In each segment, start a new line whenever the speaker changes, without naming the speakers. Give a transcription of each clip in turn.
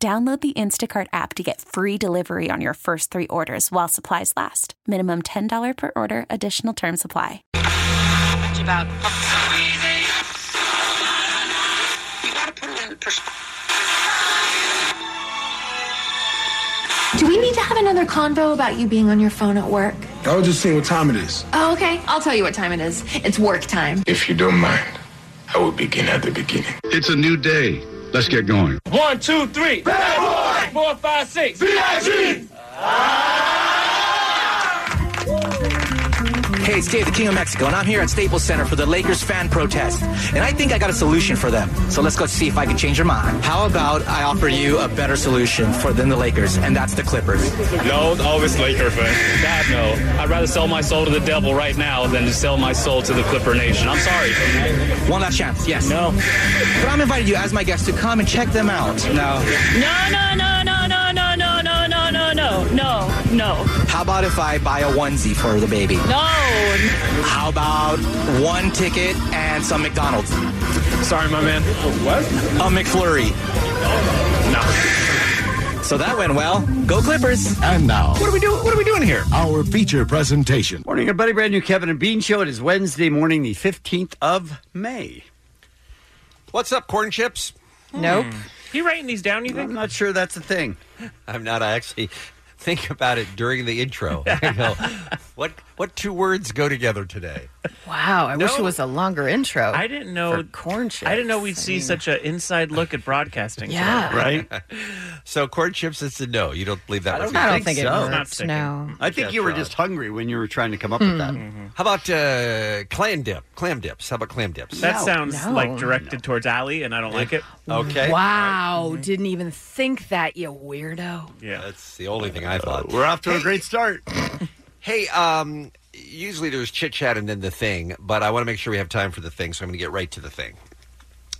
Download the Instacart app to get free delivery on your first three orders while supplies last. Minimum $10 per order, additional term supply.
much about. You gotta put it in perspective.
Do we need to have another convo about you being on your phone at work?
I was just seeing what time it is.
Oh, okay. I'll tell you what time it is. It's work time.
If you don't mind, I will begin at the beginning.
It's a new day. Let's get going.
One, two, three. Bad boy. Four, five, six.
Hey, it's Dave, the King of Mexico, and I'm here at Staples Center for the Lakers fan protest. And I think I got a solution for them. So let's go see if I can change your mind. How about I offer you a better solution for than the Lakers, and that's the Clippers.
No, always Laker fan. God, no. I'd rather sell my soul to the devil right now than to sell my soul to the Clipper Nation. I'm sorry.
One last chance, yes.
No.
But I'm inviting you as my guest to come and check them out. Now,
No, no, no, no, no, no, no, no, no, no, no, no, no,
how about if I buy a onesie for the baby?
no.
How about one ticket and some McDonald's?
Sorry, my man. What?
A McFlurry.
No.
So that went well. Go Clippers.
And now,
What are we doing? What are we doing here?
our feature presentation.
Morning, everybody. Brand new Kevin and Bean Show. It is Wednesday morning, the 15th of May.
What's up, corn chips?
Nope.
You writing these down, you
I'm not sure that's a thing.
I'm not. I actually think about it during the intro. I go, what what two words go together today?
Wow, I wish it was a longer intro.
I didn't know.
For corn chips.
I didn't know we'd
I
see
mean-
such an inside look at broadcasting.
yeah.
Right?
So corn chips is a no. You don't believe that
I
one's
don't
I
gonna-
don't
think
think, it
so.
Not
works.
sticking.
No. Hmm. Mm-hmm.
I think
Yeah,
you were
try.
just hungry when you were trying to come up with that.
How about uh, clam dip? Clam dips. How about clam dips?
That
No,
sounds
no,
like directed towards Ali, and I don't like it.
Okay.
Wow,
Mm-hmm.
didn't even think that, you weirdo.
Yeah.
That's the only thing I thought.
We're off to a great start.
Hey, um, usually there's chit chat and then the thing, but I want to make sure we have time for the thing, so I'm going to get right to the thing.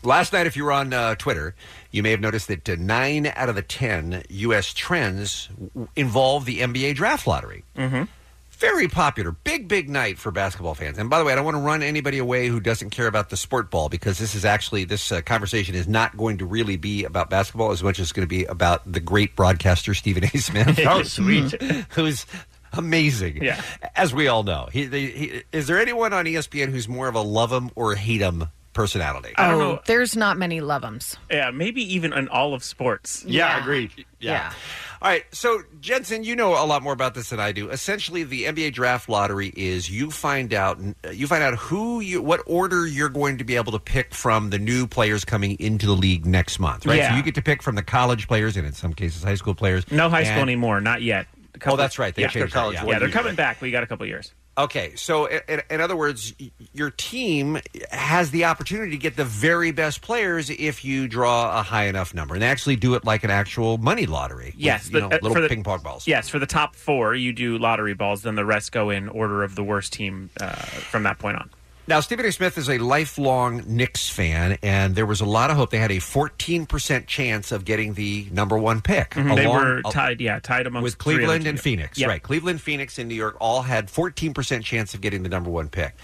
Last night, if you were on uh, Twitter, you may have noticed that uh, nine out of the 10 U.S. trends w- involve the NBA draft lottery. Mm-hmm. Very popular. Big, big night for basketball fans. And by the way, I don't want to run anybody away who doesn't care about the sport ball because this is actually, this uh, conversation is not going to really be about basketball as much as it's going to be about the great broadcaster, Stephen A. Smith.
Oh, sweet.
Mm-hmm.
who's amazing.
Yeah.
As we all know. He, they, he, is there anyone on E ESPN who's more of a love him or hate him personality?
I don't
Oh,
know.
there's not many love'ems.
Yeah, maybe even in all of sports.
Yeah,
Yeah.
agreed.
Yeah.
All right, so Jensen, you know a lot more about this than I do. Essentially, the NBA draft lottery is you find out uh, you find out who you what order you're going to be able to pick from the new players coming into the league next month, right?
Yeah.
So you get to pick from the college players and in some cases high school players.
No high school
And-
anymore. Not yet. A
Oh, that's right. They
yeah,
changed
they're
that,
college.
yeah.
Yeah, they're coming back. We got a couple years.
Okay, so i- in, in other words, y- your team has the opportunity to get the very best players if you draw a high enough number, and they actually do it like an actual money lottery. with,
Yes,
you
but,
know,
uh,
little
for the-
ping pong balls.
Yes, for the top four, you do lottery balls. Then the rest go in order of the worst team uh, from that point on.
Now, Stephen A. Smith is a lifelong Knicks fan, and there was a lot of hope. They had a 14% chance of getting the number one pick.
Mm-hmm, they
along-
were tied, yeah, tied amongst
with
three other
Cleveland and
teams.
Phoenix.
Yep.
Right. Cleveland, Phoenix, and New York all had 14% chance of getting the number one pick.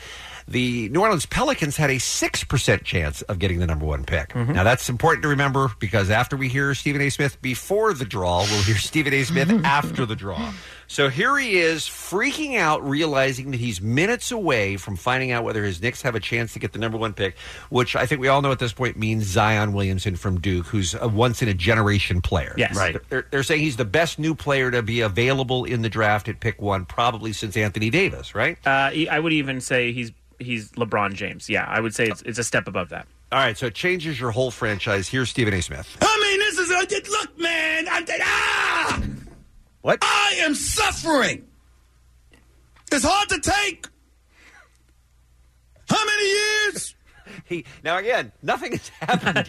The New Orleans Pelicans had a 6% chance of getting the number one pick. Now, that's important to remember because after we hear Stephen A. Smith before the draw, we'll hear Stephen A. Smith after the draw. So here he is freaking out, realizing that he's minutes away from finding out whether his Knicks have a chance to get the number one pick, which I think we all know at this point means Zion Williamson from Duke, who's a once in a generation player.
Yes. Right.
They're, they're saying he's the best new player to be available in the draft at pick one, probably since Anthony Davis, right?
Uh, e- I would even say he's he's LeBron James. Yeah, I would say it's, it's a step above that.
All right, so it changes your whole franchise. Here's Stephen A. Smith.
I mean, this is. I did, look, man. I did. Ah!
What?
I am suffering. It's hard to take. How many years?
He, now, again, nothing has happened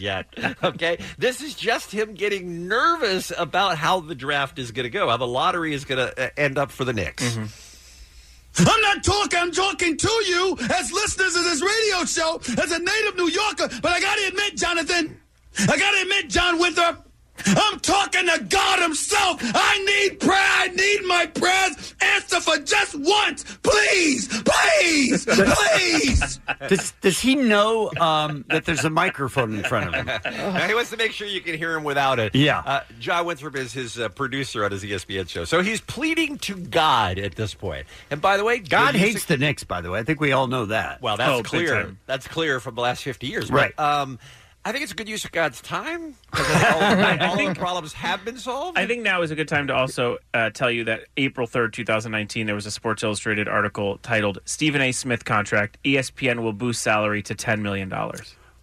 yet. Okay. This is just him getting nervous about how the draft is going to go, how the lottery is going to uh, end up for the Knicks.
Mm-hmm.
I'm not talking, I'm talking to you as listeners of this radio show, as a native New Yorker. But I gotta admit, Jonathan, I gotta admit, John Winthrop, I'm talking to God Himself. I need prayer, I need my prayers answer for just once. Please, please, please.
Does, does he know um, that there's a microphone in front of him?
Now, he wants to make sure you can hear him without it.
Yeah.
Uh, John Winthrop is his uh, producer on his ESPN show. So he's pleading to God at this point. And by the way,
God
the music-
hates the Knicks, by the way. I think we all know that.
Well,
Oh,
that's clear. That's clear from the last 50 years. But,
Right.
um, I think it's a good use of God's time. 'cause all, all the problems have been solved.
I think now is a good time to also uh, tell you that April 3rd, 2019, there was a Sports Illustrated article titled Stephen A. Smith Contract E ESPN Will Boost Salary to $10 Million.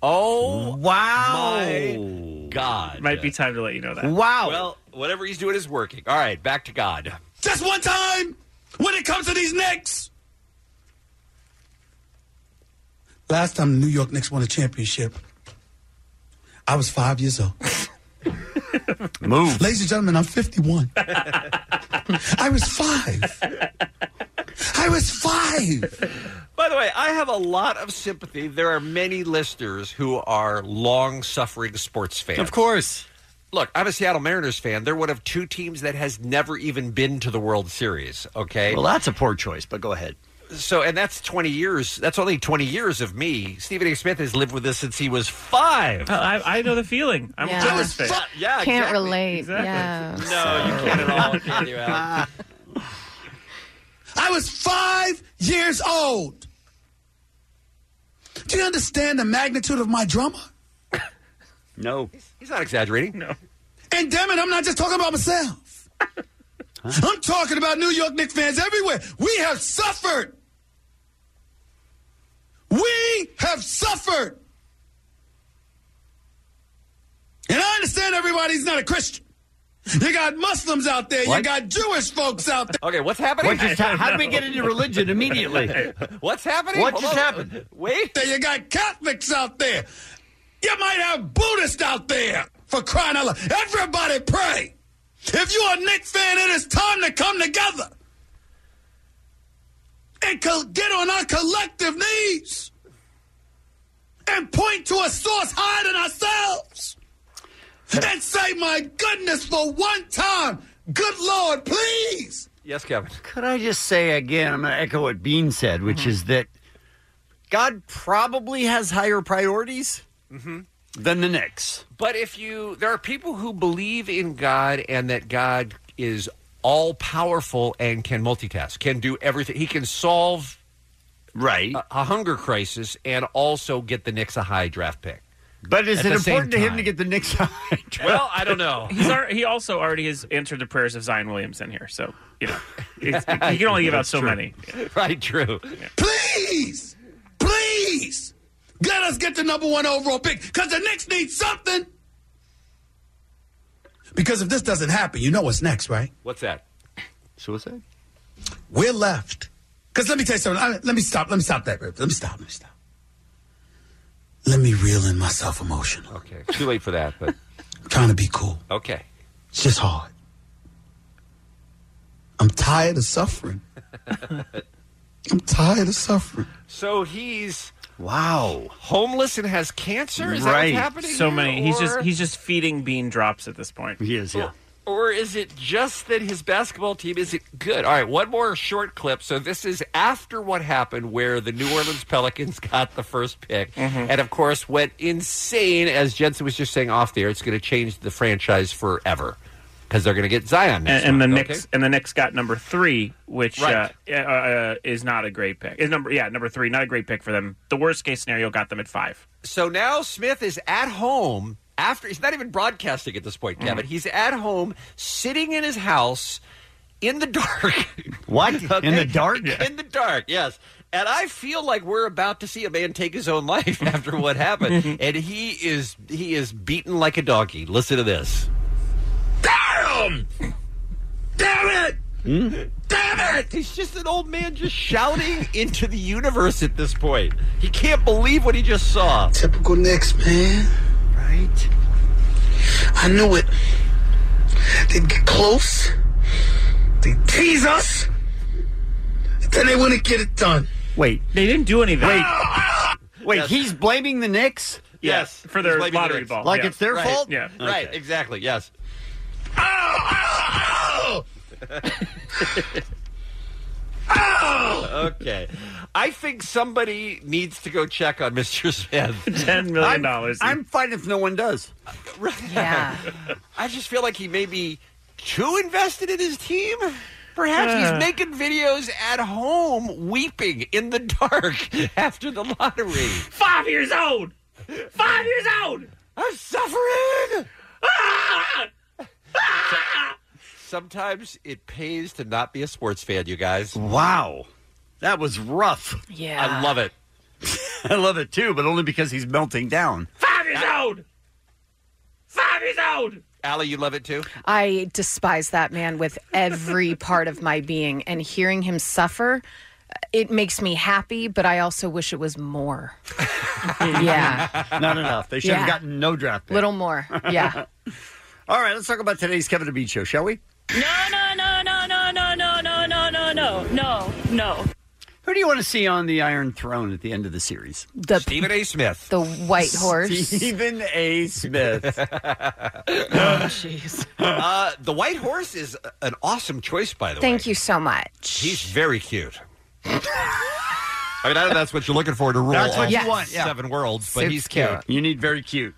Oh,
wow.
My God.
Might be time to let you know that.
Well, whatever he's doing is working. All right, back to God.
Just one time when it comes to these Knicks. Last time the New York Knicks won a championship, I was five years old.
Move.
Ladies and gentlemen, I'm 51. I was five. I was five.
By the way, I have a lot of sympathy. There are many listeners who are long suffering sports fans.
Of course.
Look, I'm a Seattle Mariners fan. They're one of two teams that has never even been to the World Series, okay?
Well, that's a poor choice, but go ahead.
so, and that's 20 years. That's only 20 years of me. Stephen A. Smith has lived with this since he was five.
I, Uh, I know the feeling. I'm
Yeah.
a Phillies fan.
Yeah,
Can't
exactly.
relate.
Exactly.
Yeah.
No, you can't at
Oh,
all. Can you, Al?
I was five years old. Do you understand the magnitude of my drama?
No.
He's not exaggerating.
No.
And damn it, I'm not just talking about myself. I'm talking about New York Knicks fans everywhere. We have suffered. We have suffered. And I understand everybody's not a Christian. You got Muslims out there. You
What?
got Jewish folks out there.
Okay, what's happening?
What just hap- how did we get into religion immediately?
What's happening?
What
Hold
just
on.
happened?
Wait.
You got Catholics out there. You might have Buddhists out there. For crying out loud. Everybody pray. If you're a Knicks fan, it is time to come together and co- get on our collective knees and point to a source higher than ourselves and say, My goodness, for one time, good Lord, please.
Yes, Kevin. Mm-hmm.
Could I just say again, I'm going to echo what Bean said, which is that God probably has higher priorities
Mm-hmm.
than the Knicks.
But if you, there are people who believe in God and that God is all powerful and can multitask, can do everything. He can solve
Right.
a, a hunger crisis and also get the Knicks a high draft pick.
But is
At
it
the same
important to him
time.
to get the Knicks high?
Well, I don't know.
He's al- he also already has answered the prayers of Zion Williamson here. So, you know, it's, you can only give out so many.
right, true.
Please, please, let us get the number one overall pick because the Knicks need something. Because if this doesn't happen, you know what's next, right?
What's that?
Suicide?
We're left. Because let me tell you something. I- let me stop. Let me stop that. Let me stop. Let me stop. Let me reel in myself emotional.
Okay, too late for that, but
I'm trying to be cool.
okay.
It's just hard. I'm tired of suffering. I'm tired of suffering.
So he's
Wow.
homeless and has cancer. Is
Right.
that what's happening?
So
here?
many. He's just
Or-
he's just feeding bean drops at this point.
He is, yeah.
Or is it just that his basketball team isn't good? All right, one more short clip. So this is after what happened where the New Orleans Pelicans got the first pick and of course went insane as Jensen was just saying off the air. It's going to change the franchise forever cuz they're going to get Zion next
and, and the
month,
Knicks and the Knicks got number three, which uh,
Right.
uh, uh, is not a great pick. Is number yeah number three, not a great pick for them. The worst case scenario got them at five.
So now Smith is at home after he's not even broadcasting at this point,
Mm-hmm.
Kevin. He's at home sitting in his house in the dark.
What? In the
Okay?
dark?
In the dark, yes. And I feel like we're about to see a man take his own life after what happened. and he is he is beaten like a donkey. Listen to this.
Damn! Damn it!
Hmm?
Damn it! He's just an old man just shouting into the universe at this point. He can't believe what he just saw.
Typical Knicks, man.
Right?
I knew it. They'd get close. They'd tease us. And then they wouldn't get it done.
Wait.
They didn't do anything.
Wait. Wait, he's blaming the Knicks?
Yes, for
He's
their
blaming the
lottery
Knicks.
ball.
Like
Yeah.
it's their
Right.
fault?
Yeah.
Right, exactly. Yes. okay. I think somebody needs to go check on Mr. Smith.
Ten
I'm- I'm fine if no one does.
Yeah. I just feel like he may be too invested in his team. Perhaps
Uh.
he's making videos at home weeping in the dark after the lottery.
Five years old. Five years old. Ah!
I'm suffering. Sometimes it pays to not be a sports fan, you guys.
Wow. That was rough.
Yeah. I love it.
I love it too, but only because he's melting down.
Five years old. Five years old.
Allie, you love it too?
I despise that man with every part of my being, and hearing him suffer, it makes me happy, but I also wish it was more. Yeah.
Not enough. They should have
Yeah.
gotten no draft pick.
Little more. Yeah.
All right, let's talk about today's Kevin and Bean show, shall we?
No, no, no, no, no, no, no, no, no, no, no, no.
Who do you want to see on the Iron Throne at the end of the series?
The
Stephen A. Smith.
The white horse.
Stephen A. Smith.
jeez. Uh, the White Horse is an awesome choice, by the way.
Thank you so much.
He's very cute. I mean, I know that's what you're looking for to rule
That's what
all
you want, yeah.
seven worlds, but
Super
he's cute.
You need very cute.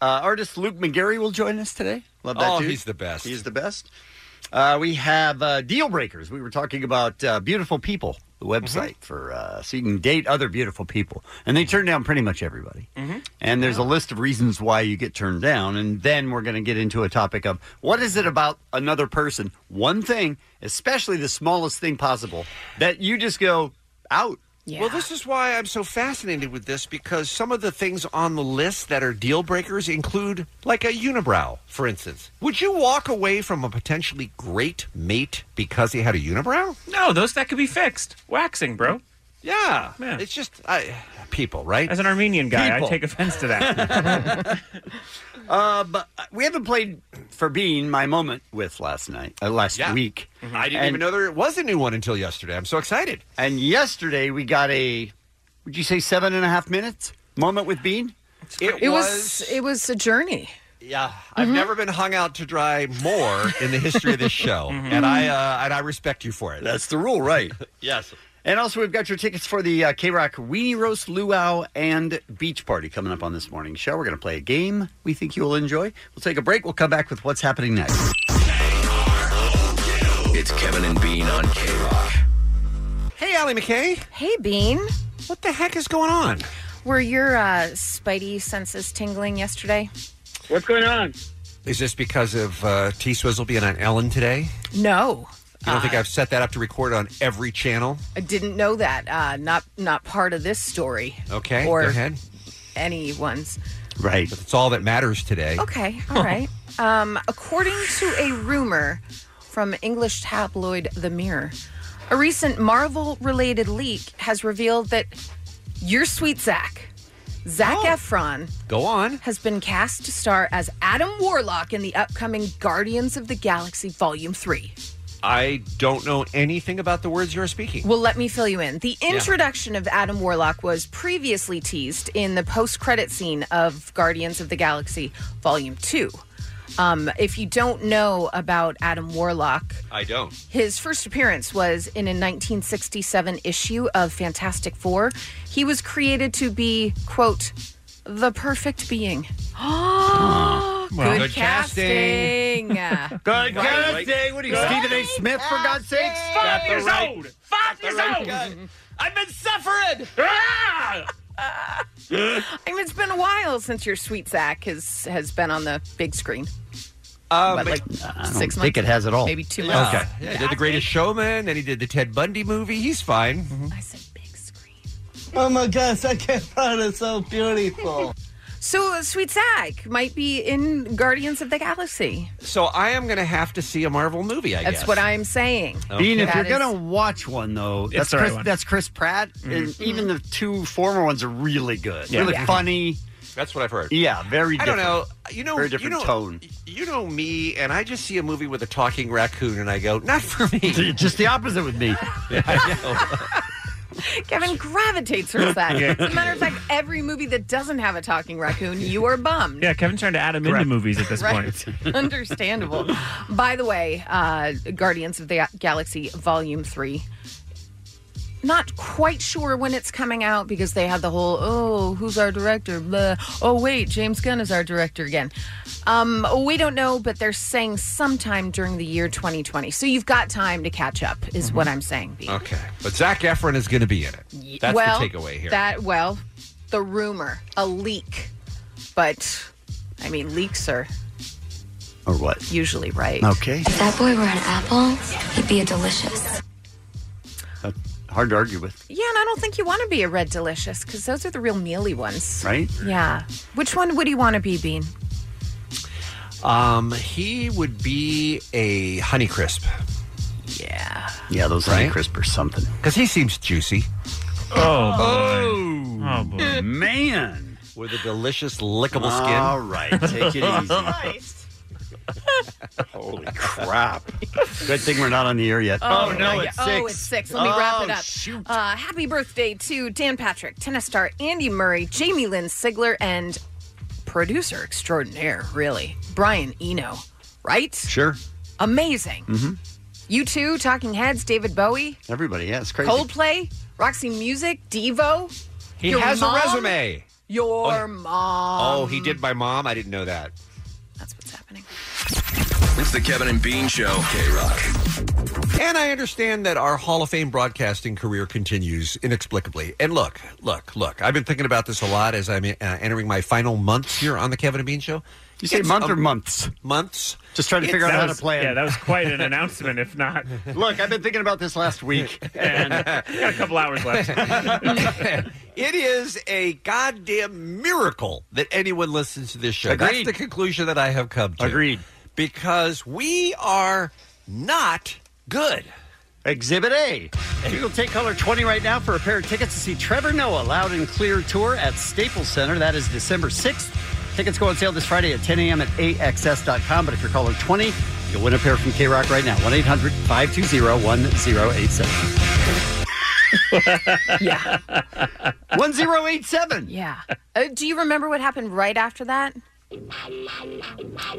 Uh, artist Luke McGarry will join us today. Love that
Oh,
dude.
he's the best.
He's the best. Uh, we have uh, Deal Breakers. We were talking about uh, Beautiful People, the
Mm-hmm.
website for uh, so you can date other beautiful people, and they turn down pretty much everybody.
Mm-hmm.
And there's a list of reasons why you get turned down, and then we're going to get into a topic of what is it about another person, one thing, especially the smallest thing possible, that you just go out.
Well, this is why I'm so fascinated with this because some of the things on the list that are deal breakers include, like a unibrow, for instance. Would you walk away from a potentially great mate because he had a unibrow?
No, those that could be fixed. Waxing, bro.
Yeah,
Man.
it's just I, people, right?
As an Armenian guy,
People.
I take offense to that.
Uh, but we haven't played for Bean my moment with last night, uh, last
Yeah. Mm-hmm.
week.
I didn't even know there was a new one until yesterday. I'm so excited.
And yesterday we got a, would you say seven and a half minutes moment with Bean?
It was Mm-hmm. it was a journey.
Yeah, I've never been hung out to dry more in the history of this show,
Mm-hmm.
and I uh, and I respect you for it.
That's the rule, right?
yes.
And also, we've got your tickets for the uh, K Rock Weenie Roast Luau and Beach Party coming up on this morning's show. We're going to play a game we think you'll enjoy. We'll take a break. We'll come back with what's happening next.
It's Kevin and Bean on K Rock.
Hey, Allie McKay.
Hey, Bean.
What the heck is going on?
Were your uh, spidey senses tingling yesterday?
What's going on? Is this because of uh, T Swizzle being on Ellen today?
No.
You don't
Uh,
think I've set that up to record on every channel?
I didn't know that. Uh, not not part of this story.
Okay,
Or
go ahead.
anyone's.
Right.
But it's all that matters today.
Okay. All right. um, according to a rumor from English tabloid The Mirror, a recent Marvel-related leak has revealed that your sweet Zach, Zach Efron,
Oh. Go on.
has been cast to star as Adam Warlock in the upcoming Guardians of the Galaxy Volume Three.
I don't know anything about the words you're speaking.
Well, let me fill you in. The
Yeah.
introduction of Adam Warlock was previously teased in the post credit scene of Guardians of the Galaxy Volume 2. Um, if you don't know about Adam Warlock,
I don't.
his first appearance was in a 1967 issue of Fantastic Four. He was created to be, quote, the perfect being. Oh,
Well,
good,
good casting.
casting. casting.
Good
Right.
Day. What are you,
Good
Stephen A. Smith, for God's sakes?
Five
Got the
years
right-
old.
Five
years old.
I've been suffering.
Ah!
I mean, it's been a while since your sweet Zach has has been on the big screen.
Um,
What, like
I don't
six months?
think it has at all.
Maybe two
Yeah.
months.
Okay. Yeah, he did the Greatest Showman, and he did the Ted Bundy movie. He's fine.
Mm-hmm.
Mm-hmm.
I said big
Oh my gosh, I can't find it so beautiful.
So, Sweet Zach might be in Guardians of the Galaxy.
So I am going to have to see a Marvel movie. I
That's
guess.
what I'm saying.
Bean, if
That
you're
is-
gonna watch one though,
It's
that's
the right
Chris,
one.
that's Chris Pratt,
Mm-hmm.
and even the two former ones are really good,
Yeah.
really
Yeah.
funny.
That's what I've heard.
Yeah, very.
I don't
different.
know. You know,
very
you
different
know,
tone.
You know me, and I just see a movie with a talking raccoon, and I go, "Not for me."
Just the opposite with me.
Kevin gravitates towards that.
Yeah.
As a matter of fact, every movie that doesn't have a talking raccoon, you are bummed.
Yeah, Kevin's trying to add him into movies at this
Right.
point.
Understandable. By the way, uh, Guardians of the Galaxy Volume 3. Not quite sure when it's coming out because they had the whole, oh, who's our director? Blah. Oh, wait, James Gunn is our director again. Um, we don't know, but they're saying sometime during the year 2020. So you've got time to catch up, is what I'm saying.
Okay, but Zach Efron is going to be in it. Mm-hmm. That's
well,
the takeaway here.
That well, the rumor, a leak, but I mean, leaks are
or what?
Usually right.
Okay.
If that boy were an apple, he'd be a delicious.
That's hard to argue with,
yeah, and I don't think you want to be a red delicious because those are the real mealy ones.
right?
Yeah. Which one would you want to be, Bean?
Um, he would be a Honeycrisp.
Yeah.
Yeah, those
right?
Honeycrisp or something.
Because he seems juicy.
Oh,
boy.
Oh, boy.
Man.
With a delicious, lickable skin.
All right, take it easy. Holy crap! Good thing we're not on the air yet.
yeah. Oh, it's six. Let me wrap it
Oh,
up. Uh, happy birthday to Dan Patrick, tennis star Andy Murray, Jamie Lynn Sigler, and producer extraordinaire, really, Brian Eno. Right?
Sure.
Amazing.
hmm
You two, Talking Heads, David Bowie,
Everybody, yeah, it's crazy.
Coldplay, Roxy Music, Devo.
He
your
has
mom, Um,
a resume.
Your
Oh.
mom.
Oh, he did my mom. I didn't know that.
It's the Kevin and Bean Show. K Rock.
And I understand that our Hall of Fame broadcasting career continues inexplicably. And look, look, look. I've been thinking about this a lot as I'm uh, entering my final months here on the Kevin and Bean Show.
You say month or months?
Months.
Just trying to figure out
That
how
was-
to play it.
Yeah, that was quite an announcement, if not.
Look, I've been thinking about this last week, and got
a couple hours left.
It is a goddamn miracle that anyone listens to this show.
Agreed.
That's the conclusion that I have come to.
Agreed.
Because we are not good.
Exhibit A. We will take caller 20 right now for a pair of tickets to see Trevor Noah Loud and Clear Tour at Staples Center. That is December 6th. Tickets go on sale this Friday at 10 a.m. at AXS.com. But if you're caller 20, you'll win a pair from K Rock right now 1 800 520 1087.
Yeah.
1087.
Yeah. Uh, do you remember what happened right after that?
Okay.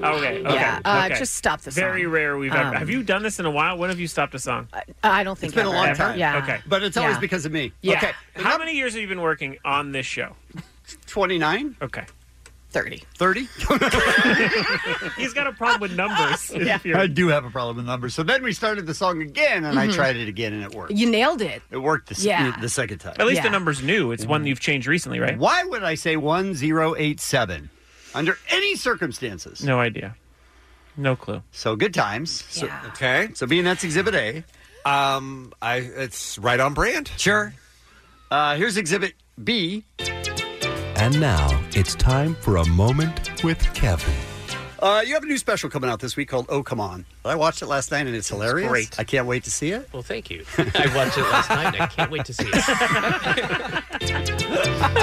okay
Yeah, uh,
okay.
just stop the song.
Very rare we've
Um,
ever. Have you done this in a while? When have you stopped a song?
I don't think
It's been a
ever.
long time.
Yeah.
Okay.
But it's always
Yeah.
because of me.
Yeah.
Okay.
How many years have you been working on this show?
29?
Okay.
30.
30?
He's got a problem with numbers.
Yeah.
If you're-
I do have a problem with numbers. So then we started the song again, and I
Mhm.
tried it again, and it worked.
You nailed it.
It worked the, s-
Yeah.
the second time. Mm-hmm.
At least the number's new. It's one you've changed recently, right?
Why would I say 1087 under any circumstances?
No idea. No clue.
So good times. So,
Okay.
So being that's exhibit A.
Um I it's right on brand.
Sure. Uh here's exhibit B.
And now it's time for a moment with Kevin.
Uh, you have a new special coming out this week called Oh Come On. I watched it last night and it's hilarious.
great.
I can't wait to see it.
Well, thank you. I watched it last night. I can't wait to see it.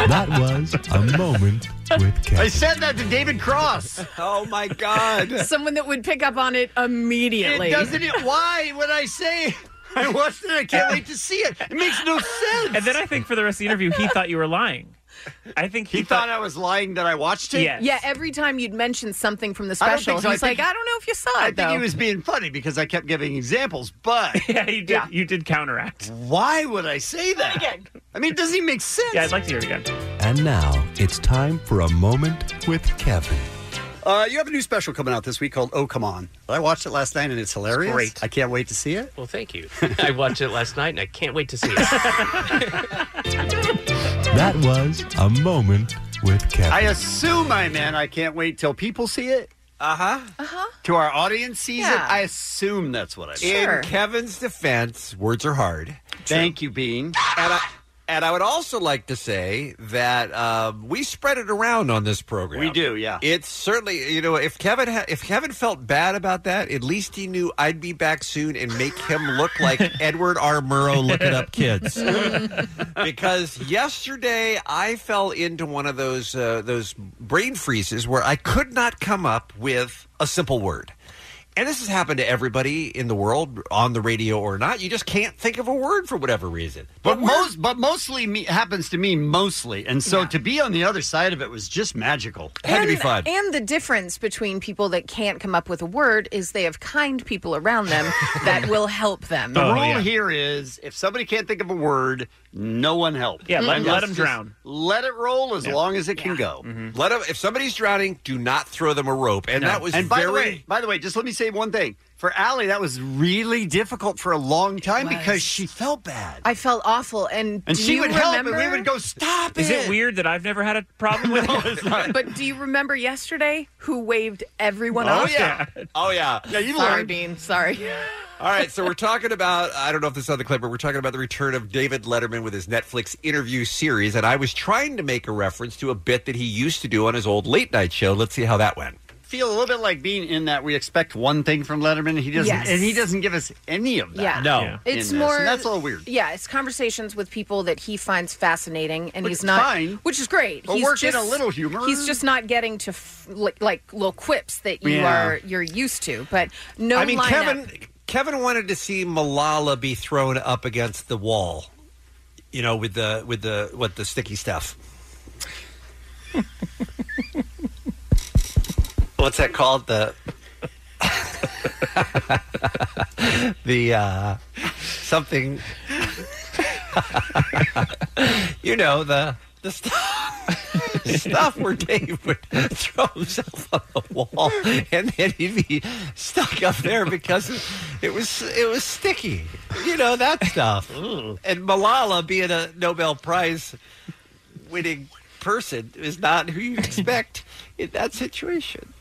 That was a moment with Kevin.
I said that to David Cross.
oh my God.
Someone that would pick up on it immediately.
It doesn't. It, why would I say? I watched it. I can't wait to see it. It makes no sense.
And then I think for the rest of the interview, he thought you were lying. I think he,
He thought I was lying that I watched it.
Yeah, every time you'd mention something from the
I don't
special,
think so. I
he's
think-
like, I don't know if you saw it,
I think
though.
he was being funny because I kept giving examples, but
yeah, you did. You did counteract.
Why would I say that? I mean, it doesn't even make sense.
Yeah, I'd like to hear it again.
And now it's time for a moment with Kevin.
Uh, you have a new special coming out this week called Oh Come On. I watched it last night and it's hilarious.
great.
I can't wait to see it.
Well, thank you. I watched it last night, and I can't wait to see it.
That was a moment with Kevin.
I assume I meant I can't wait till people see it. Uh
Uh-huh.
huh. Uh huh. To our audience sees
Yeah.
it. I assume that's what I meant.
In Kevin's defense, words are hard.
Thank you, Bean.
And I, And I would also like to say that uh, we spread it around on this program.
We do, yeah.
It's certainly you know if Kevin ha- if Kevin felt bad about that, at least he knew I'd be back soon and make him look like Edward R. Murrow. Look it up, kids. because yesterday I fell into one of those uh, those brain freezes where I could not come up with a simple word. And this has happened to everybody in the world, on the radio or not. You just can't think of a word for whatever reason.
But most, but mostly me, happens to me mostly, and so to be on the other side of it was just magical.
Had to be
And-
fun.
And the difference between people that can't come up with a word is they have kind people around them that will help them.
The rule here is if somebody can't think of a word, no one help.
Yeah, let-
And
let
let's
'em
just
drown. Mm-hmm.
Let it roll as long as it can go.
Let them. If somebody's drowning, do not throw them a rope. And that was
and by
very.
the way, by the way, just let me say one thing. For Allie, that was really difficult for a long time because she felt bad.
I felt awful, and
And
do
she
you
would help, and
remember?
we would go, "Stop
Is it
it."
weird that I've never had a problem with it?
But do you remember yesterday who waved everyone
oh
off?
yeah. Oh yeah. Yeah, you
sorry,
learned.
Bean. Sorry.
All right, so we're talking about I don't know if this is on the clip, but we're talking about the return of David Letterman with his Netflix interview series, and I was trying to make a reference to a bit that he used to do on his old late night show. Let's see how that went.
feel a little bit like being in that we expect one thing from Letterman. He doesn't,
Yes.
and he doesn't give us any of that.
Yeah.
in
It's
this,
more.
and that's all weird.
Yeah, it's conversations with people that he finds fascinating, and
Which
he's
is
not.
fine.
which is great.
But
he's
work in
just,
a little humor.
He's just not getting to f- like, like little quips that you
Yeah.
are you're used to. But no,
I mean
lineup-
Kevin Kevin wanted to see Malala be thrown up against the wall. You know, with the with the what the sticky stuff. What's that called? The the uh something you know the the stuff stuff where Dave would throw himself on the wall and then he'd be stuck up there because it was it was sticky you know that stuff and Malala being a Nobel Prize winning person is not who you expect in that situation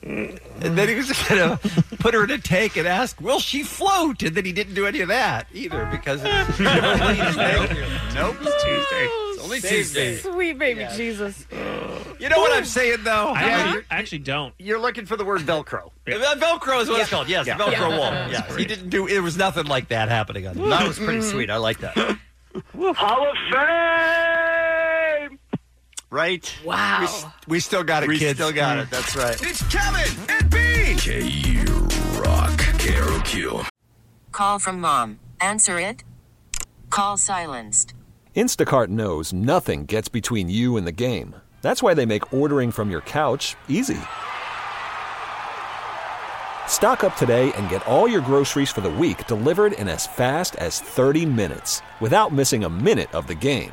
and then he was going to put her in a tank and ask, "Will she float?" And then he didn't do any of that either because it's nope, it's Tuesday. It's only Tuesday.
Sweet baby Jesus.
You know what I'm saying, though?
I actually, I actually don't.
You're looking for the word Velcro.
Velcro is what it's
Yeah.
called. Yes,
Yeah.
Velcro
Yeah.
wall.
That's
Yes, he
great.
didn't do. There was nothing like that happening on.
That was pretty sweet. I like that.
Hall of Fame!
Right?
Wow.
We, s- we still got it,
We
kids.
still got it. That's right.
It's Kevin and Bean. K Rock. K R O Q.
Call from mom. Answer it. Call silenced.
Instacart knows nothing gets between you and the game. That's why they make ordering from your couch easy. Stock up today and get all your groceries for the week delivered in as fast as 30 minutes without missing a minute of the game.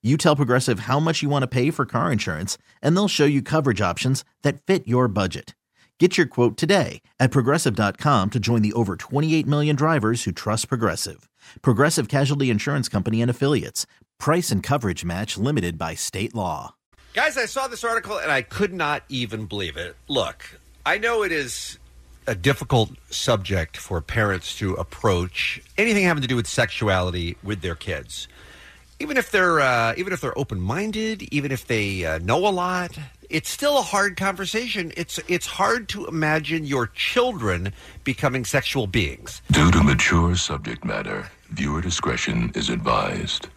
You tell Progressive how much you want to pay for car insurance, and they'll show you coverage options that fit your budget. Get your quote today at progressive.com to join the over 28 million drivers who trust Progressive. Progressive Casualty Insurance Company and Affiliates. Price and coverage match limited by state law.
Guys, I saw this article and I could not even believe it. Look, I know it is a difficult subject for parents to approach anything having to do with sexuality with their kids. Even if they're uh, even if they're open minded, even if they uh, know a lot, it's still a hard conversation. It's it's hard to imagine your children becoming sexual beings.
Due to mature subject matter, viewer discretion is advised.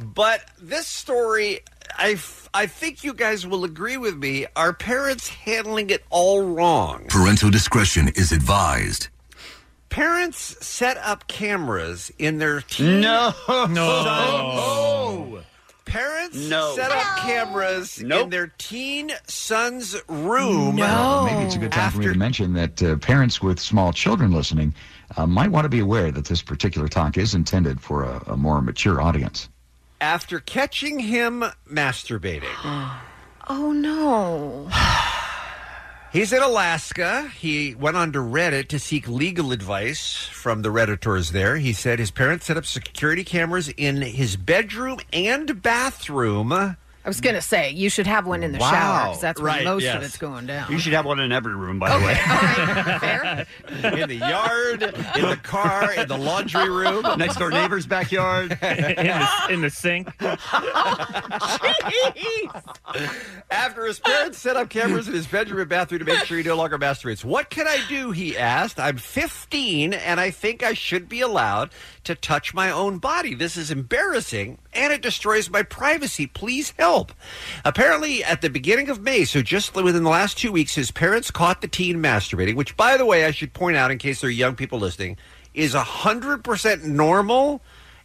But this story, I, f- I think you guys will agree with me. Are parents handling it all wrong?
Parental discretion is advised.
Parents set up cameras in their teen
No.
son-
No.
Oh.
Oh.
No. Parents
No.
set up cameras in their teen son's room.
Well, Uh, maybe it's a good time for me to mention that uh, parents with small children listening uh, might want to be aware that this particular talk is intended for a, a more mature audience.
after catching him masturbating.
Oh no.
He's in Alaska. He went on to Reddit to seek legal advice from the Redditors there. He said his parents set up security cameras in his bedroom and bathroom.
I was gonna say you should have one in the
Wow.
shower because that's where
Right,
most
yes.
of it's going down.
You should have one in every room, by the way.
in the yard, in the car, in the laundry room,
Next door neighbor's backyard,
in the sink.
After his parents set up cameras in his bedroom and bathroom to make sure he no longer masturbates, what can I do? He asked. I'm 15 and I think I should be allowed to touch my own body. This is embarrassing and it destroys my privacy. Please help. Apparently, at the beginning of May, so just within the last two weeks, his parents caught the teen masturbating, which, by the way, I should point out in case there are young people listening, is 100% normal.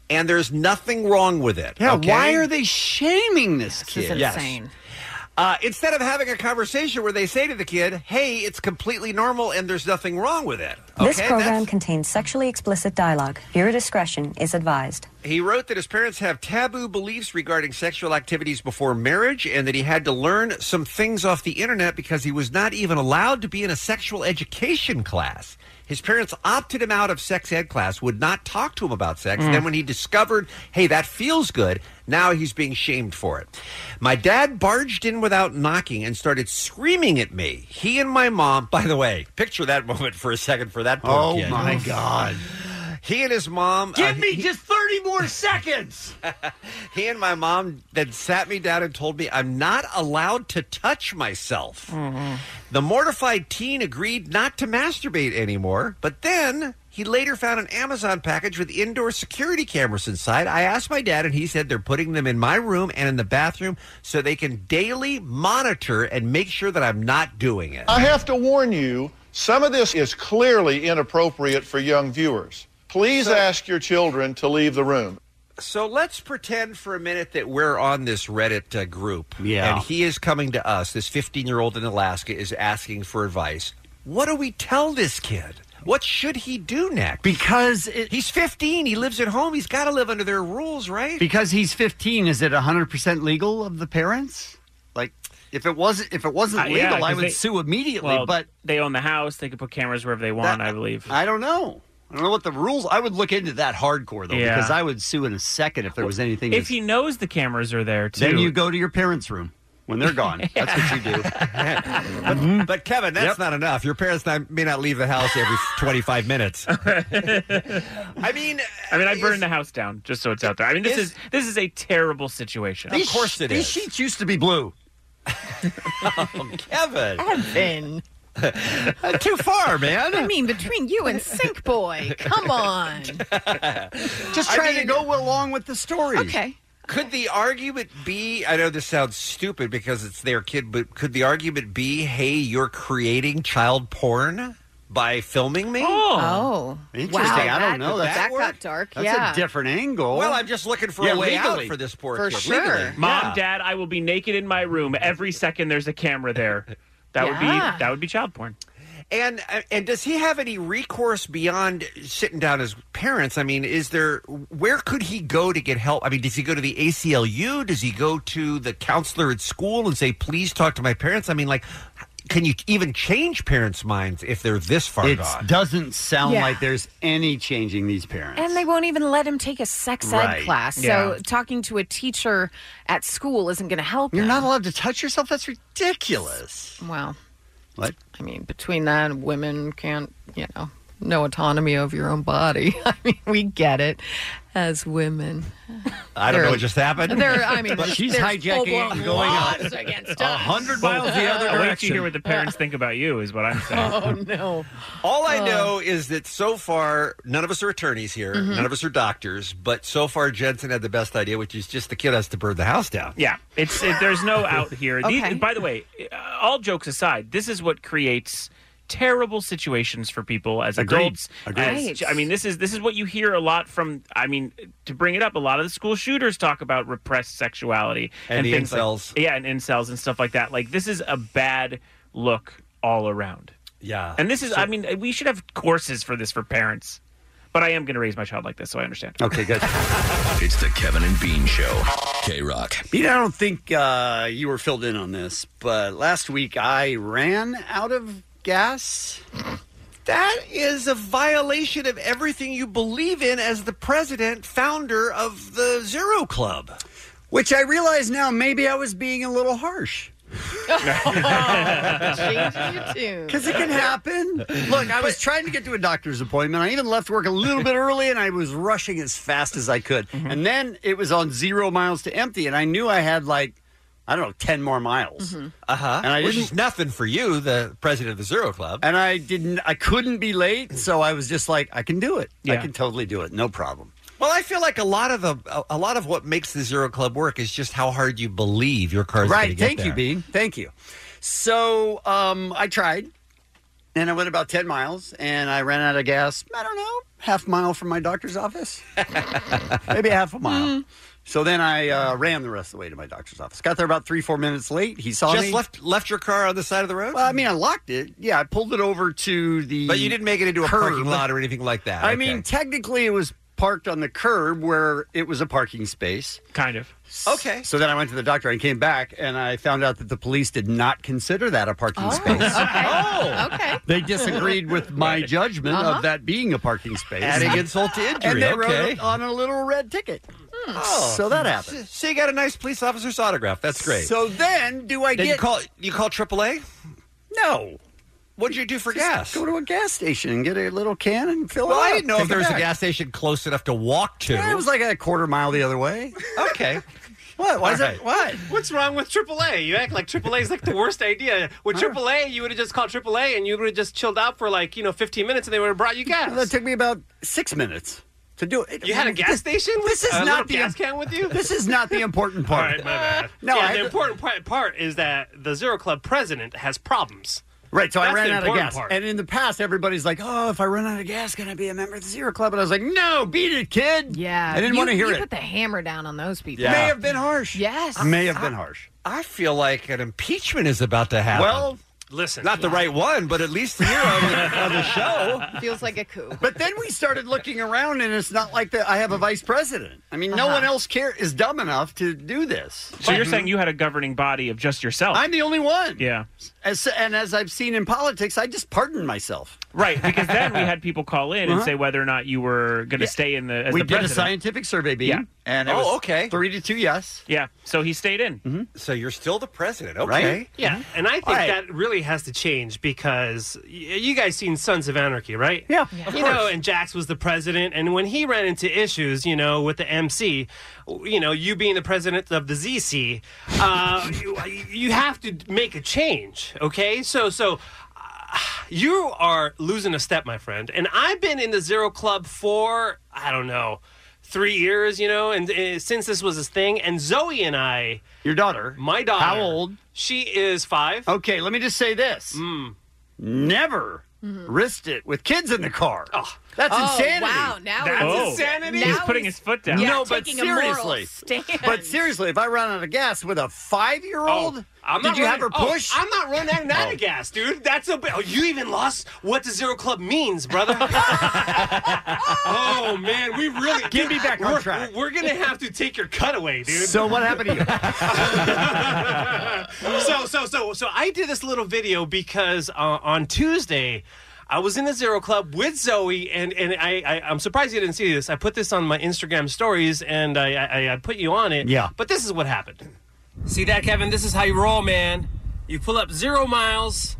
And there's nothing wrong with it.
Yeah,
okay?
why are they shaming this kid?
is insane. Uh, instead of having a conversation where they say to the kid, hey, it's completely normal and there's nothing wrong with it.
This
Okay?
program contains sexually explicit dialogue. Viewer discretion is advised.
He wrote that his parents have taboo beliefs regarding sexual activities before marriage and that he had to learn some things off the internet because he was not even allowed to be in a sexual education class. His parents opted him out of sex ed class, would not talk to him about sex.
Mm.
Then, when he discovered, hey, that feels good, now he's being shamed for it. My dad barged in without knocking and started screaming at me. He and my mom, by the way, picture that moment for a second for that poor
Oh,
kid.
my God.
He and his mom. uh, Give me just 30 more seconds. he and my mom then sat me down and told me I'm not allowed to touch myself. The mortified teen agreed not to masturbate anymore, but then he later found an Amazon package with indoor security cameras inside. I asked my dad, and he said they're putting them in my room and in the bathroom so they can daily monitor and make sure that I'm not doing it.
I have to warn you, some of this is clearly inappropriate for young viewers. Please ask your children to leave the room.
So let's pretend for a minute that we're on this Reddit uh, group.
Yeah.
And he is coming to us. This 15 year old in Alaska is asking for advice. What do we tell this kid? What should he do next?
Because it,
he's 15. He lives at home. He's got to live under their rules, right?
Because he's 15, is it 100% legal of the parents? Like, if it wasn't, if it wasn't
Uh,
legal,
yeah,
I
'cause
would
they-
sue immediately.
well,
but
they own the house. They can put cameras wherever they want. I believe.
I don't know. I don't know what the rules. I would look into that hardcore though,
Yeah.
because I would sue in a second if there was anything.
If
to-
he knows the cameras are there too,
then you go to your parents' room when they're gone. That's what you do. Mm-hmm.
but, but Kevin, that's not enough. Your parents not, may not leave the house every 25 minutes. I mean,
I mean, I burned the house down just so it's out there. I mean, this is, this is a terrible situation.
These- These sheets used to be blue. Oh,
Kevin.
Evan.
Uh,
Too far, man.
I mean, between you and Sink Boy, come on.
Just
I
trying to
mean-
go along with the story.
Okay.
Could the argument be? I know this sounds stupid because it's their kid, but could the argument be, "Hey, you're creating child porn by filming me"?
Oh.
Interesting. I don't know.
That,
That's-
that got dark. yeah.
different angle.
Well, I'm just looking for
Yeah,
a way
legally.
out for this poor
For
kid.
sure.
Legally.
Mom,
Yeah.
Dad, I will be naked in my room every second. There's a camera there. That would
Yeah.
be that would be child porn.
And uh, and does he have any recourse beyond sitting down as parents? I mean, is there where could he go to get help? I mean, does he go to the ACLU? Does he go to the counselor at school and say, "Please talk to my parents"? I mean, like, can you even change parents' minds if they're this far
It
gone?
doesn't sound
Yeah.
like there's any changing these parents.
And they won't even let him take a sex ed
Right.
class.
Yeah.
So talking to a teacher at school isn't going to help.
You're not allowed to touch yourself. That's ridiculous.
Well,
What?
I mean, between that and women can't, you know, no autonomy over your own body. I mean, we get it as women.
I don't
They're-
know what just happened.
they're- I mean,
But
there's-
she's
there's
hijacking it and
full-blown
going out
laws against
a
us.
hundred miles the other
Wait till
direction.
you hear what the parents think about you is what I'm saying.
Oh no!
All I know is that so far, none of us are attorneys here.
Mhm.
None of us are doctors. But so far, Jensen had the best idea, which is just the kid has to burn the house down.
Yeah, it's it, there's no out here. These-
Okay.
by the way, uh, all jokes aside, this is what creates terrible situations for people as
Agreed.
adults.
Agreed.
as-
Right.
I mean, this is this is what you hear a lot from. I mean, to bring it up, a lot of the school shooters talk about repressed sexuality
And the
things
incels.
like yeah, and incels and stuff like that. Like this is a bad look all around.
Yeah,
and this is.
So-
I mean, we should have courses for this for parents. But I am going to raise my child like this, so I understand.
Okay, good.
It's the Kevin and Bean Show. K Rock.
Pete, I don't think uh, you were filled in on this, but last week I ran out of gas.
That is a violation of everything you believe in as the president, founder of the Zero Club.
Which I realize now maybe I was being a little harsh. Because it can happen. Look, I was trying to get to a doctor's appointment. I even left work a little bit early and I was rushing as fast as I could. And then it was on zero miles to empty, and I knew I had like, I don't know, 10 more miles.
Uh huh.
And I
Which
didn't-
is nothing for you, the president of the Zero Club.
And I didn't, I couldn't be late, so I was just like, I can do it. I
Yeah.
can totally do it. No problem.
Well, I feel like a lot of the a, a lot of what makes the Zero Club work is just how hard you believe your car's
right.
Gonna get
Thank you,
there.
Bean. Thank you. So um, I tried, and I went about ten miles, and I ran out of gas. I don't know, half mile from my doctor's office, maybe half a mile. So then I uh, ran the rest of the way to my doctor's office. Got there about three, four minutes late. He saw
Just
me.
left left your car on the side of the road.
Well, I mean, I locked it. Yeah, I pulled it over to the.
But you didn't make it into a
curb.
parking lot or anything like that.
I
Ah, Okay.
mean, technically, it was parked on the curb where it was a parking space.
Kind of.
Okay.
So then I went to the doctor and came back, and I found out that the police did not consider that a parking space.
Oh,
okay.
They disagreed with my judgment
Uh-huh.
of that being a parking space.
Adding insult to injury.
And they
okay. Hmm.
wrote it on a little red ticket. So that happened.
Oh. So, so you got a nice police officer's autograph. That's great.
So then, do I
Then
get
you call you call AAA?
No.
What'd you do for gas?
Go to a gas station and get a little can and fill it
Well,
up.
I didn't know
Take
if
it
there was a
back.
gas station close enough to walk to.
Yeah, it was like a quarter mile the other way.
okay.
What? Why is
All
that?
right.
What?
What's wrong with AAA? You act like AAA is like the worst idea. With AAA, you would have just called AAA and you would have just chilled out for like, you know, 15 minutes and they would have brought you gas.
That took me about six minutes to do it.
You had a gas
This-
station? with
This is
a little
not the
gas can with you?
This is not the important
All
part.
right, my bad.
No,
yeah,
I-
the important part, part is that the Zero Club president has problems.
Right, so I
That's
ran
the
out of
important
gas.
part.
And in the past, everybody's like, "Oh, if I run out of gas, can I be a member of the Zero Club?" And I was like, "No, beat it, kid."
Yeah,
I didn't
you-
want to hear
you
it.
Put the hammer down on those people.
Yeah. May have been harsh.
Yes,
May have been harsh.
I feel like an impeachment is about to happen.
Well,
listen,
not the right one, but at least here on the, on the show.
Feels like a coup.
But then we started looking around, and it's not like that. I have a vice president. I mean, no
Uh-huh.
one else care is dumb enough to do this.
So you're saying you had a governing body of just yourself?
I'm the only one.
yeah.
As, and as I've seen in politics, I just pardoned myself.
Right, because then we had people call in and
Uh-huh.
say whether or not you were going to stay in the. As
we
the
did a
president.
scientific survey, Bean,
Yeah.
and it
Oh,
was
okay.
three to two yes. Mm-hmm.
Yeah, so he stayed in.
So you're still the president,
Right?
Yeah, and I think
All right.
that really has to change because y- you guys seen Sons of Anarchy, right?
Yeah,
you know, and Jax was the president, and when he ran into issues, you know, with the MC, you know, you being the president of the ZC, uh, you, you have to make a change. Okay, so so. uh, You are losing a step, my friend. And I've been in the Zero Club for, I don't know, three years, you know, and uh, since this was this thing. And Zoe and I.
Your daughter.
My daughter.
How old?
She is five.
Okay, let me just say this. Mm. Never risked it with kids in the car. That's
Mm-hmm. Oh,
insanity.
wow, Oh. now
That's it's- insanity. He's putting his foot down.
no, but
taking a moral
seriously.
stand.
But seriously, if I run out of gas with a five year
Oh,
Oh,
old, did you have her Oh. push?
I'm not running out of gas, dude. That's a. Oh, you even lost what the Zero Club means, brother. oh man, we really
Get me back on
we're-
track.
We're gonna have to take your cutaway, dude.
So what happened to you?
so so so so I did this little video because uh, on Tuesday. I was in the Zero Club with Zoe, and, and I, I, I'm surprised you didn't see this. I put this on my Instagram stories, and I, I, I put you on it.
Yeah.
But this is what happened. See that, Kevin? This is how you roll, man. You pull up zero miles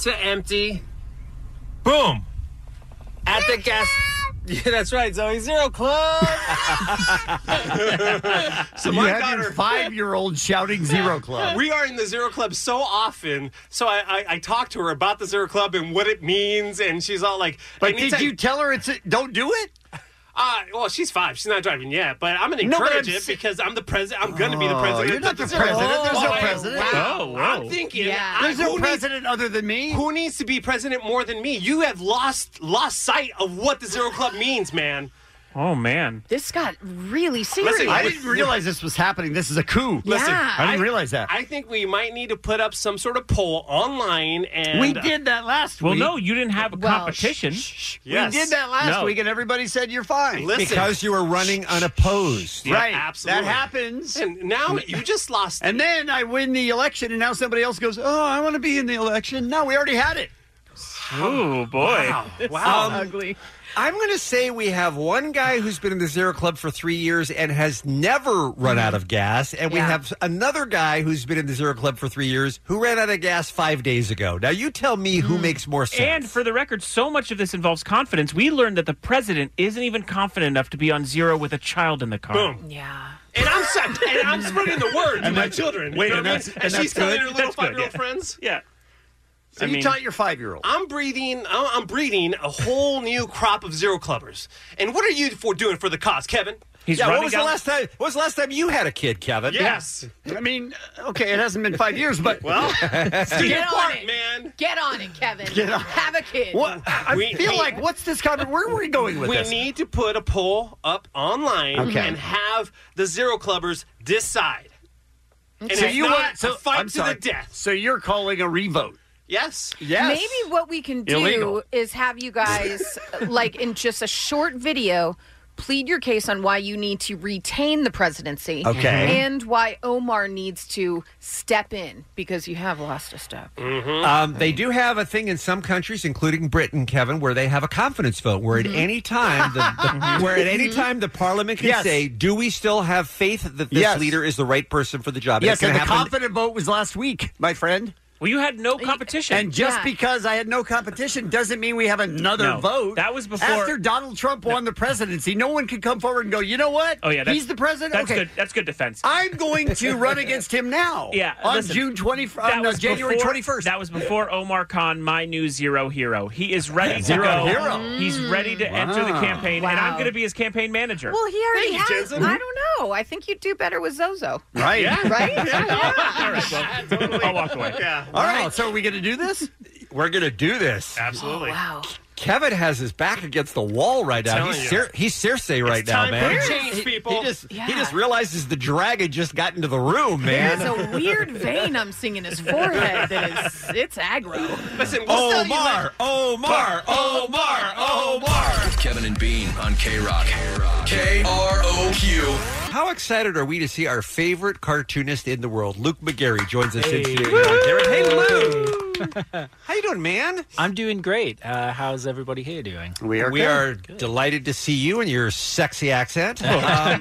to empty. Boom. At the gas. Yeah, that's right, Zoe. Zero Club. so
you
my
have
daughter.
your five year old shouting Zero Club.
We are in the Zero Club so often, so I, I, I talked to her about the Zero Club and what it means, and she's all like,
But
anytime-
did you tell her it's don't do it?
Uh, well, she's five. She's not driving yet, but I'm going to
No, but
encourage
I'm
it
s-
because I'm the president. I'm going to be the
Oh,
president.
you're
of
not the president. There's no
I-
president. Oh, wow.
I'm thinking.
Yeah.
I-
There's no
who needs-
president other than me.
Who needs to be president more than me? You have lost lost sight of what the Zero Club means, man.
Oh man.
This got really serious.
I didn't realize this was happening. This is a coup.
Listen,
I didn't realize that.
I think we might need to put up some sort of poll online and
We did that last
Well,
week.
no, you didn't have a
Well,
competition.
yes.
We did that last
No.
week, and everybody said you're fine
Listen. Because you were running
unopposed.
Yeah,
right,
absolutely.
That happens.
And now you just lost.
And then I win the election, and now somebody else goes, "Oh, I want to be in the election." No, we already had it. Um,
Oh boy!
Wow. Wow.
ugly.
I'm going to say we have one guy who's been in the Zero Club for three years and has never run out of gas, and we
Yeah.
have another guy who's been in the Zero Club for three years who ran out of gas five days ago. Now you tell me
Hmm.
who makes more sense.
And for the record, so much of this involves confidence. We learned that the president isn't even confident enough to be on zero with a child in the car.
Boom.
Yeah.
And I'm sa- and I'm spreading the word to
And
my
that's-
children.
wait,
you know
and
what I mean?
that's-
and,
and that's
she's telling
good?
her little
That's good,
five year old
yeah.
friends. Yeah.
So you taught your five-year-old.
I'm breeding. I'm I'm breeding a whole new crop of zero clubbers. And what are you for doing for the cause, Kevin?
yeah, what was the last time? What was the last time you had a kid, Kevin?
Yes.
I mean, uh, okay, it hasn't been five years, but
well,
Get on it,
man.
Get on it, Kevin.
Get on-
Have a kid.
What? I feel like what's this conversation? Where are we going with
we
this?
need to put a poll up online
Okay.
and have the zero clubbers decide. And
so
if
you
not,
want
a fight
I'm
to
sorry.
the death.
So you're calling a revote?
Yes.
Maybe what we can do
Illegal.
is have you guys, like in just a short video, plead your case on why you need to retain the presidency.
Okay.
And why Omar needs to step in because you have lost a step.
Um, they do have a thing in some countries, including Britain, Kevin, where they have a confidence vote, where
Mm-hmm.
at any time, the, the, where at any time the Parliament can
Yes.
say, "Do we still have faith that this
Yes.
leader is the right person for the job?" And
yes,
it's gonna
and the
happen-
confident vote was last week, my friend.
Well, you had no competition,
and just
Yeah.
because I had no competition doesn't mean we have another
No,
vote. That was
before-
after Donald Trump won the presidency. No one could come forward and go, you know what?
Oh yeah, that's,
he's the president.
That's
okay,
good. That's good defense.
I'm going to run against him now.
Yeah,
on
listen,
June 20,
that
on uh,
was
January
before-
21st.
That was before Omar Khan, my new zero hero. He is ready to
Zero
go.
hero. Mm.
He's ready to enter the
Wow.
campaign, and I'm
Wow.
going to be his campaign manager.
Well, he already
Thank you,
has.
Jensen.
I don't know. I think you'd do better with Zozo.
Right.
Right?
All right, well, I'll walk away.
Yeah.
All right. So are we going to do this?
We're going to do this.
Absolutely.
wow.
Kevin has his back against the wall right now.
telling
He's,
you.
Cer- he's Circe right
It's
now,
time
man.
for change,
He-
people.
He just, he
Yeah.
just realizes the dragon just got into the room, man.
There's a weird vein I'm seeing in his forehead that is, it's aggro.
Listen,
we'll tell you
Omar, Omar, Omar, Omar.
Kevin and Bean on K Rock. K R O Q.
How excited are we to see our favorite cartoonist in the world, Luke McGarry, joins us in
Hey.
studio. Hey, Luke. How you doing, man?
I'm doing great. Uh, how's everybody here doing?
We
we are delighted to see you and your sexy accent. Um,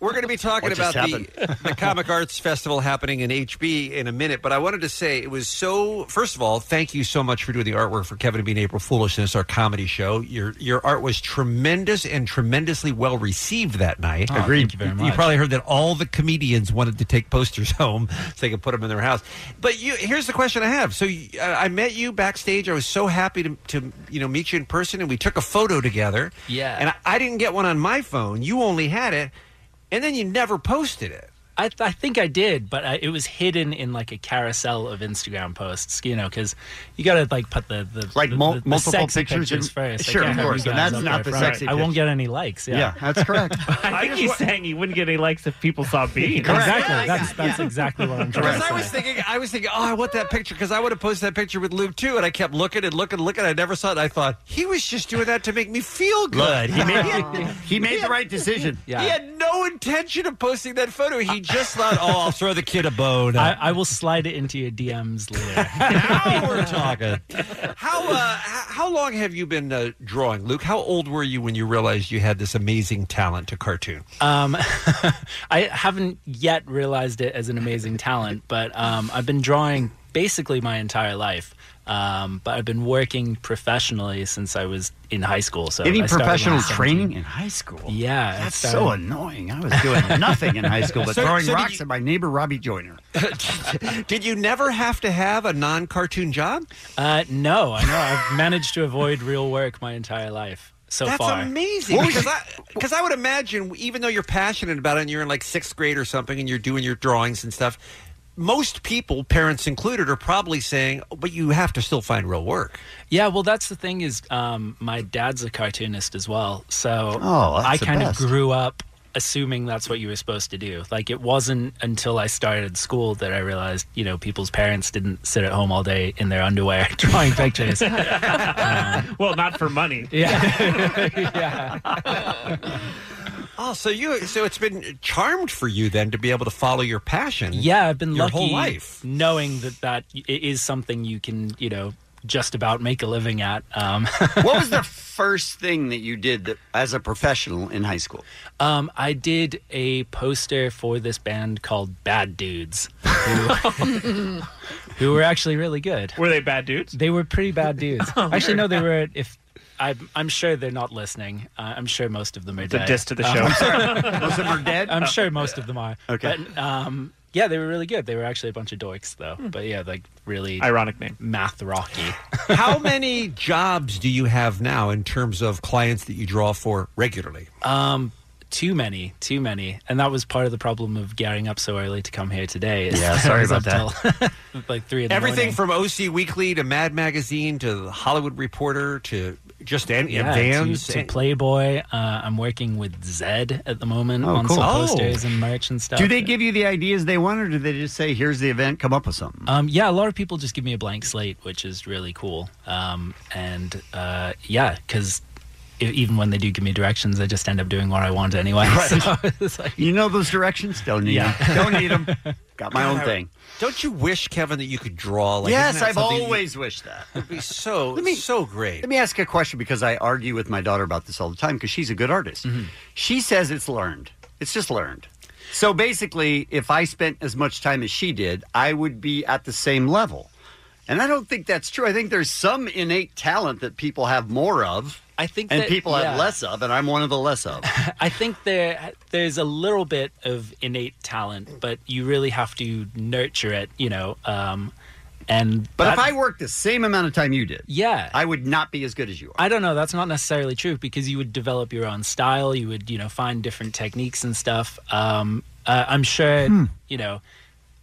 We're going to be talking
What just
about the, the Comic Arts Festival happening in HB in a minute, but I wanted to say it was so. First of all, thank you so much for doing the artwork for Kevin and Bean April Foolishness, our comedy show. Your your art was tremendous and tremendously well received that night.
Oh, Agreed. thank you very much.
probably heard that all the comedians wanted to take posters home so they could put them in their house. But you, here's the question I have. So you, I I met you backstage. I was so happy to, to you know meet you in person, and we took a photo together.
Yeah.
And I, I didn't get one on my phone. You only had it, and then you never posted it.
I, I think I did, but I, it was hidden in like a carousel of Instagram posts, you know, because you got to like put the, the
Like
the,
mul-
the- the
multiple
sexy
pictures
pictures,
in-
first. I
Sure,
can't
of
have you
course, and
guys
that's
up
not
there
the
front.
sexy
I won't
picture.
get any likes. Yeah,
Yeah, that's correct.
I think he's saying he wouldn't get any likes if people saw Bean.
Exactly. that's that's exactly what I'm trying
Because
to
I was
say.
thinking, I was thinking, oh, I want that picture because I would have posted that picture with Luke too. And I kept looking and looking, and looking. I never saw it. I thought he was just doing that to make me feel good.
he made, he made the right decision.
He had no intention of posting that photo. He just thought, oh, I'll throw the kid a bone.
I, I will slide it into your DMs later.
now we're talking. How uh, h- how long have you been uh, drawing, Luke? How old were you when you realized you had this amazing talent to cartoon?
Um, I haven't yet realized it as an amazing talent, but um, I've been drawing basically my entire life. Um, but I've been working professionally since I was in high school. So
Any
I started when I was
professional
17.
training in high school?
Yeah, I
that's
started-
so annoying. I was doing nothing in high school but
So-
throwing
so did
rocks
you-
at my neighbor Robbie Joyner.
Did you never have to have a non cartoon job?
Uh, no, I know. I've managed to avoid real work my entire life so
That's
far.
amazing. Because I, because I would imagine, even though you're passionate about it and you're in like sixth grade or something and you're doing your drawings and stuff, most people, parents included, are probably saying, "Oh, but you have to still find real work.
Yeah, well, that's the thing is, um, my dad's a cartoonist as well, so
Oh, that's
I
the
kind of
best.
grew up assuming that's what you were supposed to do. Like, it wasn't until I started school that I realized, you know, people's parents didn't sit at home all day in their underwear drawing pictures.
well, not for money.
Yeah.
Oh, so you so it's been charmed for you then to be able to follow your passion.
Yeah, I've been
your
lucky
whole life.
knowing that that i- is something you can, you know, just about make a living at. Um,
what was the first thing that you did that, as a professional in high school?
Um, I did a poster for this band called Bad Dudes, who, who were actually really good.
Were they bad dudes?
They were pretty bad dudes.
Oh,
actually,
weird.
no, they were. If I'm, I'm sure they're not listening. Uh, I'm sure most of them are
It's a
dead.
diss to the
Um,
show.
I'm sorry.
Most of them are dead? Oh.
I'm sure most of them are.
Okay.
But, um, yeah, they were really good. They were actually a bunch of dorks, though. But yeah, like really
Hmm. ironic name,
math rocky.
How many jobs do you have now in terms of clients that you draw for regularly?
Um, too many, too many, and that was part of the problem of getting up so early to come here today. is
Yeah,
I
sorry
was
about
up till, like three in the
Everything
morning.
from OC Weekly to Mad Magazine to the Hollywood Reporter to just an,
yeah,
Vans. eh,
to, to Playboy. Uh, I'm working with Zed at the moment
Oh,
on
cool.
some
Oh.
posters and merch and stuff.
Do they give you the ideas they want, or do they just say, "Here's the event, come up with something"?
Um, yeah, a lot of people just give me a blank slate, which is really cool. Um, and uh, yeah, because even when they do give me directions, I just end up doing what I want anyway. So it's like,
you know those directions? Don't need
yeah.
them. Don't need them. Got my own thing.
Don't you wish, Kevin, that you could draw? Like,
Yes,
isn't that
I've
something you-
always wished that.
It'd be so so great.
Let me ask a question because I argue with my daughter about this all the time because she's a good artist.
Mm-hmm.
She says it's learned. It's just learned. So basically, if I spent as much time as she did, I would be at the same level. And I don't think that's true. I think there's some innate talent that people have more of.
I think
and
that-
people
yeah.
have less of, and I'm one of the less of.
I think there there's a little bit of innate talent, but you really have to nurture it, you know. Um, and
But if
that-
I worked the same amount of time you did,
yeah,
I would not be as good as you are.
I don't know. That's not necessarily true because you would develop your own style. You would, you know, find different techniques and stuff. Um, uh, I'm sure,
Hmm.
you know,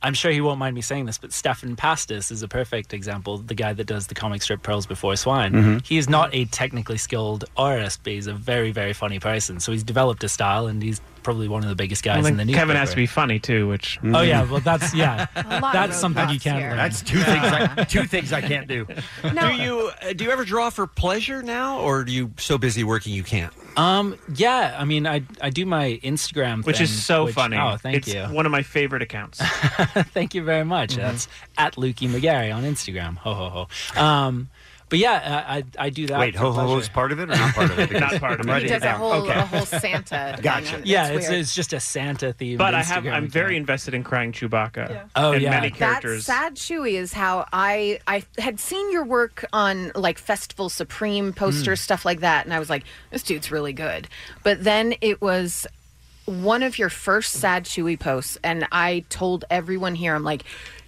I'm sure he won't mind me saying this, but Stefan Pastis is a perfect example. The guy that does the comic strip Pearls Before Swine.
Mm-hmm.
Mhm.
He is not a technically skilled artist, but he's a very, very funny person. So he's developed a style, and he's probably one of the biggest guys
Well,
in the
then
newspaper.
Kevin has to be funny too, which
Oh yeah, well that's yeah.
lot of
that's something you
roadblocks
can't
here.
learn.
That's
two
things I, two things I can't do.
do you uh, do you ever draw for pleasure now, or are you so busy working you can't?
Um yeah, I mean I I do my Instagram
which
thing,
is so funny.
Oh, thank
it's
you.
One of my favorite accounts.
Thank you very much.
Mhm.
That's at Lukey McGarry on Instagram. Ho ho ho. Um, but yeah, I I, I do that.
Wait,
for
ho ho ho
pleasure.
is part of it or not part of it? Because
Not part of
I'm
it.
writing
He does a
down.
whole,
Okay.
a whole Santa. thing
Gotcha.
on it.
yeah, it's,
weird.
it's just a Santa theme.
but I have I'm very invested in crying Chewbacca.
Oh,
and
yeah.
many characters.
That sad Chewy is how I I had seen your work on like Festival Supreme posters,
Hmm.
Mm.
stuff like that, and I was like, this dude's really good. But then it was one of your first Sad Chewy posts, and I told everyone here, I'm like.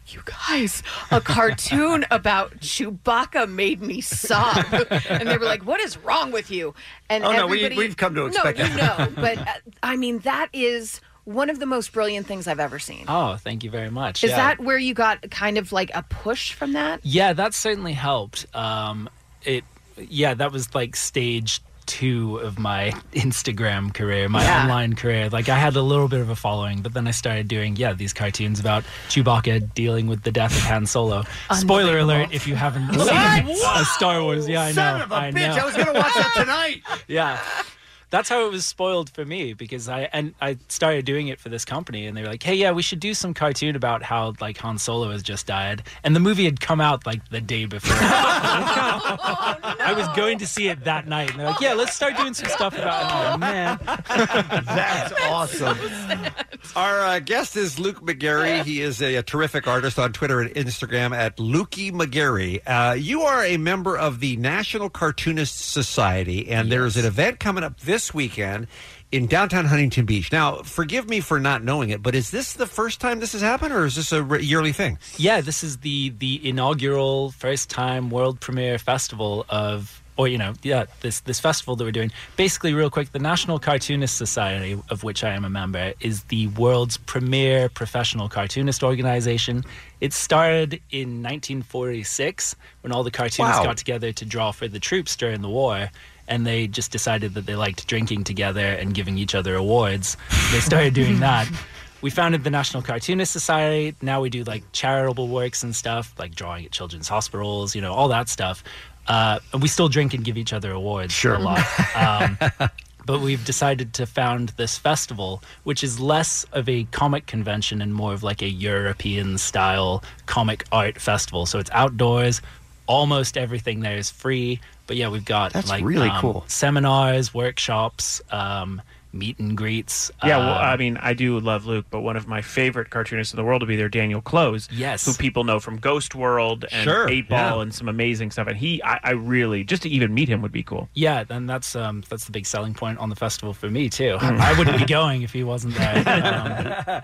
You guys, a cartoon about Chewbacca made me sob, and they were like, "What is wrong with you?" And
Oh, no, we-
everybody-
we've come to expect
No, you
that.
know, but uh, I mean, that is one of the most brilliant things I've ever seen.
Oh, thank you very much.
Is
Yeah.
that where you got kind of like a push from that?
Yeah, that certainly helped. Um, it yeah, that was like stage two of my Instagram career, my
Yeah.
online career. Like I had a little bit of a following, but then I started doing yeah these cartoons about Chewbacca dealing with the death of Han Solo. Spoiler alert! If you haven't seen
What?
a Star Wars, yeah, I
Son
know.
of a
I
bitch,
know.
I was going to watch that tonight.
yeah. That's how it was spoiled for me because I and I started doing it for this company and they were like, "Hey, yeah, we should do some cartoon about how like Han Solo has just died." And the movie had come out like the day
Oh,
before. I was going to see it that night and they're like, "Yeah, let's start doing some stuff about." Oh man.
That's awesome.
Our uh, guest is Luke McGarry. He is a, a terrific artist on Twitter and Instagram at Lukey McGarry. Uh, you are a member of the National Cartoonists Society, and there's an event coming up this weekend in downtown Huntington Beach. Now, forgive me for not knowing it, but is this the first time this has happened, or is this a re- yearly thing?
Yeah, this is the the inaugural first time world premiere festival of or you know, yeah, this this festival that we're doing. Basically, real quick, the National Cartoonist Society, of which I am a member, is the world's premier professional cartoonist organization. It started in 1946 when all the cartoonists
Wow.
got together to draw for the troops during the war. And they just decided that they liked drinking together and giving each other awards. They started doing that. We founded the National Cartoonist Society. Now we do like charitable works and stuff, like drawing at children's hospitals, you know, all that stuff. Uh, and we still drink and give each other awards sure. a lot. Um, but we've decided to found this festival, which is less of a comic convention and more of like a European style comic art festival. So it's outdoors. Almost everything there is free. But yeah, we've got
That's
like
really
um,
cool.
seminars, workshops, um, meet and greets.
Yeah, well,
um,
I mean, I do love Luke, but one of my favorite cartoonists in the world would be their Daniel Close,
Yes.
who people know from Ghost World and
Sure,
Eight Ball
yeah.
and some amazing stuff. And he, I, I really just to even meet him would be cool.
Yeah, and that's um, that's the big selling point on the festival for me too. I wouldn't be going if he wasn't there.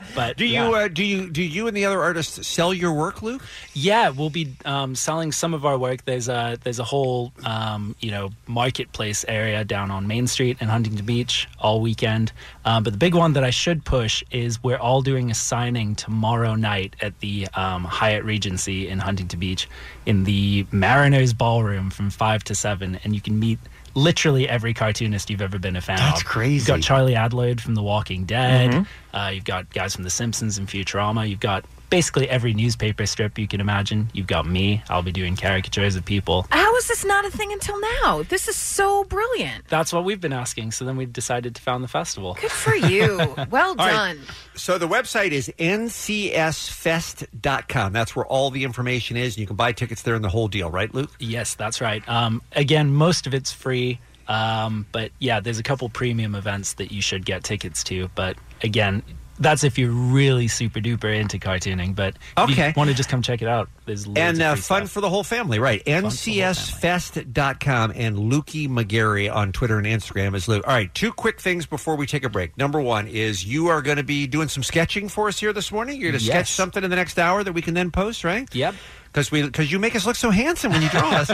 Um, but
Do you uh, do you do you and the other artists sell your work, Luke?
Yeah, we'll be um, selling some of our work. There's a there's a whole um, you know marketplace area down on Main Street in Huntington Beach all weekend. Um, but the big one that I should push is we're all doing a signing tomorrow night at the um, Hyatt Regency in Huntington Beach in the Mariners Ballroom from five to seven, and you can meet. Literally every cartoonist you've ever been a fan
That's
of.
crazy.
You've got Charlie Adloyd from The Walking Dead.
Mhm.
Uh, you've got guys from The Simpsons and Futurama. You've got basically every newspaper strip you can imagine. You've got me. I'll be doing caricatures of people.
How is this not a thing until now? This is so brilliant.
That's what we've been asking. So then we decided to found the festival.
Good for you. Well
All right.
done.
So the website is ncsfest.com. That's where all the information is. You can buy tickets there and the whole deal, right, Luke?
Yes, that's right. Um, again, most of it's free. Um, but yeah, there's a couple premium events that you should get tickets to. But again, that's if you're really super duper into cartooning. But if
Okay.
you want to just come check it out, there's loads
and
of
uh,
free
fun for the whole family, right? NCSFest.com and Lukey McGarry on Twitter and Instagram is Luke. All right, two quick things before we take a break. Number one is you are going to be doing some sketching for us here this morning. You're going to sketch
Yes.
something in the next hour that we can then post, right?
Yep.
Because we because you make us look so handsome when you draw us.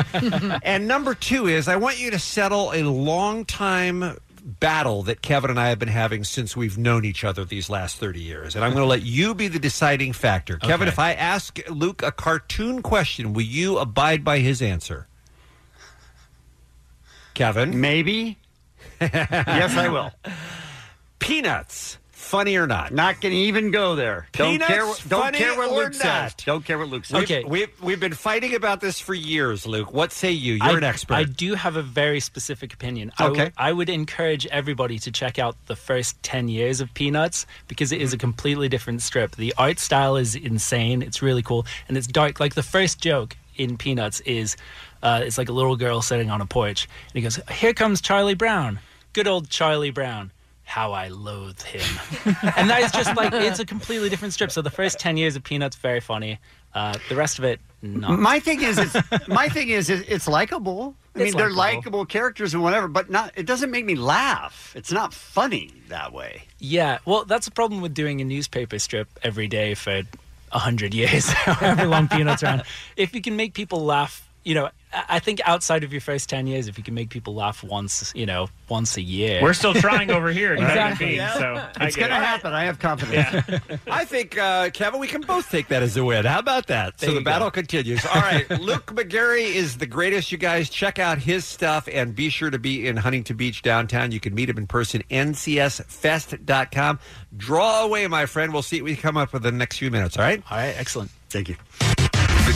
and number two is I want you to settle a long time battle that Kevin and I have been having since we've known each other these last 30 years. And I'm going to let you be the deciding factor. Kevin,
Okay.
if I ask Luke a cartoon question, will you abide by his answer? Kevin?
Maybe. yes, I will.
Peanuts, funny or not?
Not gonna even go there.
Peanuts,
don't care. What, don't
funny
care what
or
Luke
not?
says. Don't care what Luke says.
We've- we've, we've been fighting about this for years, Luke. What say you? You're
I,
an expert.
I do have a very specific opinion. I
Okay.
would- I would encourage everybody to check out the first 10 years of Peanuts because it is a completely different strip. The art style is insane. It's really cool. And it's dark. Like the first joke in Peanuts is uh, it's like a little girl sitting on a porch and he goes, Here comes Charlie Brown. Good old Charlie Brown. How I loathe him. and that is just like, it's a completely different strip. So the first 10 years of Peanuts, very funny. Uh, the rest of it, not.
My thing is, it's, my thing is, it- it's likable. I mean,
It's
they're
likable.
likable characters and whatever, but not. It doesn't make me laugh. It's not funny that way.
Yeah, well, that's the problem with doing a newspaper strip every day for a hundred years, however long Peanuts around. If you can make people laugh, you know, I I think outside of your first ten years, if you can make people laugh once, you know, once a year,
We're still trying over here, not
exactly.
even being, so I
it's
get
going to
it.
happen. I have confidence.
I think, uh, Kevin, we can both take that as a win. How about that?
There
so the
you
battle
go.
continues. All right, Luke McGarry is the greatest, you guys. Check out his stuff and be sure to be in Huntington Beach downtown. You can meet him in person, ncsfest.com. Draw away, my friend. We'll see what we come up with in the next few minutes, all right?
All right, excellent.
Thank you.
The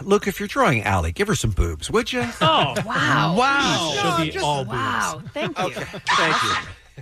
Look, if you're drawing Allie, give her some boobs, would you?
Oh, wow.
Wow.
No,
She'll be
just-
all boobs.
Wow. Thank you.
Thank you.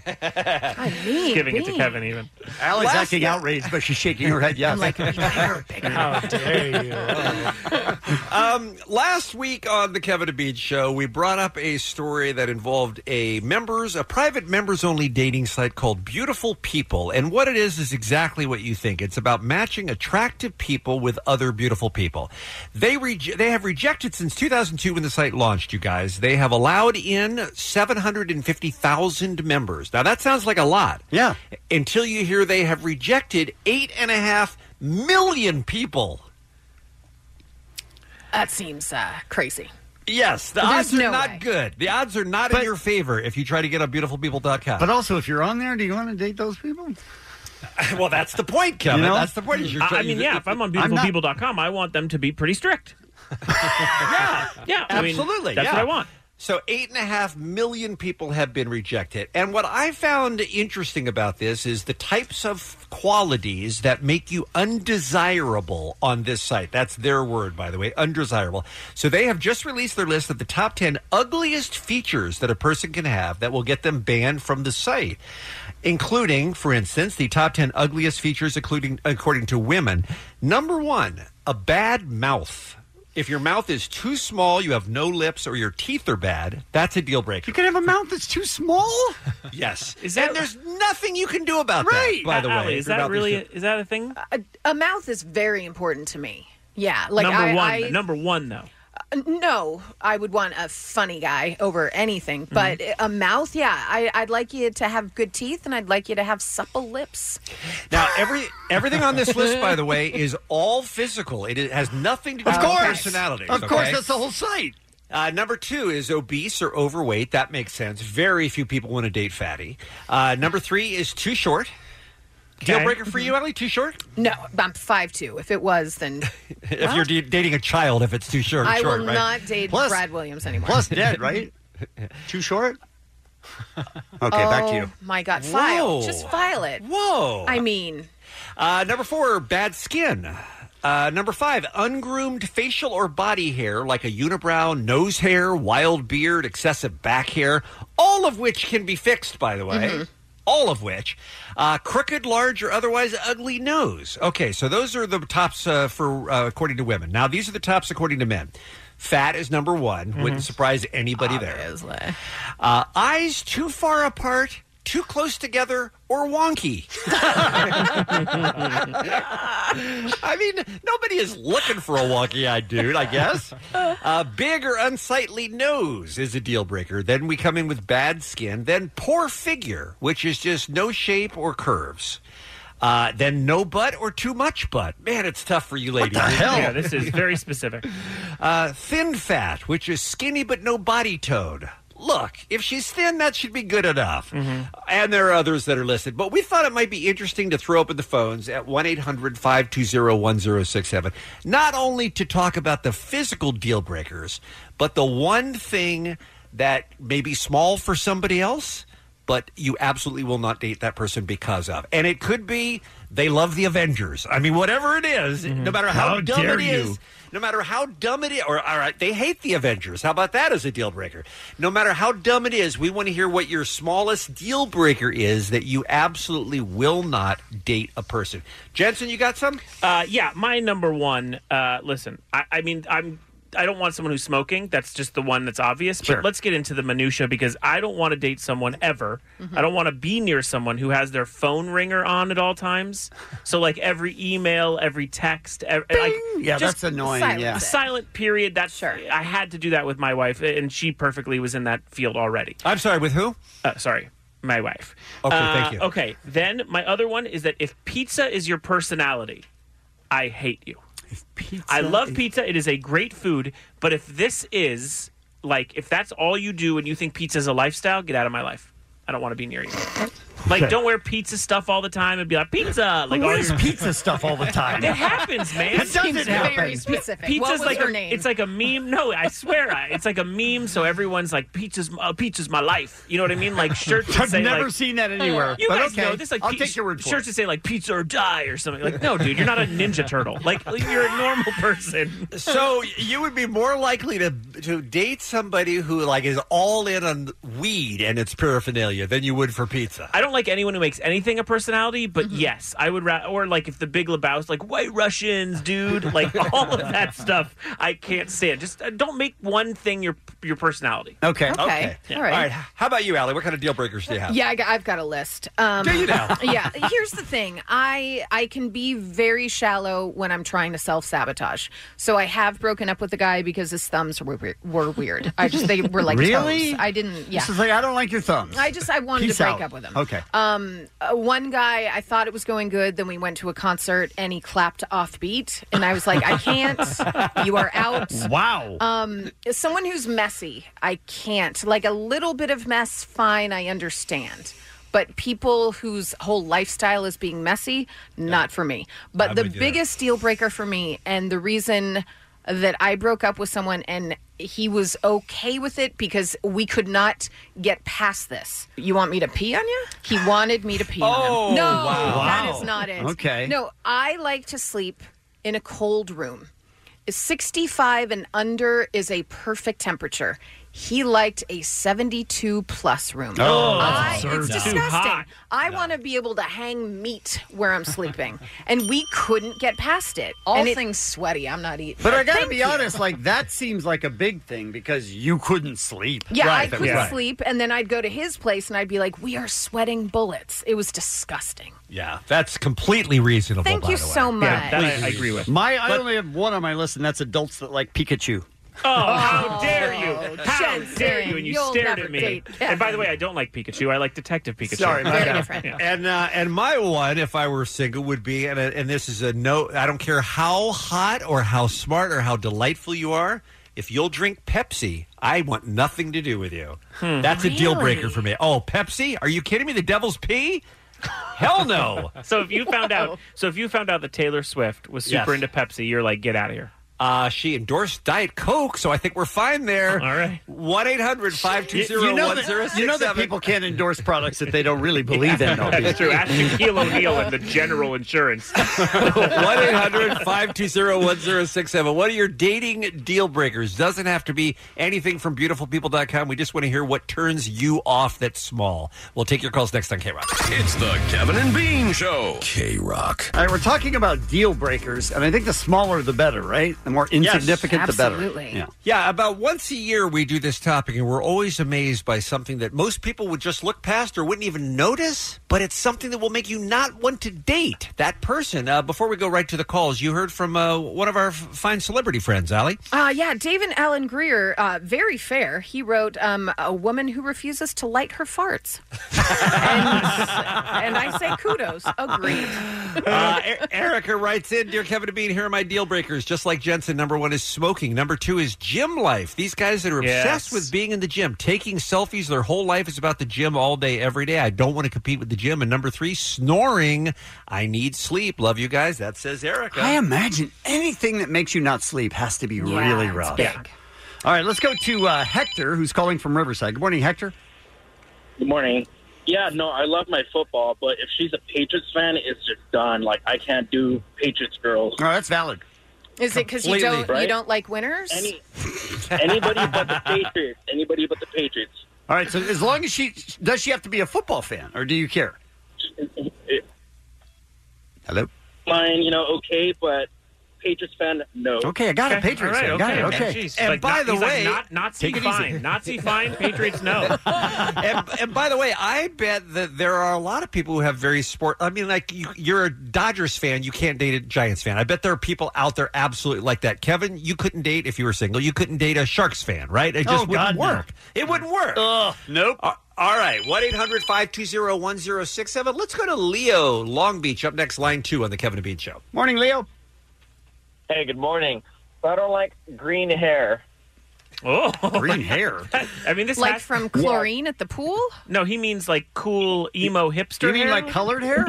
I mean,
Giving it to
mean.
Kevin, even.
Ali's
Last
acting
night-
outraged, but she's shaking her head. Yes.
I'm like,
How dare you?
Um, last week on the Kevin and Beach show, we brought up a story that involved a members, a private members only dating site called Beautiful People. And what it is is exactly what you think. It's about matching attractive people with other beautiful people. They reje they have rejected since 2002 when the site launched, you guys. They have allowed in 750,000 members. Now that sounds like a lot.
Yeah.
Until you hear they have rejected eight and a half million people.
That seems uh, crazy.
Yes, the
There's
odds are
no
not
way.
good. The odds are not in your favor if you try to get on beautifulpeople.com.
But also, if you're on there, do you want to date those people?
well, that's the point, Kevin.
You know?
That's the point. Is you're
I, I
trying-
mean, yeah, if I'm on
I'm not-
beautifulpeople.com, I want them to be pretty strict. yeah, yeah, I mean,
Absolutely.
that's
yeah.
what I want.
So, eight and a half million people have been rejected. And what I found interesting about this is the types of qualities that make you undesirable on this site. That's their word, by the way, undesirable. So, they have just released their list of the top 10 ugliest features that a person can have that will get them banned from the site, including, for instance, the top 10 ugliest features, including, according to women. Number one, a bad mouth. If your mouth is too small, you have no lips, or your teeth are bad, that's a deal breaker.
You can have a mouth that's too small.
Yes.
Is that-
and there's nothing you can do about that, by the way.
Uh, Allie,
if
is
your
that
mouth
really
too-
is that a thing?
A, Uh, a mouth is very important to me. Yeah, like
number
I,
one,
I-
number one though.
Uh, No, I would want a funny guy over anything,
Mm-hmm.
but a mouth, yeah. I, I'd like you to have good teeth, and I'd like you to have supple lips.
Now, every everything on this list, by the way, is all physical. It is- has nothing to do
Of
with
course.
personality.
Of course, that's the whole site.
Uh, number two is obese or overweight. That makes sense. Very few people want to date fatty. Uh, number three is too short. Deal
Okay.
breaker for you, Ellie? Too short?
Mm-hmm. No, I'm five two. If it was, then
If you're de- dating a child, if it's too short,
I
short,
will
right?
not date
Plus-
Brad Williams anymore.
Plus, dead, right? Too short. Okay, back to
Oh,
you.
My God, file,
Whoa.
just file it.
Whoa.
I mean,
Uh, number four, bad skin. Uh, number five, ungroomed facial or body hair like a unibrow, nose hair, wild beard, excessive back hair, all of which can be fixed, by the way. All of which. Uh, crooked, large, or otherwise ugly nose. Okay, so those are the tops uh, for uh, according to women. Now, these are the tops according to men. Fat is number one. Wouldn't surprise anybody there. Uh, eyes too far apart, too close together, or wonky. I mean, nobody is looking for a wonky eyed dude, I guess. A big or unsightly nose is a deal breaker. Then we come in with bad skin. Then poor figure, which is just no shape or curves. Uh, then no butt or too much butt. Man, it's tough for you ladies.
Yeah, this is very specific.
Uh, thin fat, which is skinny but no body tone. Look, if she's thin, that should be good enough.
Mm-hmm.
And there are others that are listed, but we thought it might be interesting to throw open the phones at 1 800 520 1067, not only to talk about the physical deal breakers, but the one thing that may be small for somebody else, but you absolutely will not date that person because of. And it could be they love the Avengers. I mean, whatever it is, no matter how,
Mm-hmm. How
dumb
dare
it is,
you.
no matter how dumb it is, or all right, they hate the Avengers. How about that as a deal breaker? No matter how dumb it is, we want to hear what your smallest deal breaker is that you absolutely will not date a person. Jensen, you got some?
Uh, yeah, my number one. Uh, listen, I, I mean, I'm. I don't want someone who's smoking. That's just the one that's obvious. But
Sure.
let's get into the minutia because I don't want to date someone ever.
Mm-hmm.
Mhm.
I don't want to be near someone who has their phone ringer on at all times. So like every email, every text, ev- like,
Yeah,
just
that's annoying, Silence yeah. it.
a silent period. That's sure. I had to do that with my wife, and she perfectly was in that field already.
I'm sorry. With who?
Uh, sorry, my wife.
Okay,
Uh,
thank you.
Okay, then my other one is that if pizza is your personality, I hate you. I love pizza. It is a great food, but if this is like if that's all you do and you think pizza is a lifestyle, get out of my life. I don't want to be near you. Like, don't wear pizza stuff all the time and be like pizza. Like,
Who
all
wears
your-
pizza stuff all the time?
it happens, man.
It doesn't Seems happen. very specific.
Pizza's
What was
like
her
a,
name?
it's like a meme. No, I swear, I- it's like a meme. So everyone's like, pizza's uh, pizza's my life. You know what I mean? Like shirts. that
I've
say,
never
like-
seen that anywhere,
You
but
guys
okay.
know this. Like,
I'll
pe-
take your word for
Shirts
it.
that say like pizza or die or something. Like, no, dude, you're not a ninja turtle. Like, you're a normal person.
So you would be more likely to to date somebody who like is all in on weed and its paraphernalia than you would for pizza.
I don't like anyone who makes anything a personality, but
Mm-hmm.
yes, I would. Ra- or like if the Big Lebowski, like White Russians, dude, like all of that stuff, I can't stand. Just uh, don't make one thing your your personality.
Okay.
Okay.
Yeah.
All right.
All right. How about you, Allie? What kind of deal breakers do you have?
Yeah, I got, I've got a list. Um,
Do you now?
yeah. Here's the thing. I I can be very shallow when I'm trying to self sabotage. So I have broken up with a guy because his thumbs were weir- were weird. I just they were like
Really?
toes. I didn't. Yeah.
This is like I don't like your thumbs.
I just I wanted
Peace
to break
out.
up with him.
Okay.
Um, uh, one guy I thought it was going good. Then we went to a concert and he clapped off beat, and I was like, I can't. you are out.
Wow.
Um, someone who's messy, I can't. Like a little bit of mess, fine, I understand. But people whose whole lifestyle is being messy, not for me. But
I'm
the
with you
biggest deal breaker for me, and the reason that I broke up with someone and he was okay with it because we could not get past this. You want me to pee on you? He wanted me to pee on
Oh,
him. Uh, No,
wow.
that is not it.
Oh, Okay.
No, I like to sleep in a cold room. 65 and under is a perfect temperature. He liked a 72 plus room.
Oh,
I,
that's
it's
absurd.
disgusting.
Too hot.
I want to be able to hang meat where I'm sleeping, and we couldn't get past it.
All
And it-
things
sweaty. I'm not eating.
But I got to
Thank
be
you.
honest, like that seems like a big thing because you couldn't sleep.
Yeah, I
Right, that was
couldn't
right.
sleep, and then I'd go to his place, and I'd be like, "We are sweating bullets." It was disgusting.
Yeah, that's completely reasonable.
Thank
by
you
the way.
so much.
Please. My, I only have one on my list, and that's adults that like Pikachu.
Oh, how dare
Oh,
you! How
Jensen,
dare you! And you
you'll
stared
never
at me.
date
And by the way, I don't like Pikachu. I like Detective Pikachu.
And uh, and my one, if I were single, would be and uh, and this is a no. I don't care how hot or how smart or how delightful you are. If you'll drink Pepsi, I want nothing to do with you.
Hmm.
That's a deal breaker for me. Oh, Pepsi? Are you kidding me? The devil's pee? Hell no.
so if you found out, so if you found out that Taylor Swift was super
Yes.
into Pepsi, you're like, get out of here.
Uh, she endorsed Diet Coke, so I think we're fine there. All right. 1 800 520
You know, that, you know that people can't endorse products that they don't really believe in. Though,
That's true. Ask Shaquille O'Neal and the General Insurance.
1 800 520 1067. What are your dating deal breakers? Doesn't have to be anything from beautifulpeople.com. We just want to hear what turns you off that's small. We'll take your calls next on K Rock.
It's the Kevin and Bean Show. K Rock.
All right, we're talking about deal breakers, and I think the smaller the better, right? The more insignificant, the better. Yeah.
Yeah, about once a year we do this topic, and we're always amazed by something that most people would just look past or wouldn't even notice, but it's something that will make you not want to date that person. Uh, before we go right to the calls, you heard from uh, one of our f- fine celebrity friends, Allie.
Uh, yeah, David Allen Greer, uh, very fair. He wrote, um, "A woman who refuses to light her farts," and, and I say kudos. Agreed.
Uh, E- Erica writes in, dear Kevin and Bean, here are my deal breakers. Just like Jensen, number one is smoking. Number two is gym life. These guys that are obsessed
Yes.
with being in the gym, taking selfies, their whole life is about the gym all day, every day. I don't want to compete with the gym. And number three, snoring. I need sleep. Love you guys. That says Erica.
I imagine anything that makes you not sleep has to be really
it's
rough.
big.
All right, let's go to uh, Hector, who's calling from Riverside. Good morning, Hector.
Good morning. Yeah, no, I love my football, but if she's a Patriots fan, it's just done. Like I can't do Patriots girls.
No, that's valid.
Is it because you
Completely.
don't you
Right?
don't like winners?
Anybody but the Patriots. Anybody but the Patriots.
All right, so as long as she does, she have to be a football fan, or do you care? Hello.
Mine, you know, okay, but Patriots fan, no.
Okay, I got it. Patriots
All
fan, got it, okay.
Jeez.
And
Like,
by
not-
the
he's like,
way-
not, Nazi
Take it
fine,
easy.
Nazi fine, Patriots
Oh.
no.
and, and by the way, I bet that there are a lot of people who have very sport. I mean, like you, you're a Dodgers fan, you can't date a Giants fan. I bet there are people out there absolutely like that. Kevin, you couldn't date if you were single. You couldn't date a Sharks fan, right? It just
Oh,
wouldn't
God, no.
work. It wouldn't work.
Ugh, nope.
All right, 1 800 520 1067. Let's go to Leo, Long Beach, up next, line two on the Kevin and Bean Show.
Morning, Leo.
Hey, good morning. So I don't like green hair.
Oh,
green hair.
I mean, this
like
has-
from chlorine at the pool.
No, he means like cool emo hipster.
You mean
hair?
like colored
hair?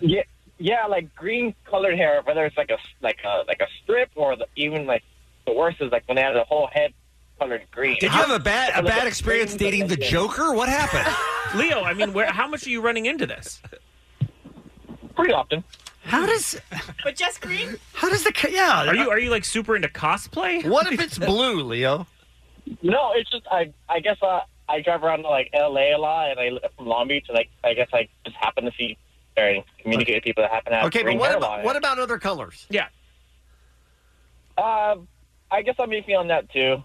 Yeah, yeah, like green colored hair. Whether it's like a like a like a strip or the, even like the worst is like when they had the whole head colored green.
Did you have a bad a bad experience dating the Joker? What happened?
Leo, I mean, where? How much are you running into this?
Pretty often.
How does?
But just green?
How does the yeah?
Are you are you like super into cosplay?
What if it's blue, Leo?
No, it's just I. I guess uh, I drive around to like L.A. a lot, and I live from Long Beach, and like I guess I just happen to see or communicate with people that happen to have
Okay, but
green
what
hair
about
long.
what about other colors?
Yeah.
Uh, I guess I'm iffy on that too.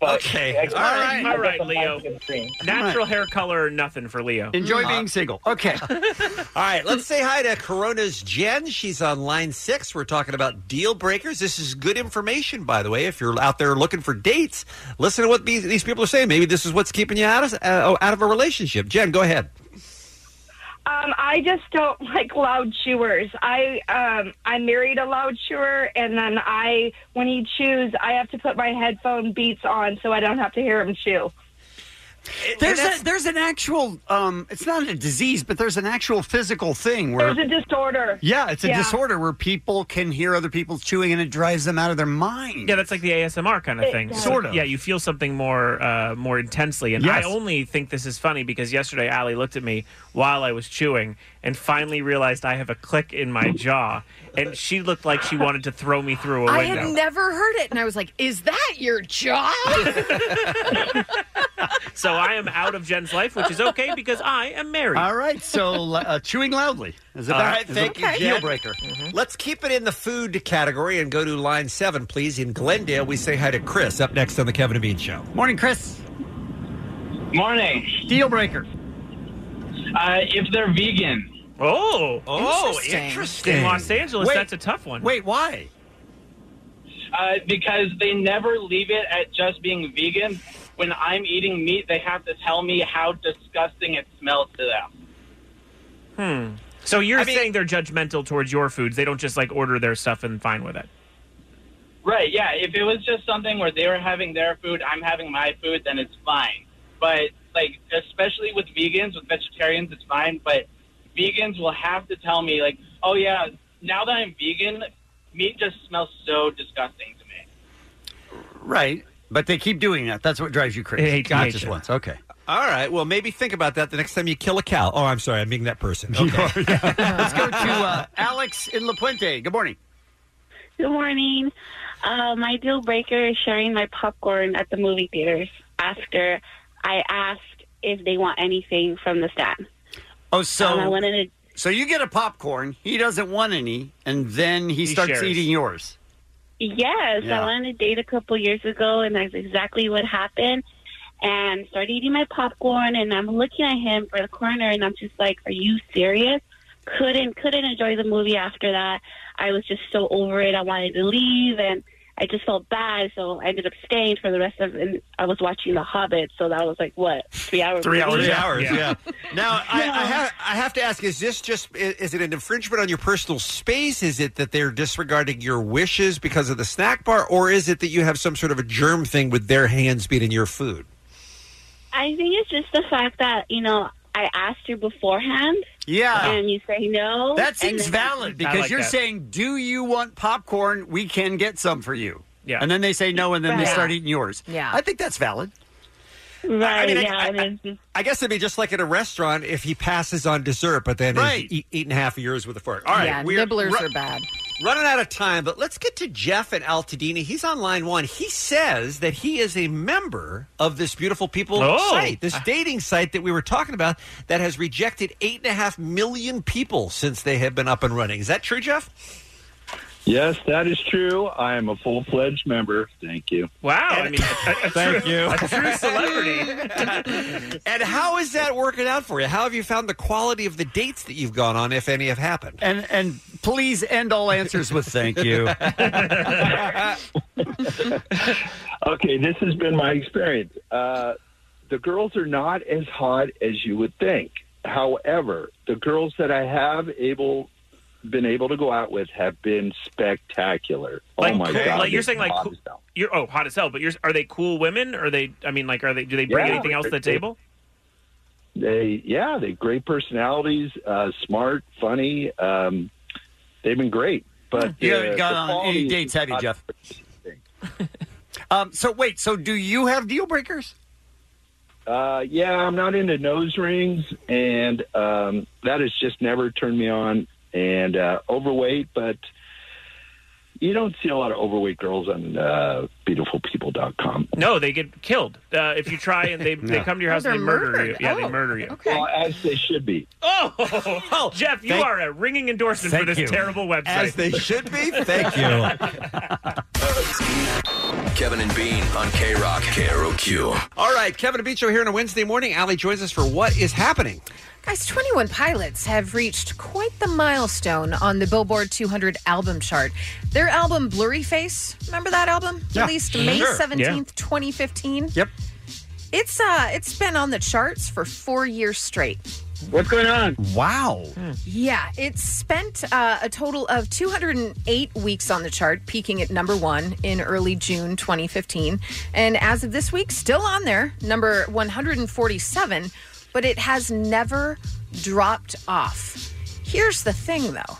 But
Okay.
I guess-
All right,
I
all right,
guess I'm
Leo.
not green.
Natural hair color or nothing for Leo. Uh,
Enjoy being single. Okay.
Mm. Uh, All right, let's say hi to Corona's Jen. She's on line six. We're talking about deal breakers. This is good information, by the way. If you're out there looking for dates, listen to what these, these people are saying. Maybe this is what's keeping you out of uh, out of a relationship. Jen, go ahead.
Um, I just don't like loud chewers. I um, I married a loud chewer, and then I, when he chews, I have to put my headphone beats on so I don't have to hear him chew.
There's a, there's an actual um, it's not a disease, but there's an actual physical thing where
There's a disorder.
yeah, it's a disorder where people can hear other people chewing and it drives them out of their mind.
Yeah, that's like the ASMR kind of
It
thing.
does. Sort of.
Yeah, you feel something more uh, more intensely. And
Yes.
I only think this is funny because yesterday Allie looked at me while I was chewing and finally realized I have a click in my jaw. And she looked like she wanted to throw me through a
I
window.
had never heard it, and I was like, "Is that your jaw?"
so I am out of Jen's life, which is okay because I am married. Uh,
All right, so uh, chewing loudly is about
All right, thank you,
deal
Jen. Mm-hmm.
breaker.
Let's keep it in the food category and go to line seven, please. In Glendale, we say hi to Chris up next on the Kevin and Bean Show.
Morning, Chris.
Morning.
Deal breaker.
Uh, if they're vegan.
Oh,
oh,
Interesting.
interesting.
In Los Angeles, that's a tough one.
Wait, why?
Uh, because they never leave it at just being vegan. When I'm eating meat, they have to tell me how disgusting it smells to them.
Hmm. So you're saying they're judgmental towards your foods. They don't just like order their stuff and fine with it.
Right? Yeah. If it was just something where they were having their food, I'm having my food, then it's fine. But like, especially with vegans, with vegetarians, it's fine. But vegans will have to tell me, like, oh yeah, now that I'm vegan, meat just smells so disgusting to me.
Right, but they keep doing that. That's what drives you crazy.
Hey,
Not
hey,
just
Jen.
once. Okay.
All right. Well, maybe think about that the next time you kill a cow. Oh, I'm sorry. I'm being that person. Okay.
Let's go to uh, Alex in La Puente. Good morning.
Good morning. Uh, my deal breaker is sharing my popcorn at the movie theaters after I asked if they want anything from the stand.
Oh,
Um, I
so
wanted to
so you get a popcorn. He doesn't want any, and then he, starts
shares.
eating yours.
Yes,
Yeah.
I went on a date a couple years ago, and that's exactly what happened. And started eating my popcorn, and I'm looking at him for the corner, and I'm just like, "Are you serious?" Couldn't couldn't enjoy the movie after that. I was just so over it. I wanted to leave, and I just felt bad, so I ended up staying for the rest of. And I was watching The Hobbit, so that was like what three hours.
Three hours.
movie?
Three hours. Yeah. Now I, I, have, I have to ask: Is this just i- is it an infringement on your personal space? Is it that they're disregarding your wishes because of the snack bar, or is it that you have some sort of a germ thing with their hands being in your food?
I think it's just the fact that you know I asked you beforehand.
Yeah.
and you say no.
That
and
seems
then-
valid because you're saying, "Do you want popcorn? We can get some for you." Yeah. And then they say no, and then they
Right.
start eating yours.
Yeah.
I think that's valid.
Right.
I mean, I-
yeah.
I-
and it's just-
I guess it'd be just like at a restaurant if he passes on dessert, but then
Right.
he's eat, eating half of yours with a fork. All right,
yeah,
we're
nibblers
ru-
are bad.
Running out of time, but let's get to Jeff in Altadena. He's on line one. He says that he is a member of this beautiful people
Oh.
site, this dating site that we were talking about that has rejected eight and a half million people since they have been up and running. Is that true, Jeff?
Yes, that is true. I am a full fledged member. Thank you.
Wow. I mean, a, a
Thank
true,
you.
A true celebrity.
And how is that working out for you? How have you found the quality of the dates that you've gone on, if any have happened?
And and please end all answers with thank you.
Okay, this has been my experience. Uh, the girls are not as hot as you would think. However, the girls that I have able been able to go out with have been spectacular.
Like,
oh my
cool-
god!
like you're
it's
saying, like
hot
cool-
as hell.
you're oh hot as hell. But you're are they cool women? Are they? I mean, like, are they? Do they bring
Yeah,
anything else to the
they-
table?
they yeah they great personalities, uh, smart, funny. Um, they've been great, but
You
uh,
haven't gone
the
on
quality
any
is
dates, have you,
not-
Jeff? um, so wait, so do you have deal breakers?
Uh, yeah, I'm not into nose rings, and um, that has just never turned me on. And uh, overweight, but you don't see a lot of overweight girls on uh, beautifulpeople.com.
No, they get killed uh, if you try and they, they
No.
come to your house
Oh,
and they
they're
murder
murdered.
you. Yeah,
Oh,
they murder you.
Well, as they should be.
Oh, Jeff, you are a ringing endorsement for
Thank
this
you.
terrible website.
As they
should be.
Thank you. Kevin and Bean on K Rock KROQ.
All right, Kevin Abicho here on a Wednesday morning. Allie joins us for What is Happening?
Guys, 21 Pilots have reached quite the milestone on the Billboard 200 album chart. Their album Blurry Face, remember that album?
Yeah.
Released May
Sure.
17th,
Yeah.
2015.
Yep.
It's uh it's been on the charts for 4 years straight.
What's going on?
Wow.
Yeah, it spent uh, a total of 208 weeks on the chart, peaking at number one in early June 2015. And as of this week, still on there, number 147, but it has never dropped off. Here's the thing, though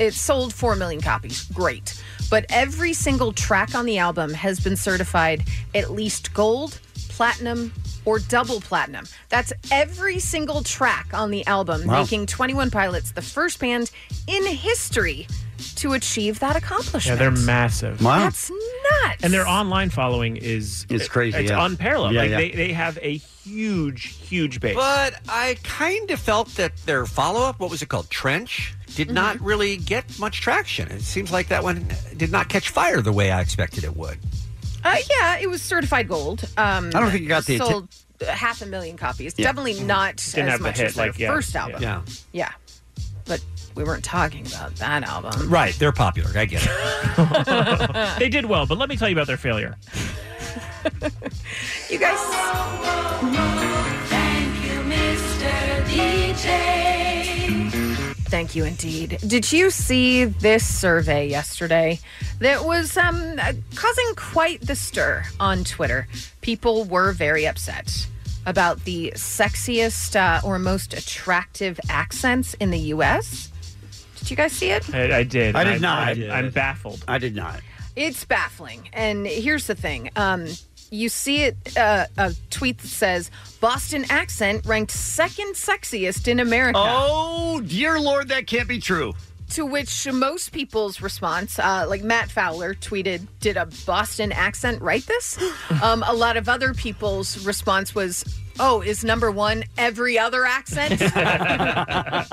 it sold 4 million copies. Great. But every single track on the album has been certified at least gold, platinum, or double platinum. That's every single track on the album,
Wow.
making 21 Pilots the first band in history to achieve that
Yeah,
accomplishment.
they're massive.
That's nuts.
And their online following is
It's crazy,
It's
yeah.
unparalleled.
Yeah,
like
yeah.
They, they have a huge, huge base.
But I kind of felt that their follow up, what was it called? Trench, did not really get much traction. It seems like that one did not catch fire the way I expected it would.
Uh, yeah, it was certified gold. Um,
I don't think it got the atten-
sold uh, half a million copies.
Yeah.
Definitely not
Didn't
as
have the
much
hit,
as their
like, yeah,
first album.
yeah.
yeah, but we weren't talking about that album.
Right, they're popular. I get it.
they did well, but let me tell you about their failure.
You guys.
Thank you, Mr. DJ.
Thank you indeed. Did you see this survey yesterday that was um, uh, causing quite the stir on Twitter? People were very upset about the sexiest uh, or most attractive accents in the U.S. Did you guys see it?
I, I did.
I
and
did not.
I,
I did.
am baffled.
I did not.
It's baffling. And here's the thing. Um, you see it, uh, a tweet that says Boston accent ranked second sexiest in America.
Oh dear lord, that can't be true.
To which most people's response, uh, like Matt Fowler tweeted, Did a Boston accent write this? um, a lot of other people's response was, Oh, is number one every other accent? uh,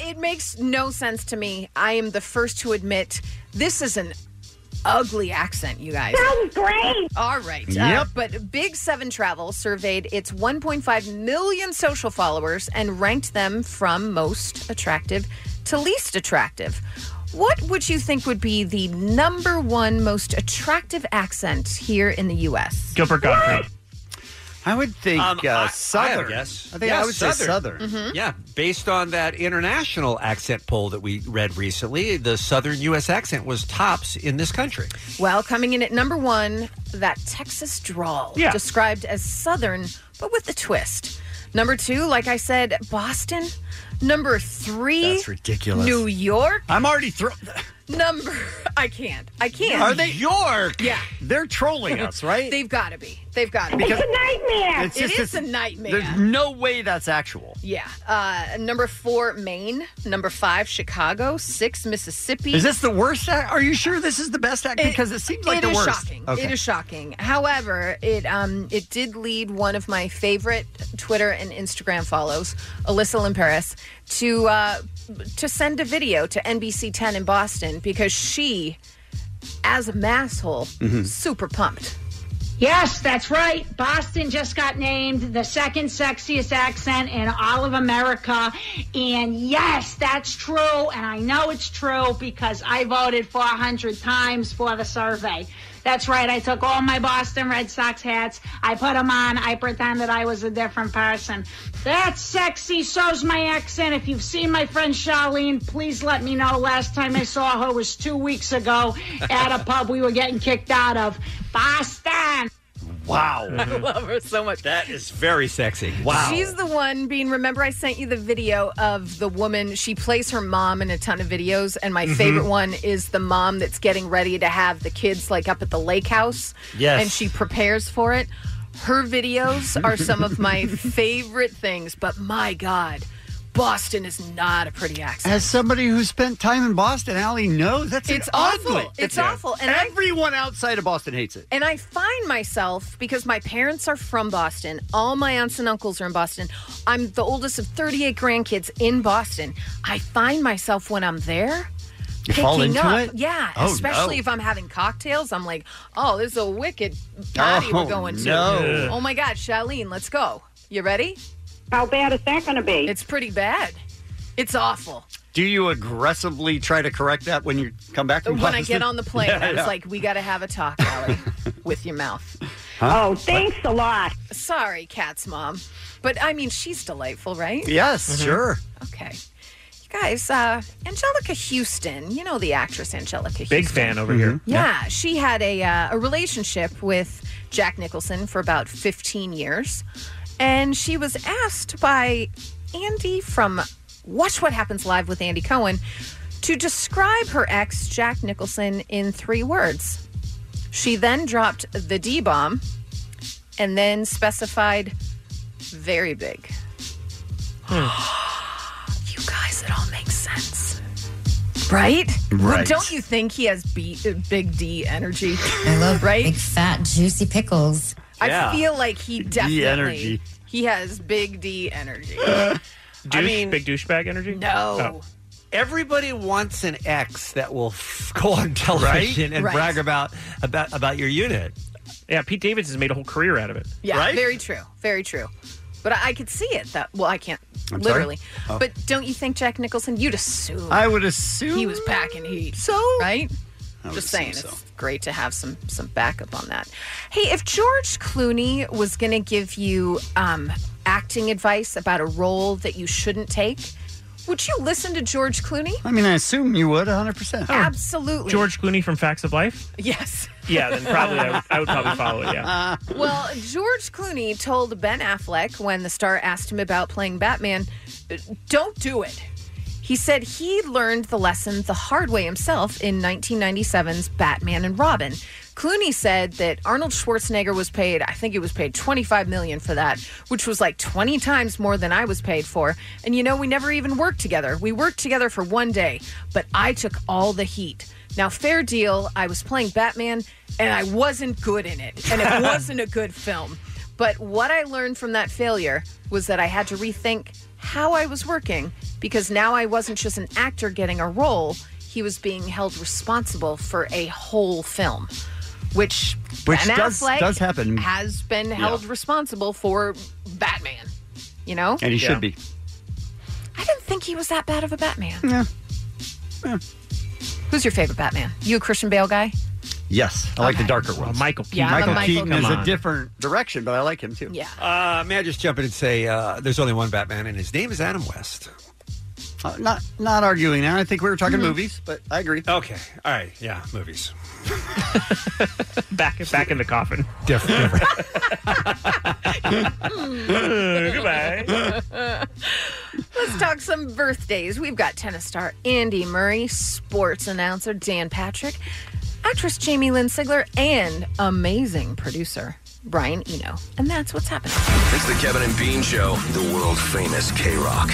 it makes no sense to me. I am the first to admit this is an ugly accent, you guys.
Sounds great.
All right.
Yep.
Uh, but Big Seven Travel surveyed its 1.5 million social followers and ranked them from most attractive to least attractive. What would you think would be the number one most attractive accent here in the U.S.?
Gilbert Gottfried.
I would think
Um,
uh,
I- I have a
Southern.
guess.
I think
Yeah,
I would say Southern.
Mm-hmm. Hmm?
Yeah, based on that international accent poll that we read recently, the Southern U.S. accent was tops in this country.
Well, coming in at number one, that Texas drawl,
Yeah.
described as Southern, but with a twist. Number two, like I said, Boston. Number three,
That's ridiculous.
New York.
I'm already throw.
Number, I can't. I can't.
Are they York?
Yeah.
They're trolling us, right?
They've got to be. They've got to be.
Because-
It's
just
a nightmare.
There's no way that's actual.
yeah. Uh, number four, Maine. Number five, Chicago. Six, Mississippi.
Is this the worst act? Are you sure this is the best act? because it seems like
It
the
is
worst.
shocking. It is shocking. However, it um it did lead one of my favorite Twitter and Instagram follows, Alyssa Limperis, to uh, to send a video to NBC10 in Boston because she, as a masshole,
Mm-hmm.
Mhm.
super pumped.
Yes, that's right. Boston just got named the second sexiest accent in all of America. And yes, that's true. And I know it's true because I voted 400 times for the survey. That's right. I took all my Boston Red Sox hats. I put them on. I pretended I was a different person. That's sexy. So's my accent. If you've seen my friend Charlene, please let me know. Last time I saw her was two weeks ago at a pub we were getting kicked out of. Boston.
Wow.
I love her so much.
That is very sexy.
She's the one being, remember, I sent you the video of the woman. She plays her mom in a ton of videos. And my
Mhm.
favorite one is the mom that's getting ready to have the kids like up at the lake house.
Yes.
And she prepares for it. Her videos are some of my favorite things. But my God, Boston is not a pretty accent.
As somebody who spent time in Boston, Allie knows that's an
It's awful.
ugly-
It's
Yeah.
awful. And I-
everyone outside of Boston hates it.
And I find myself because my parents are from Boston. All my aunts and uncles are in Boston. I'm the oldest of 38 grandkids in Boston. I find myself when I'm there
You fall into
up.
it?
Yeah,
Oh,
especially
no.
if I'm having cocktails. I'm like, oh, this is a wicked party
Oh,
we're going to.
no.
Oh my God, Charlene, let's go. You ready?
How bad is that going to be?
It's pretty bad. It's awful.
Do you aggressively try to correct that when you come back? From
When I
Boston?
get on the plane,
Yeah,
I was
yeah.
like, we got to have a talk, Allie, with your mouth.
Huh?
Oh, a lot. Sorry, Kat's mom. But I mean, she's delightful, right?
Yes,
Mm-hmm.
sure.
Okay. You guys, uh, Angelica Houston, you know the actress Angelica Houston.
Big fan over
Mm-hmm.
here.
Yeah, she had a, uh, a relationship with Jack Nicholson for about 15 years. And she was asked by Andy from Watch What Happens Live with Andy Cohen to describe her ex, Jack Nicholson, in three words. She then dropped the D bomb and then specified very big. You guys, it all makes sense. Right?
Right.
Don't you think he has B, uh, big D energy?
I love
right?
big, fat, juicy pickles.
I feel like he definitely
energy.
he has big D energy.
Douche, big douchebag energy?
No.
Everybody wants an ex that will f- go on television
Right?
and
Right.
brag about about about your unit.
Yeah, Pete Davidson's made a whole career out of it.
Yeah,
right?
very true. Very true. But I, I could see it that well, I can't
I'm sorry?
literally.
Oh.
But don't you think Jack Nicholson? You'd assume
I would assume
he was packing heat. So right?
I would
Just
assume
saying,
so.
it's great to have some some backup on that. Hey, if George Clooney was going to give you um, acting advice about a role that you shouldn't take, would you listen to George Clooney?
I mean, I assume you would 100%.
Absolutely.
George Clooney from Facts of Life?
Yes.
Yeah, then probably I would, I would probably follow it, yeah.
Well, George Clooney told Ben Affleck when the star asked him about playing Batman, don't do it. He said he learned the lesson the hard way himself in 1997's Batman and Robin. Clooney said that Arnold Schwarzenegger was paid, I think he was paid 25 million for that, which was like 20 times more than I was paid for. And you know, we never even worked together. We worked together for one day, but I took all the heat. Now, fair deal, I was playing Batman and I wasn't good in it. And it wasn't a good film. But what I learned from that failure was that I had to rethink how I was working because now I wasn't just an actor getting a role, he was being held responsible for a whole film, which,
Which
Ben
does-
Affleck
does happen.
has been
Yeah.
held responsible for Batman, you know?
And he should be.
I didn't think he was that bad of a Batman.
Yeah.
Who's your favorite Batman? You a Christian Bale guy?
Yes, I like the darker ones.
Michael
Yeah, I'm a
Michael,
Michael
Keaton
Keaton.
is
Come
a
on.
different direction, but I like him too.
Yeah.
Uh, may I just jump in and say uh, there's only one Batman, and his name is Adam West.
Oh,
Uh, not not arguing now. I think we were talking
Mm-hmm.
movies, but I agree.
Okay. All right. Yeah, movies.
back back in the coffin.
Different.
Mm.
Goodbye.
Let's talk some birthdays. We've got tennis star Andy Murray, sports announcer Dan Patrick, actress Jamie Lynn Sigler, and amazing producer Brian Eno. And that's what's happening.
It's the Kevin and Bean Show, the world famous K Rock.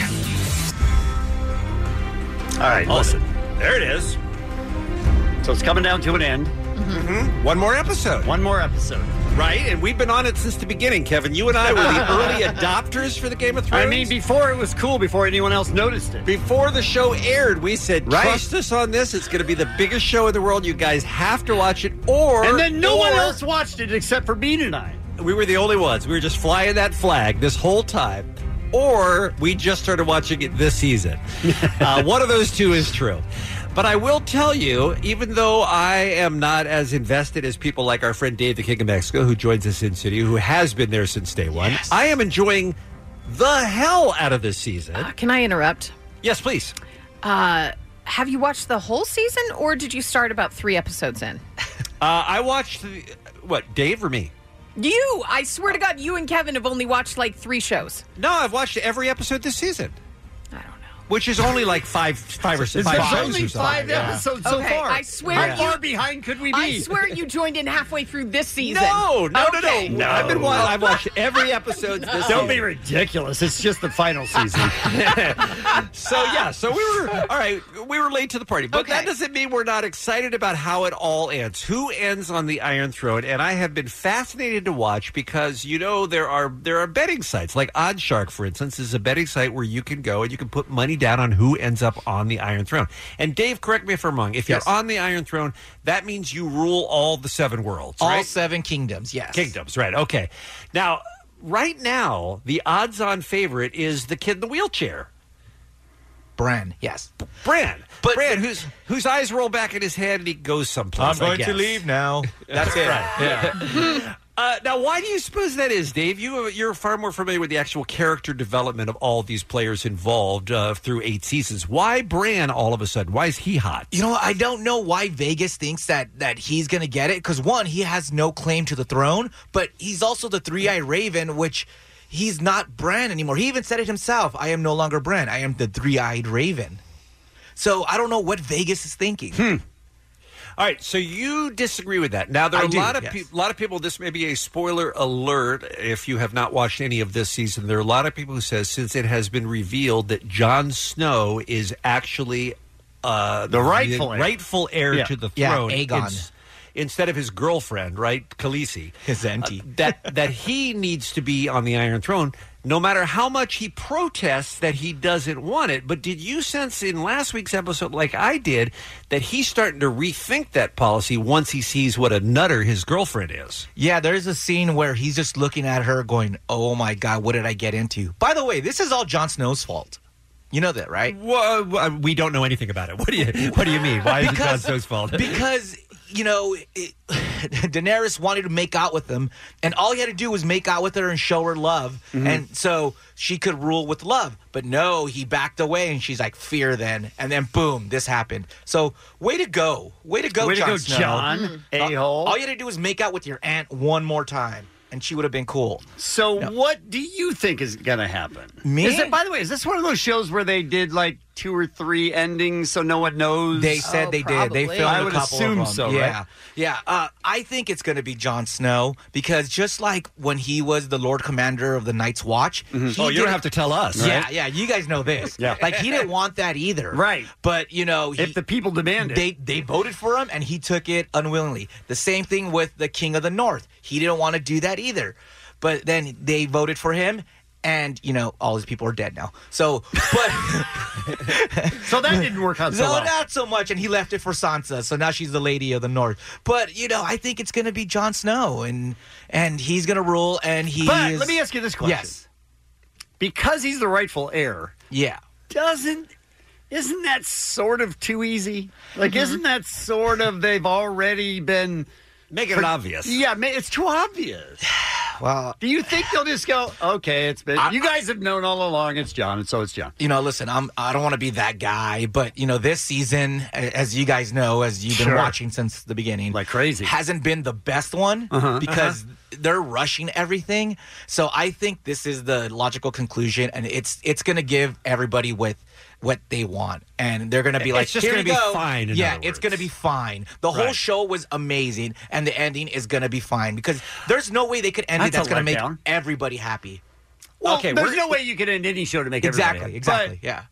All right, listen. There it is. So it's coming down to an end.
Mm-hmm. One more episode.
One more episode.
Right? And we've been on it since the beginning, Kevin. You and I were the early adopters for the Game of Thrones.
I mean, before it was cool, before anyone else noticed it.
Before the show aired, we said,
Right.
trust us on this. It's going to be the biggest show in the world. You guys have to watch it. Or.
and then no one
or-
else watched it except for Bean and I.
We were the only ones. We were just flying that flag this whole time. Or we just started watching it this season. uh, one of those two is true. But I will tell you, even though I am not as invested as people like our friend Dave the King of Mexico, who joins us in studio, who has been there since day one, I am enjoying the hell out of this season.
Uh,
Uh, Can I interrupt?
yes, please.
Uh, have you watched the whole season, or did you start about three episodes in?
Uh, I watched the, what Dave or me?
You, I swear to God, you and Kevin have only watched like three shows.
No, I've watched every episode this season. Which is only like five, five or six.
There's
five
only
or something.
five
Yeah.
episodes so
okay,
far.
I swear.
How
you-
far behind could we be?
I swear you joined in halfway through this season.
No, no, no,
Okay.
no, I've been watching. I've watched every episode.
No.
This
Don't be
ridiculous. It's just the final season.
so yeah, so we were all right. We were late to the party, but that doesn't mean we're not excited about how it all ends. Who ends on the Iron Throne? And I have been fascinated to watch because you know there are there are betting sites like Odd Shark, for instance, is a betting site where you can go and you can put money down on who ends up on the Iron Throne. And Dave, correct me if I'm wrong. If you're
Yes.
on the Iron Throne, that means you rule all the seven worlds,
All
right?
seven kingdoms, yes.
Kingdoms, right. Okay. Now, right now, the odds on favorite is the kid in the wheelchair.
Bran, yes.
Bran. But Bran, whose whose eyes roll back in his head and he goes someplace.
I'm going to leave now.
That's
it.
right.
Yeah.
Uh, now, why do you suppose that is, Dave? You uh, you're far more familiar with the actual character development of all these players involved uh, through eight seasons. Why Bran all of a sudden? Why is he hot?
You know, what? I don't know why Vegas thinks that that he's going to get it because one, he has no claim to the throne, but he's also the three eyed raven, which he's not Bran anymore. He even said it himself I am no longer Bran. I am the three eyed raven. So I don't know what Vegas is thinking.
Hmm. All right, so you disagree with that. Now there are
I
a
do,
lot of
yes.
peop- lot of people. This may be a spoiler alert if you have not watched any of this season. There are a lot of people who says since it has been revealed that Jon Snow is actually uh,
The rightful heir.
rightful heir
Yeah.
to the
Yeah,
throne.
Aegon.
ins- Instead of his girlfriend, right, Khaleesi, his auntie, that that he needs to be on the Iron Throne, no matter how much he protests that he doesn't want it. But did you sense in last week's episode, like I did, that he's starting to rethink that policy once he sees what a nutter his girlfriend is?
Yeah, there's a scene where he's just looking at her going, Oh my God, what did I get into? By the way, this is all Jon Snow's fault. You know that, right?
Well, we don't know anything about it. What do you What do you mean? Why is it Jon Snow's fault?
Because you know, it, Daenerys wanted to make out with him, and all he had to do was make out with her and show her love,
Mhm.
and so she could rule with love. But no, he backed away, and she's like, "Fear then," and then boom, this happened. So way to go, way to go,
Way to
Jon
go,
Snow.
Jon,
Mm.
a-hole.
All you had to do was make out with your aunt one more time, and she would have been cool.
So what do you think is going to happen?
Me?
Is it, by the way, is this one of those shows where they did like two or three endings so no one knows?
They said they did. They filmed
I
a
would
couple
assume
of them.
so. right?
Yeah, yeah. Uh, I think it's going to be Jon Snow because just like when he was the Lord Commander of the Night's Watch,
Mm-hmm.
he
Oh, you don't
didn't-
have to tell us,
Yeah,
right?
yeah. You guys know this.
Yeah.
like he didn't want that either. Right. But you know, if the
people demanded,
they they voted for him, and he took it unwillingly. The same thing with the King of the North. He didn't want to do that either, but then they voted for him. And you know all these people are dead now. So, but
so that didn't work out so
no,
well.
not so much. And he left it for Sansa, so now she's the Lady of the North. But you know, I think it's going to be Jon Snow, and and he's going to rule. And he.
But
is-
let me ask you this question.
Yes.
Because he's the rightful heir,
Yeah.
doesn't isn't that sort of too easy? Like,
Mhm.
isn't that sort of they've already been
making
it obvious.
Yeah, ma- it's too obvious.
Well,
do you think they'll just go, okay, it's been.
I-
you guys have known all along. It's John, and so it's John.
You know, listen, I'm I don't want to be that guy, but you know, this season, a- as you guys know, as you've been
Sure.
watching since the beginning, like crazy, hasn't been the best one
Uh-huh.
because they're rushing everything. So I think this is the logical conclusion, and it's it's going to give everybody with what they want, and they're going to be
It's
like,
just
"Here
gonna
you
be
go."
fine, in
Yeah,
other
it's going to be fine. The whole
Right.
show was amazing, and the ending is going to be fine because there's no way they could end it
That's
that's
a
going to make
letdown.
everybody happy.
Well,
Okay,
there's
we're-
no way you could end any show to make everybody
Exactly,
happy.
exactly, yeah.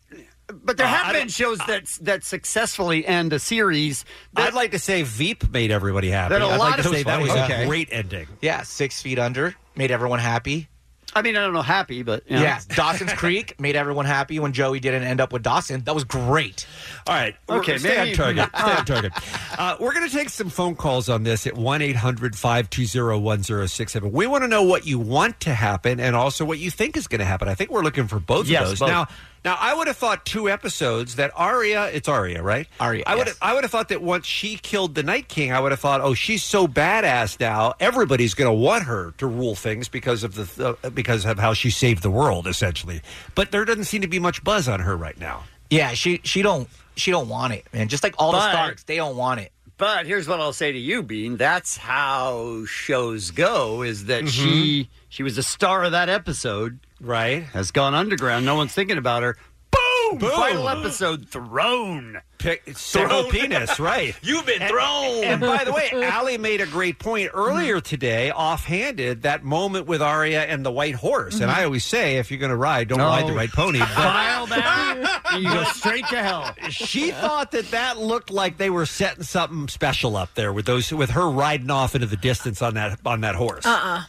But, but there
Uh,
have
I
been
don't-
shows that that successfully end a series. That,
I'd like to say Veep made everybody happy.
That a
I'd
lot
like to
of
say that
funny.
was
Okay.
a great ending.
Yeah, Six Feet Under made everyone happy.
I mean, I don't know happy, but you know.
Yeah, Dawson's Creek made everyone happy when Joey didn't end up with Dawson. That was great.
All right.
Okay,
stay
maybe-
on target. Stay on target. Uh, we're going to take some phone calls on this at 1 800 520 1067. We want to know what you want to happen and also what you think is going to happen. I think we're looking for both
Yes,
of those.
both.
Now, Now I would have thought two episodes that Arya, it's Arya, right? Arya. I would have I would have thought that once she killed the Night King, I would have thought, oh, she's so badass now, everybody's going to want her to rule things because of the uh, because of how she saved the world, essentially. But there doesn't seem to be much buzz on her right now.
Yeah, she she don't she don't want it, man. Just like all
But-
the Starks, they don't want it.
But here's what I'll say to you, Bean. That's how shows go. Is that she she was the star of that episode,
Mm-hmm. right?
Has gone underground. No one's thinking about her. Boom!
Boom!
Final episode thrown.
Pick, several penis, right?
You've been
thrown. And by the way, Allie made a great point earlier today, offhanded, that moment with Arya and the white horse. And
Mhm.
I always say, if you're going to ride, don't
No.
ride the right pony. But
File that, and you go straight to hell.
she thought that that looked like they were setting something special up there with those with her riding off into the distance on that on that horse.
Uh uh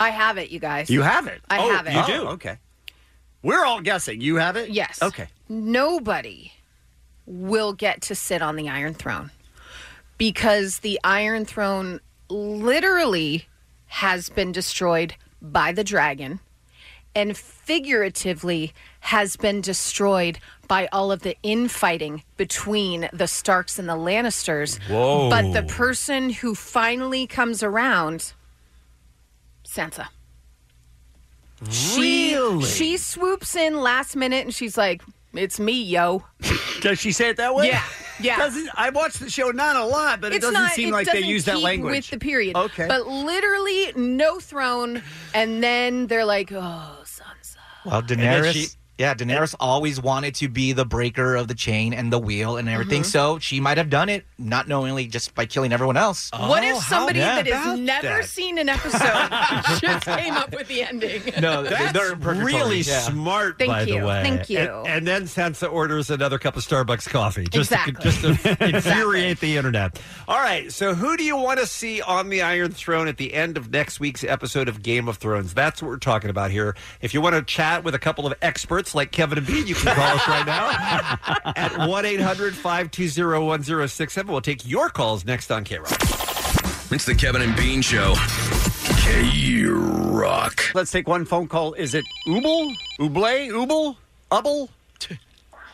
I have it, you guys.
You have it?
I
Oh,
have it.
you do?
Okay. We're all guessing. You have it?
Yes.
Okay.
Nobody will get to sit on the Iron Throne because the Iron Throne literally has been destroyed by the dragon and figuratively has been destroyed by all of the infighting between the Starks and the Lannisters.
Whoa.
But the person who finally comes around, Sansa. She,
Really?
She swoops in last minute and she's like, it's me, yo.
Does she say it that way?
Yeah, yeah.
Doesn't, I watch the show not a lot, but it
It's
doesn't
not-
seem
it
like
doesn't
they use that
keep
language.
With the period.
Okay.
But literally, no throne. And then they're like, oh,
Well,
then
Daenerys.
she-
yeah, Daenerys always wanted to be the breaker of the chain and the wheel and everything.
Mhm.
So she might have done it not knowingly, just by killing everyone else.
Oh, what if somebody that has never seen an episode just came up with the ending?
No,
That's
they're in purgatory,
really
yeah.
smart,
Thank
by
you,
the way.
thank you.
And, and then Sansa orders another cup of Starbucks coffee just
Exactly.
to, just to infuriate the internet. All right, so who do you want to see on the Iron Throne at the end of next week's episode of Game of Thrones? That's what we're talking about here. If you want to chat with a couple of experts like Kevin and Bean, you can call us right now at 1 800 520 1067. We'll take your calls next on K Rock.
It's the Kevin and Bean Show. K Rock.
Let's take one phone call. Is it Ubel? Uble? Ubel? Ubble?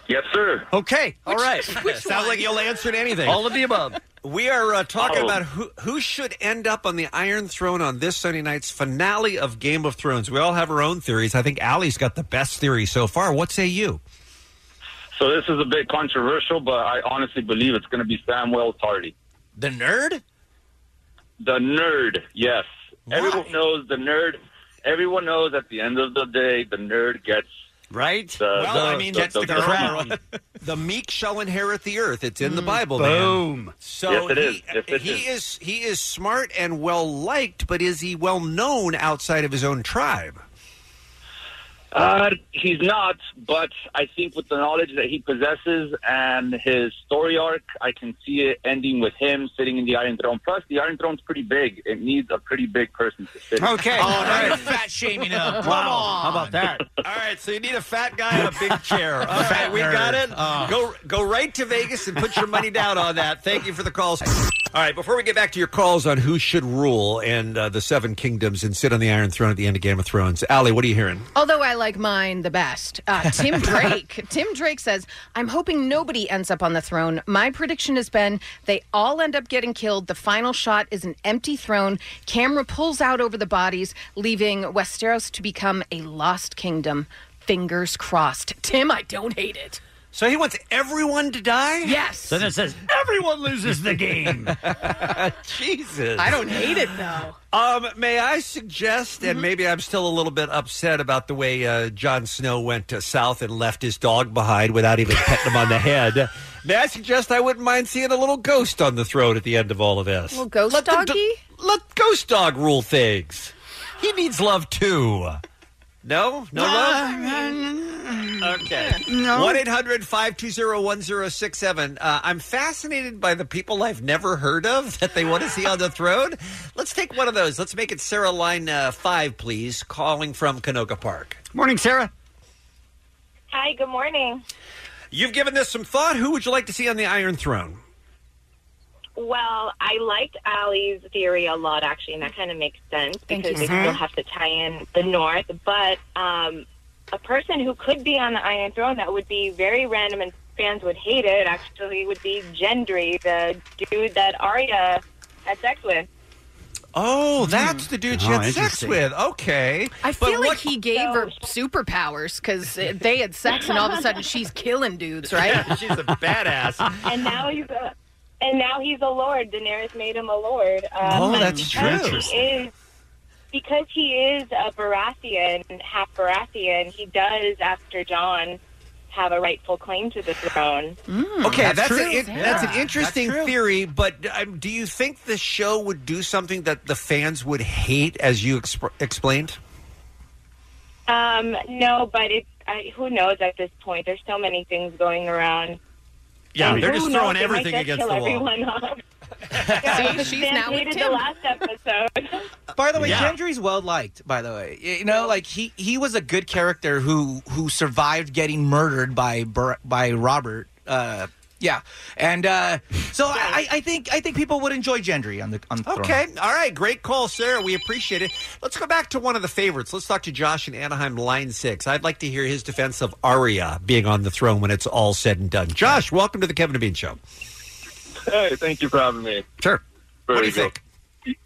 Yes, sir.
Okay. All
Which-
right.
which Sounds one? like you'll answer to anything.
All of the above.
We are uh, talking
Oh.
about who who should end up on the Iron Throne on this Sunday night's finale of Game of Thrones. We all have our own theories. I think Allie's got the best theory so far. What say you?
So this is a bit controversial, but I honestly believe it's going to be Samwell Tardy.
The nerd?
The nerd, yes. Everyone knows the nerd. Everyone knows at the end of the day, the nerd gets.
Right?
Uh,
well, I mean, that's the, crown. the meek shall inherit the earth. It's in the Bible, man.
Boom.
So
Hmm. Yes, it
he,
is. Yes, it
he
is.
is he is smart and well liked, but is he well known outside of his own tribe?
Uh, he's not, but I think with the knowledge that he possesses and his story arc, I can see it ending with him sitting in the Iron Throne. Plus, the Iron Throne's pretty big. It needs a pretty big person to sit.
Okay.
Oh,
fat shaming
Wow.
him.
How about that?
All right, so you need a fat guy in a big chair. Uh. All right, we got it. Go go right to Vegas and put your money down on that. Thank you for the calls. All right, before we get back to your calls on who should rule and uh, the seven kingdoms and sit on the Iron Throne at the end of Game of Thrones, Allie, what are you hearing?
Although I like mine the best. Uh, Tim Drake. Tim Drake says, I'm hoping nobody ends up on the throne. My prediction has been they all end up getting killed. The final shot is an empty throne. Camera pulls out over the bodies, leaving Westeros to become a lost kingdom. Fingers crossed. Tim, I don't hate it.
So he wants everyone to die?
Yes. So
then it says everyone loses the game.
Jesus.
I don't Mm-hmm. hate it, though.
Um, may I suggest, and maybe I'm still a little bit upset about the way uh, Jon Snow went to south and left his dog behind without even petting him on the head. May I suggest I wouldn't mind seeing a little ghost on the throne at the end of all of this?
Well, ghost doggy?
Let Ghost Dog rule things. He needs love too. No? No
Ah,
love? Okay.
No.
1 800 520 1067. Uh, I'm fascinated by the people I've never heard of that they want to see on the throne. Let's take one of those. Let's make it Sarah Line uh, 5, please, calling from Canoga Park.
Morning, Sarah.
Hi, good morning.
You've given this some thought. Who would you like to see on the Iron Throne?
Well, I liked Allie's theory a lot, actually, and that kind of makes sense
Uh-huh.
Thank
because they
you, Sarah.
still have to tie in the North. But um,
a person who could be on the Iron Throne that would be very random and fans would hate it actually would be Gendry, the dude that Arya had sex with.
Oh, that's the dude she
Oh,
had sex
interesting.
with. Okay.
I feel like he gave her superpowers because they had sex and all of a sudden she's killing dudes, right?
she's a badass.
And now he's a, and now he's a lord. Daenerys made him a lord.
Oh, that's
because
true.
He is, because he is a Baratheon, half Baratheon. He does, after John, have a rightful claim to the throne.
okay,
that's
that's,
true.
an in-
Yeah.
that's an
That's
interesting theory, but um, do you think the show would do something that the fans would hate, as you exp- explained?
Um, no, but it. I, who knows at this point? There's so many things going around.
Yeah, they're
Who
just
knows?
throwing
They might
everything
just
against
kill
the wall.
Everyone off. Yeah,
See, she's now with
hated the
Tim.
last episode.
By the way,
Yeah.
Gendry's well liked. By the way, Y- you know, like he he was a good character who who survived getting murdered by Bur- by Robert. Uh, yeah, and uh, so I, I think I think people would enjoy Gendry on the on the throne.
Okay, all right, great call, Sarah. We appreciate it. Let's go back to one of the favorites. Let's talk to Josh in Anaheim, line six. I'd like to hear his defense of Arya being on the throne when it's all said and done. Josh, welcome to the Kevin and Bean Show.
Hey, thank you for having me.
Sure.
Very
what do you
good.
think?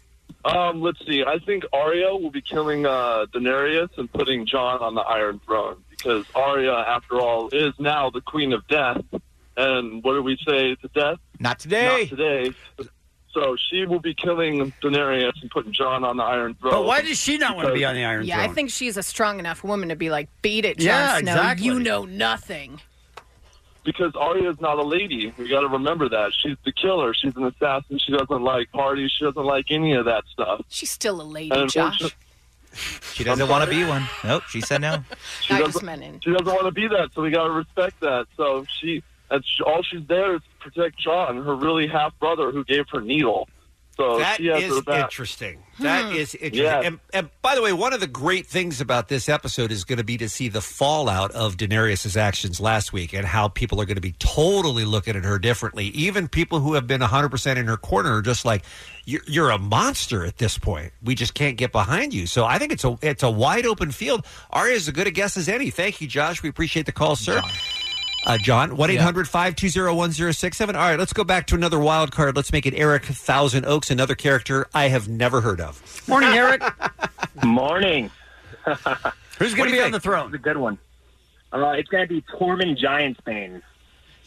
Um, let's see. I think Arya will be killing uh, Daenerys and putting John on the Iron Throne because Arya, after all, is now the Queen of Death. And what do we say to death?
Not today.
Not today. So she will be killing Daenerys and putting John on the Iron Throne.
But why does she not want to be on the Iron
yeah,
Throne?
I think she's a strong enough woman to be like, beat it, Jon
Yeah,
Snow.
exactly.
You know nothing.
because Arya is not a lady. We got to remember that she's the killer. She's an assassin. She doesn't like parties. She doesn't like any of that stuff.
She's still a lady,
And
Josh.
unfortunately-
She doesn't
I'm
want to
sorry?
be one. Nope, Oh, she said no.
She
I
doesn't-
just meant in.
She doesn't want to be that, so we got to respect that. So she, that's all she's there is to protect John, her really half brother who gave her needle. Oh, So
That
she has
is
her back.
interesting. That is interesting.
Yeah.
And, and by the way, one of the great things about this episode is going to be to see the fallout of Daenerys' actions last week and how people are going to be totally looking at her differently. Even people who have been 100% in her corner are just like, you're, you're a monster at this point. We just can't get behind you. So I think it's a it's a wide open field. Arya's as good a guess as any. Thank you, Josh. We appreciate the call, sir. Uh, John, 1 800 520 1067. All right, let's go back to another wild card. Let's make it Eric Thousand Oaks, another character I have never heard of.
Morning, Eric. Morning.
Who's
gonna be on the
throne?
It's a good one. Uh, it's going to be Tormund Giantsbane.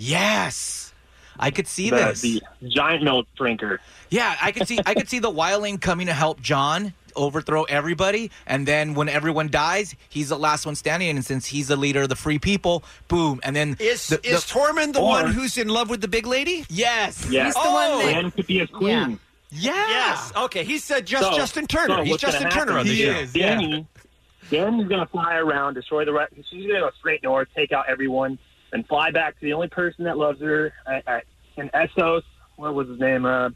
Yes, I could see
the,
this.
The giant milk drinker.
Yeah, I could see I could see the wildling coming to help John overthrow everybody, and then when everyone dies, he's the last one standing. And since he's the leader of the free people, boom! And then
is
the,
is Tormund the one
who's
in love with the big lady?
Yes,
Yeah.
He's the one that-
Oh. And could be a queen.
Yeah.
Yes. Okay. He's uh, just
So-
Justin Turner.
so
He's
what's
Justin
gonna
Turner on
happen
the show.
Danny, Danny's going to fly around, destroy the. Re- she's going to go straight north, take out everyone, and fly back to the only person that loves her at, at, in Essos. What was his name? Uh,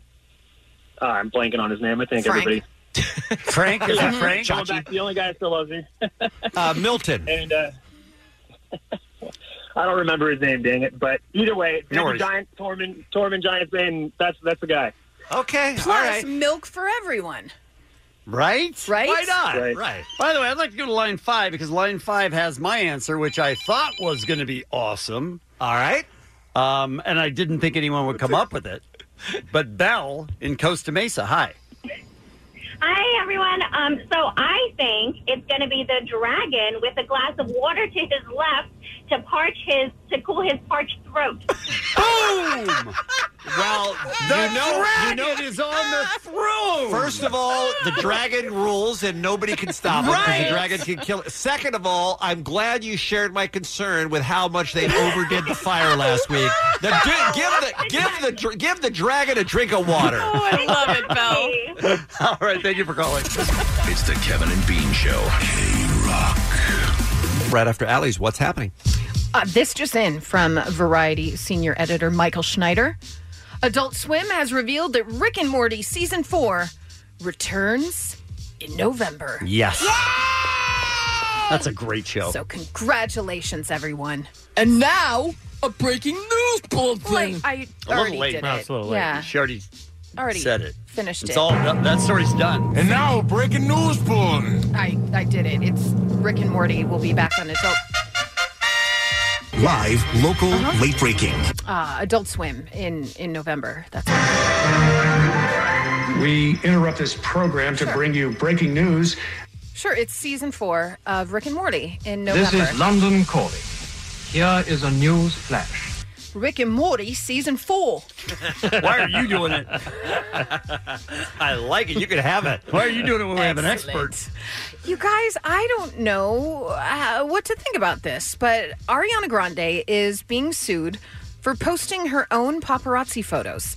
uh, I'm blanking on his name. I think Frank. everybody.
Frank? Is it Frank?
Going back to the only guy that still loves her.
uh, Milton.
And uh, I don't remember his name, dang it. But either way,
No
it's
worries.
Giant Tormund, Tormund Giant Bane, that's that's the guy.
Okay.
Plus, milk for everyone.
Right?
Right?
Why not?
Right.
By the way, I'd like to go to line five because line five has my answer, which I thought was going to be awesome.
All right.
Um, and I didn't think anyone would come up with it. But Belle in Costa Mesa. Hi.
Hi, everyone. Um, so I think it's going to be the dragon with a glass of water to his left to parch his to cool his parched throat.
Boom!
Well,
you know, you know it is on the throne.
First of all, the dragon rules and nobody can stop it because
Right.
the dragon can kill it. Second of all, I'm glad you shared my concern with how much they overdid the fire last week. The, dra- give the give the dra- give the dragon a drink of water.
Oh,
I love it,
all right, thank you for calling.
It's the Kevin and Bean Show. K Rock.
Right after Allie's, what's happening?
Uh, this just in from Variety senior editor Michael Schneider. Adult Swim has revealed that Rick and Morty season four returns in November.
Yes. That's a great show.
So congratulations, everyone. And now a breaking news bulletin. I
a
already
little late.
did it.
No, it's a little late.
Yeah.
She already
already
Said it.
Finished
It's
it.
all that, that story's done. And now breaking news bulletin.
I, I did it. It's Rick and Morty will be back on Adult
Live, local, late breaking.
uh, Adult Swim in in November. That's
We interrupt this program to bring you breaking news.
sure. It's season four of Rick and Morty in November.
This is London calling. Here is a news flash.
Rick and Morty season four.
Why are you doing it? I like it. You can have it. Why are you doing it when we have an
Excellent.
expert?
You guys, I don't know uh, what to think about this, but Ariana Grande is being sued for posting her own paparazzi photos.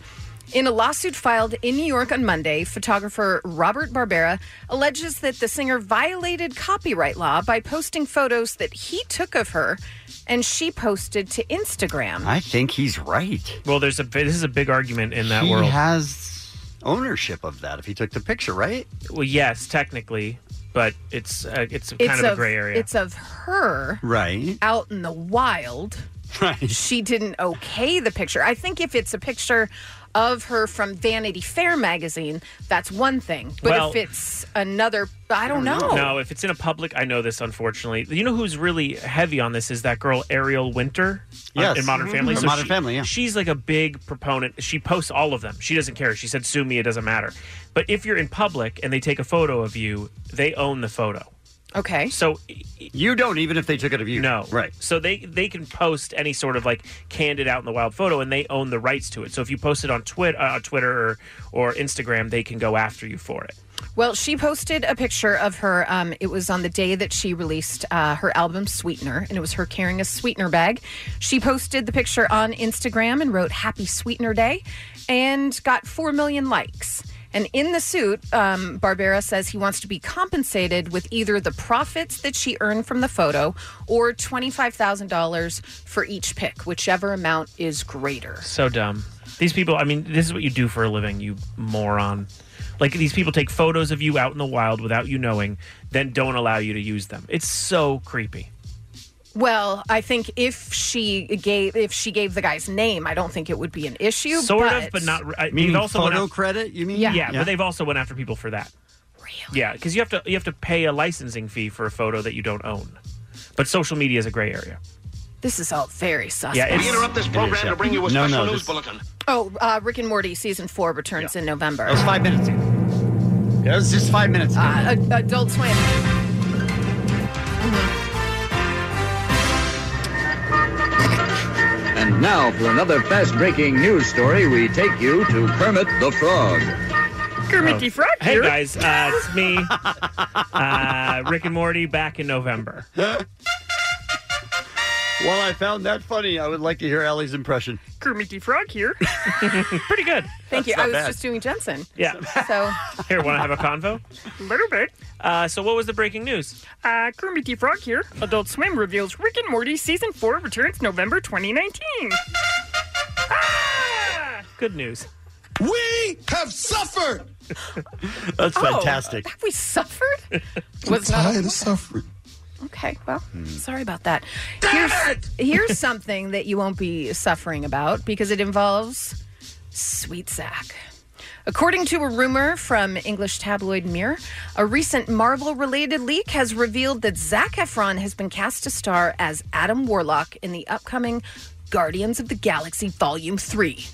In a lawsuit filed in New York on Monday, photographer Robert Barbera alleges that the singer violated copyright law by posting photos that he took of her and she posted to Instagram.
I think he's right.
Well, there's a this is a big argument in that
he
world.
has ownership of that if he took the picture, right?
Well, yes, technically, but it's uh, it's kind
It's
of a gray area.
It's of her
right.
out in the wild.
Right.
She didn't okay the picture. I think if it's a picture of her from Vanity Fair magazine, that's one thing. But
Well-
if it's another, I don't know.
No, if it's in a public, I know this. Unfortunately, you know who's really heavy on this is that girl Ariel Winter on-
Yes.
in Modern
Mhm.
Family.
From Modern Family, yeah.
She's like a big proponent. She posts all of them. She doesn't care. She said, "Sue me, it doesn't matter." But if you're in public and they take a photo of you, they own the photo.
Okay.
So
you don't even if they took it of you.
No.
Right.
So they they can post any sort of like candid out in the wild photo and they own the rights to it. So if you post it on Twitter uh, Twitter or or Instagram, they can go after you for it.
Well, she posted a picture of her. Um, it was on the day that she released uh, her album Sweetener, and it was her carrying a sweetener bag. She posted the picture on Instagram and wrote Happy Sweetener Day and got 4 million likes. And in the suit, um, Barbera says he wants to be compensated with either the profits that she earned from the photo or $25,000 for each pick, whichever amount is greater.
So dumb. These people, I mean, this is what you do for a living, you moron. Like these people take photos of you out in the wild without you knowing, then don't allow you to use them. It's so creepy.
Well, I think if she gave if she gave the guy's name, I don't think it would be an issue.
sort
but
of, but not. I,
Meaning
they've also went
photo
af-
credit. You mean?
Yeah.
Yeah.
but they've also went after people for that. Really? Yeah, because you have to you have to pay a licensing fee for a photo that you don't own. But social media is a gray area.
This is all very suspect.
Yeah, it's- We interrupt this It is, program yeah. to bring you a No, special no, news this-
bulletin.
Oh, uh, Rick and Morty season four returns in November.
That was five minutes ago. That was just five minutes ago.
Uh, Ad- Adult Swim.
And now, for another fast breaking news story, we take you to Kermit the Frog.
Oh. Hey guys, uh, it's me, uh, Rick and Morty, back in November.
Well, I found that funny. I would like to hear Ellie's impression.
Kermit the Frog here.
Pretty good.
Thank you.
That's not
I was
bad.
just doing Jensen.
Yeah.
So
Here, want to have a convo?
Little bit.
Uh, so, what was the breaking news?
Uh, Kermit the Frog here. Adult Swim reveals Rick and Morty Season 4 returns November 2019. Ah!
Good news.
We have suffered!
That's
Oh,
fantastic.
Have we suffered?
I'm tired of Hmm.
suffering. Okay, well, sorry about that. here's, here's something that you won't be suffering about because it involves sweet sack. According to a rumor from English tabloid Mirror, a recent Marvel related leak has revealed that Zach Efron has been cast to star as Adam Warlock in the upcoming Guardians of the Galaxy Volume 3.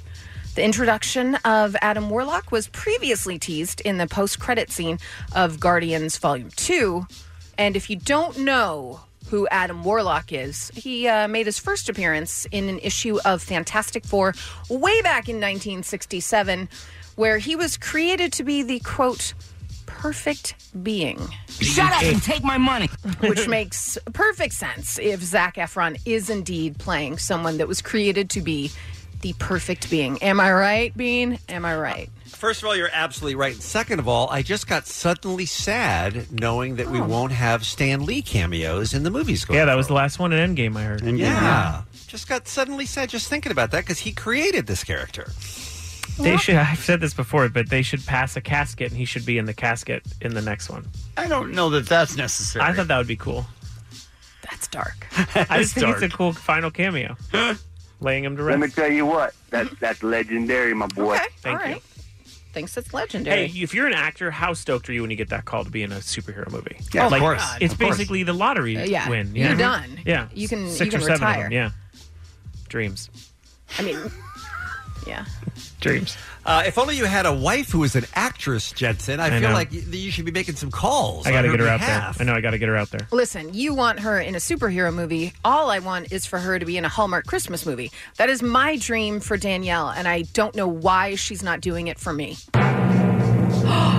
The introduction of Adam Warlock was previously teased in the post credit scene of Guardians Volume 2. And if you don't know who Adam Warlock is, he uh, made his first appearance in an issue of Fantastic Four way back in 1967, where he was created to be the quote, perfect being.
Shut up and take
my money. Which makes perfect sense if Zach Efron is indeed playing someone that was created to be the perfect being. Am I right, Bean? Am I right?
First of all, you're absolutely right. And second of all, I just got suddenly sad knowing that we won't have Stan Lee cameos in the movies. Going
Yeah, that was the last one in Endgame I heard.
yeah. Just got suddenly sad just thinking about that because he created this character.
They should. I've said this before, but they should pass a casket, and he should be in the casket in the next one.
I don't know that that's necessary.
I thought that would be cool.
That's dark.
I just think
dark.
it's a cool final cameo, laying him to
Let me
rest.
tell you what, that's that's legendary, my boy.
Thank you.
thinks it's legendary.
Hey, if you're an actor, how stoked are you when you get that call to be in a superhero movie?
Yeah, of
Like,
course.
It's
Of course.
basically the lottery
Uh, yeah.
win.
You're
know?
done.
Yeah,
You can- you
six
can
or seven
retire.
Of them. Yeah, dreams,
I mean, yeah.
dreams.
Uh, if only you had a wife who was an actress, Jensen. I,
I
feel
know.
like y- you should be making some calls.
I got to
on
get her out
behalf.
there. I know I got to get her out there.
Listen, you want her in a superhero movie. All I want is for her to be in a Hallmark Christmas movie. That is my dream for Danielle, and I don't know why she's not doing it for me.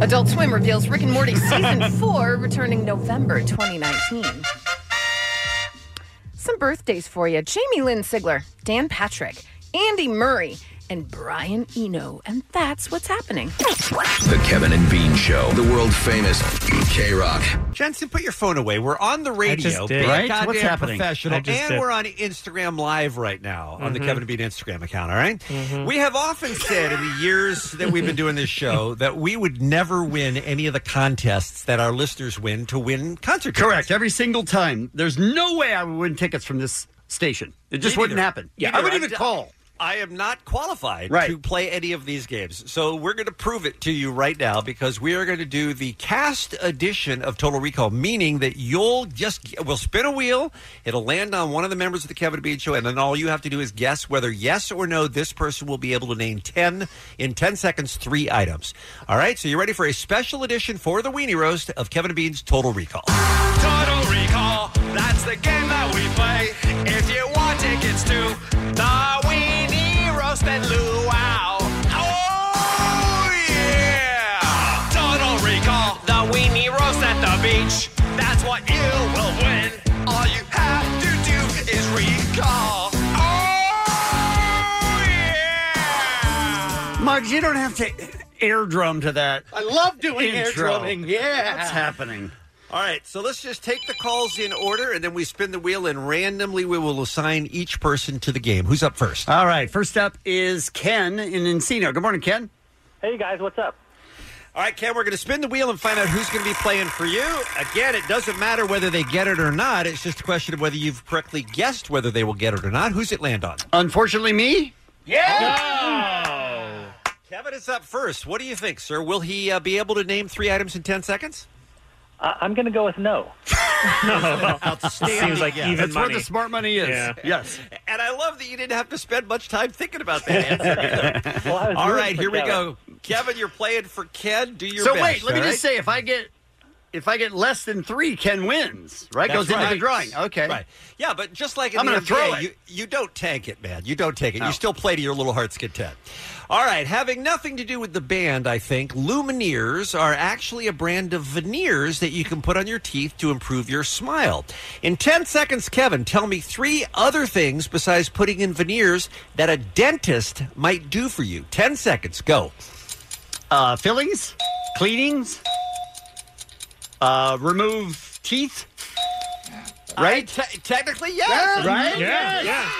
Adult Swim reveals Rick and Morty season four returning November 2019. Some birthdays for you Jamie Lynn Sigler, Dan Patrick, Andy Murray, and Brian Eno. And that's what's happening.
The Kevin and Bean Show, the world famous K Rock.
Jensen, put your phone away. We're on the radio,
just did.
be a
Right?
goddamn
What's happening?
Professional,
I just
and
did.
we're on Instagram Live right now on the
Mm-hmm.
Mhm.
Kevin and Bean Instagram account. All right? we have often said in the years that we've been doing this show that we would never win any of the contests that our listeners win to win concert. tickets.
Correct. Every single time. There's no way I would win tickets from this station. It just
Me
wouldn't
neither.
happen.
Me
I
neither.
wouldn't even
I'm-
call.
I am not qualified
Right.
to play any of these games. So we're going to prove it to you right now because we are going to do the cast edition of Total Recall, meaning that you'll just, we'll spin a wheel. It'll land on one of the members of the Kevin Bean Show. And then all you have to do is guess whether yes or no this person will be able to name 10 in 10 seconds, three items. All right. So you're ready for a special edition for the Weenie Roast of Kevin Bean's Total Recall.
Total Recall, that's the game that we play. If you want tickets to the Weenie Roast and Luau. Oh, yeah! Total Recall, the Weenie Roast at the beach. That's what you will win. All you have to do is recall. Oh,
Muggs, you don't have to air drum to that.
I love
doing air Intro. drumming, yeah. What's happening?
All right, so let's just take the calls in order and then we spin the wheel and randomly we will assign each person to the game. Who's up first?
All right. First up is Ken in Encino. Good morning, Ken.
Hey guys, what's up? All right, Ken, we're going to spin the wheel and find out who's going to be playing for you. Again, it doesn't matter whether they get it or not. It's just a question of whether you've correctly guessed whether they will get it or not. Who's it land on?
Unfortunately, me.
Yeah! Kevin is up first. What do you think, sir? Will he uh, be able to name three items in 10 seconds?
I'm going to go with no.
Outstanding.
Seems like even
That's
money.
where the smart money is.
Yeah.
Yes.
And I love that you didn't have to spend much time thinking about that answer either.
Well, I was
All
rooting
right,
for
here we
Kevin.
go. Kevin, you're playing for Ken. Do your
so
best.
wait, let me
all
just
right?
say, if I get if I get less than three, Ken wins. Right?
That's
Goes into the drawing. Okay.
Right. Yeah, but just like in
I'm
the
gonna
NBA,
throw it.
You, you don't tank it, man. You don't tank it.
No.
You still play to your little heart's content. All right, having nothing to do with the band, I think, Lumineers are actually a brand of veneers that you can put on your teeth to improve your smile. In 10 seconds, Kevin, tell me three other things besides putting in veneers that a dentist might do for you. 10 seconds, go.
Uh, fillings, cleanings, uh, remove teeth. Right?
technically, yes.
Right?
Yeah, yeah.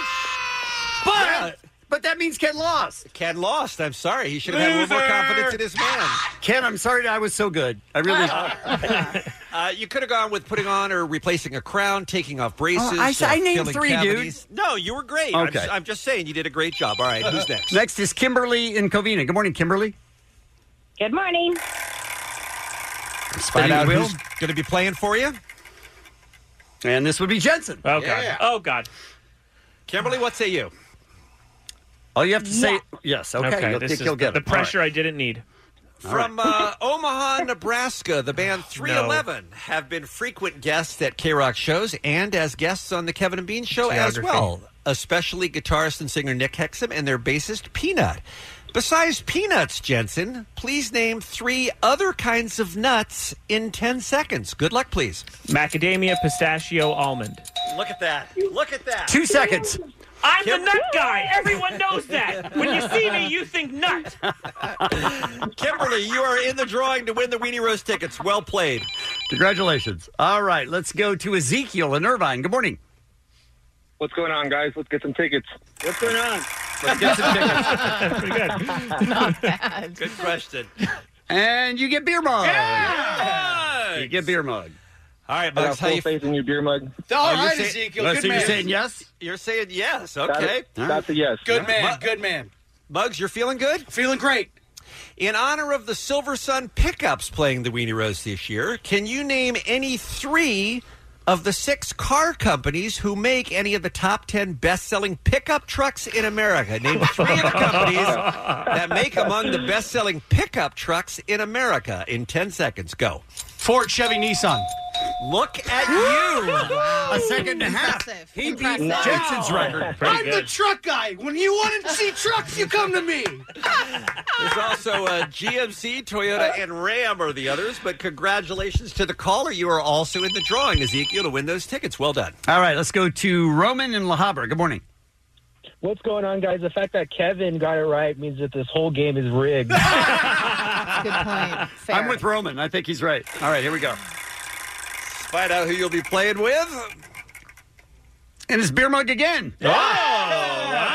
But but that means Ken lost.
Ken lost. I'm sorry. He should have had a little more
Loser.
confidence in his man.
Ken, I'm sorry I was so good. I really.
Uh, you could have gone with putting on or replacing a crown, taking off braces.
Oh, I s-
uh,
I named
filling
three,
cavities. No, you were great. I'm
Okay.
s- I'm, just saying you did a great job. All right, who's next?
Next is Kimberly in Covina. Good morning, Kimberly.
Good morning.
Let's
find out who's going to be playing for you.
And this would be Jensen.
Oh, God. Oh, God.
Kimberly, what say you?
All you have to say, yes, okay. you'll,
this
think
is
you'll get
the
it.
pressure I didn't need.
From uh, Omaha, Nebraska, the band 311 have been frequent guests at K Rock shows and as guests on the Kevin and Bean show as
Geography.
well, especially guitarist and singer Nick Hexum and their bassist Peanut. Besides peanuts, Jensen, please name three other kinds of nuts in 10 seconds. Good luck, please.
Macadamia, pistachio, almond.
Look at that. Look at that.
Two seconds.
I'm the nut guy. Everyone knows that. When you see me, you think nut.
Kimberly, you are in the drawing to win the Weenie Roast tickets. Well played.
Congratulations. All right, let's go to Ezekiel in Irvine. Good morning.
What's going on, guys? Let's get some tickets. What's going on?
Let's get some tickets.
Pretty good.
Not bad.
Good question.
And you get beer mug. You get beer mug.
All right,
I got full faith in your beer mug.
All
you're
right,
saying-
Ezekiel.
Well,
good
so
man.
you're saying
yes?
You're saying yes.
That-
Okay.
that's a yes. Good man,
Good man. Bugs, you're feeling good?
Feeling great.
In honor of the Silver Sun pickups playing the Weenie Rose this year, can you name any three of the six car companies who make any of the top 10 best selling pickup trucks in America? Name three of the companies that make among the best selling pickup trucks in America. In 10 seconds, go.
Ford, Chevy, Nissan.
Look at you.
A second and a half. He beat
Impressive.
Jensen's record.
Pretty
I'm the
good.
truck guy. When you want to see trucks, you come to me.
There's also uh, GMC, Toyota, and Ram are the others. But congratulations to the caller. You are also in the drawing, Ezekiel, to win those tickets. Well done.
All right, let's go to Roman and La Habra. Good morning.
What's going on, guys? The fact that Kevin got it right means that this whole game is rigged.
Good point. I'm with Roman. I think he's right. All right, here we go.
Find out who you'll be playing with.
And it's beer mug again.
Oh, wow. Are-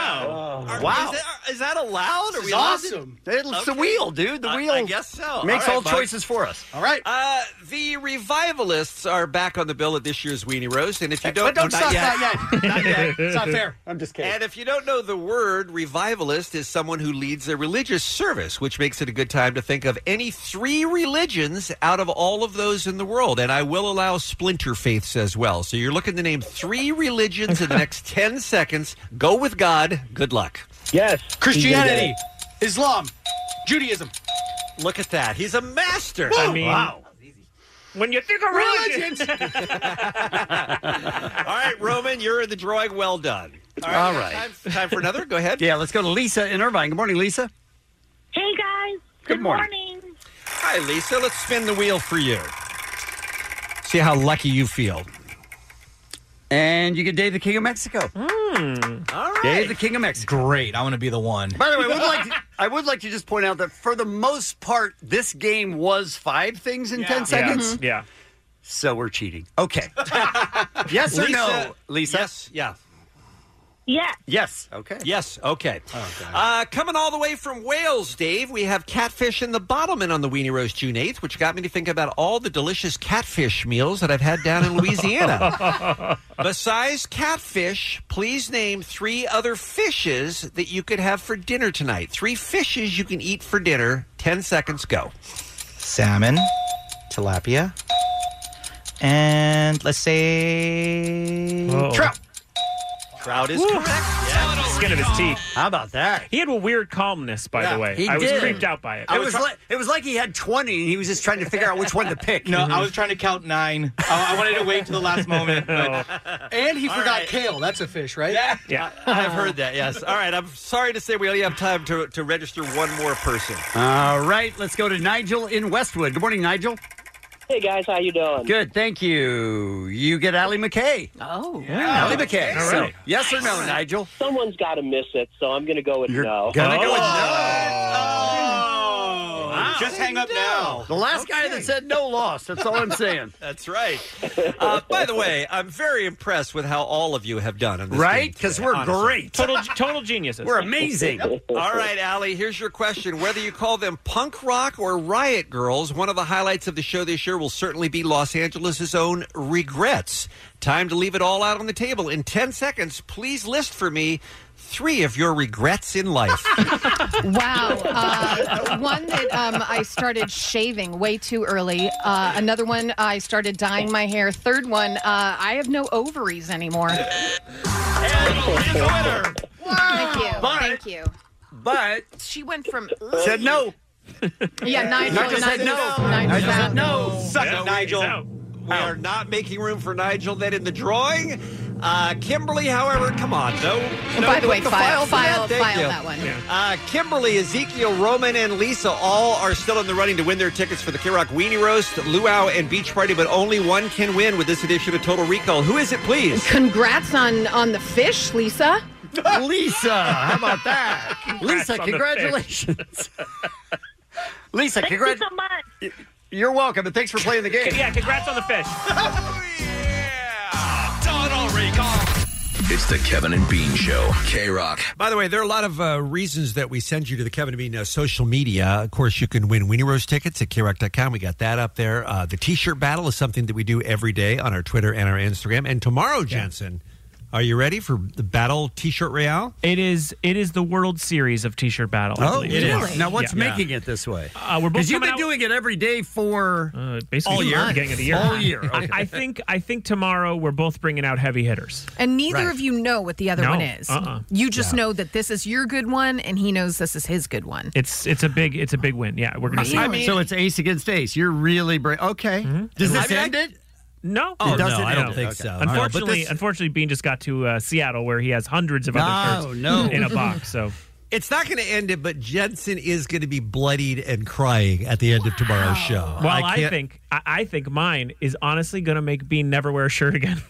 Wow.
Is that, is that allowed? Are
This
we
is
allowed to-
awesome. It's the
Okay.
wheel, dude. The
I-
wheel
I, guess so.
makes all
right, Mike.
choices for us.
All right. Uh, the revivalists are back on the bill at this year's Weenie Roast, and if you don't,
But don't
no,
stop
not yet.
that yet. Not yet. It's not fair. I'm just kidding.
And if you don't know the word, revivalist is someone who leads a religious service, which makes it a good time to think of any three religions out of all of those in the world. And I will allow splinter faiths as well. So you're looking to name three religions in the next 10 seconds. Go with God. Good luck.
Yes.
Christianity, Islam, Judaism.
Look at that. He's a master.
Woo!
I mean,
Wow.
When you think of
religions.
all right, Roman, you're in the drawing. Well done.
All right.
Time, time for another. Go ahead.
Yeah, let's go to Lisa in Irvine. Good morning, Lisa.
Hey guys.
Good morning.
Hi, Lisa. Let's spin the wheel for you. See how lucky you feel.
And you get Dave the King of Mexico.
All
right. Dave the King of Mexico.
Great. I want to be the one.
By the way, I would, like to, I would like to just point out that for the most part, this game was five things in 10 seconds.
Mm-hmm.
Yeah.
So we're cheating. Okay. yes or no, Lisa?
Yes. Yeah.
Yes.
Yes. Okay.
Yes. Okay. Uh, coming all the way from Wales, Dave, we have catfish in the bottom and on the Weenie Roast June 8th, which got me to think about all the delicious catfish meals that I've had down in Louisiana. Besides catfish, please name three other fishes that you could have for dinner tonight. Three fishes you can eat for dinner. 10 seconds go.
Salmon, tilapia, and let's say trout.
Trout
is correct.
Skin of his teeth.
How about that?
He had a weird calmness, by
Yeah,
the way.
he
I
did.
was creeped out by it.
It was, like, it was like he had 20 and he was just trying to figure out which one to pick.
No, I was trying to count nine.
Oh,
I, I wanted to wait till the last moment. but-
And he
All
forgot
right.
kale. That's a fish, right?
Yeah. I've heard that, yes. All right, I'm sorry to say we only have time to, to register one more person.
All right, let's go to Nigel in Westwood. Good morning, Nigel.
Hey guys, how you doing?
Good, thank you. You get Allie McKay.
Oh,
Yeah. Allie McKay.
All
So,
right.
yes or no, Nigel?
Someone's got to miss it, so I'm going to go with no.
gonna go with
no.
Just
hang up now.
The last guy that said no lost. That's all I'm saying.
That's right. Uh, by the way, I'm very impressed with how all of you have done. On this
Right?
game
'Cause
today,
we're
honestly.
great. Total-
total geniuses.
We're amazing.
all right, Allie, here's your question. Whether you call them punk rock or riot girls, one of the highlights of the show this year will certainly be Los Angeles' own regrets. Time to leave it all out on the table. In 10 seconds, please list for me three of your regrets in life.
Wow. Uh, one that um, I started shaving way too early. Uh, another one, I started dyeing my hair. Third one, uh, I have no ovaries anymore. Thank you.
But-
Thank you.
But
She went from.
said no.
Yeah, Nigel.
Nigel said
Nigel's
no.
out. Nigel's
Nigel said
out.
no.
Suck it, Nigel. We are not making room for Nigel then in the drawing. Uh, Kimberly, however, come on, no. no
Oh, by the
put
way, file-
for
file-
that. Thank
file
you.
that one. Yeah.
Uh, Kimberly, Ezekiel, Roman, and Lisa all are still in the running to win their tickets for the Kirok Weenie Roast, Luau, and Beach Party, but only one can win with this edition of Total Recall. Who is it, please?
Congrats on on the fish, Lisa.
Lisa,
Uh,
how about that? Lisa,
on the
congratulations. Lisa,
Thank you
congratulations.
so much.
You're welcome, and thanks for playing the game.
Yeah,
congrats on the fish.
Oh,
Total Recall.
It's the Kevin and Bean Show. K Rock.
By the way, there are a lot of uh, reasons that we send you to the Kevin and Bean uh, social media. Of course, you can win Weenie Rose tickets at KRock.com. We got that up there. Uh, the T-shirt battle is something that we do every day on our Twitter and our Instagram. And tomorrow, Jensen, Are you ready for the battle T-shirt Royale?
It is. It is the World Series of T-shirt battle. I
Oh,
believe.
it is. Now, what's
Yeah.
making it this way?
Uh, we're both
'Cause you've
coming
been
out-
doing it every day for
uh, basically
all
since the
year.
beginning of the year.
All year.
I-
Okay.
I, think. I think tomorrow we're both bringing out heavy hitters.
And neither
Right.
of you know what the other
No,
one is.
uh-uh.
You just
Yeah.
know that this is your good one, and he knows this is his good one.
It's it's a big it's a big win. Yeah, we're gonna see.
I mean-
so it's ace against ace. You're really brave. Okay.
Mm-hmm.
Does this end it?
No,
Oh, It doesn't no, I don't end. think so. No, but
Unfortunately,
this-
unfortunately, Bean just got to uh, Seattle where he has hundreds of
No,
other shirts
no.
in a box. So
It's not going to end it, but Jensen is going to be bloodied and crying at the end of tomorrow's show.
Well, I,
can't-
think I, I think mine is honestly going to make Bean never wear a shirt again.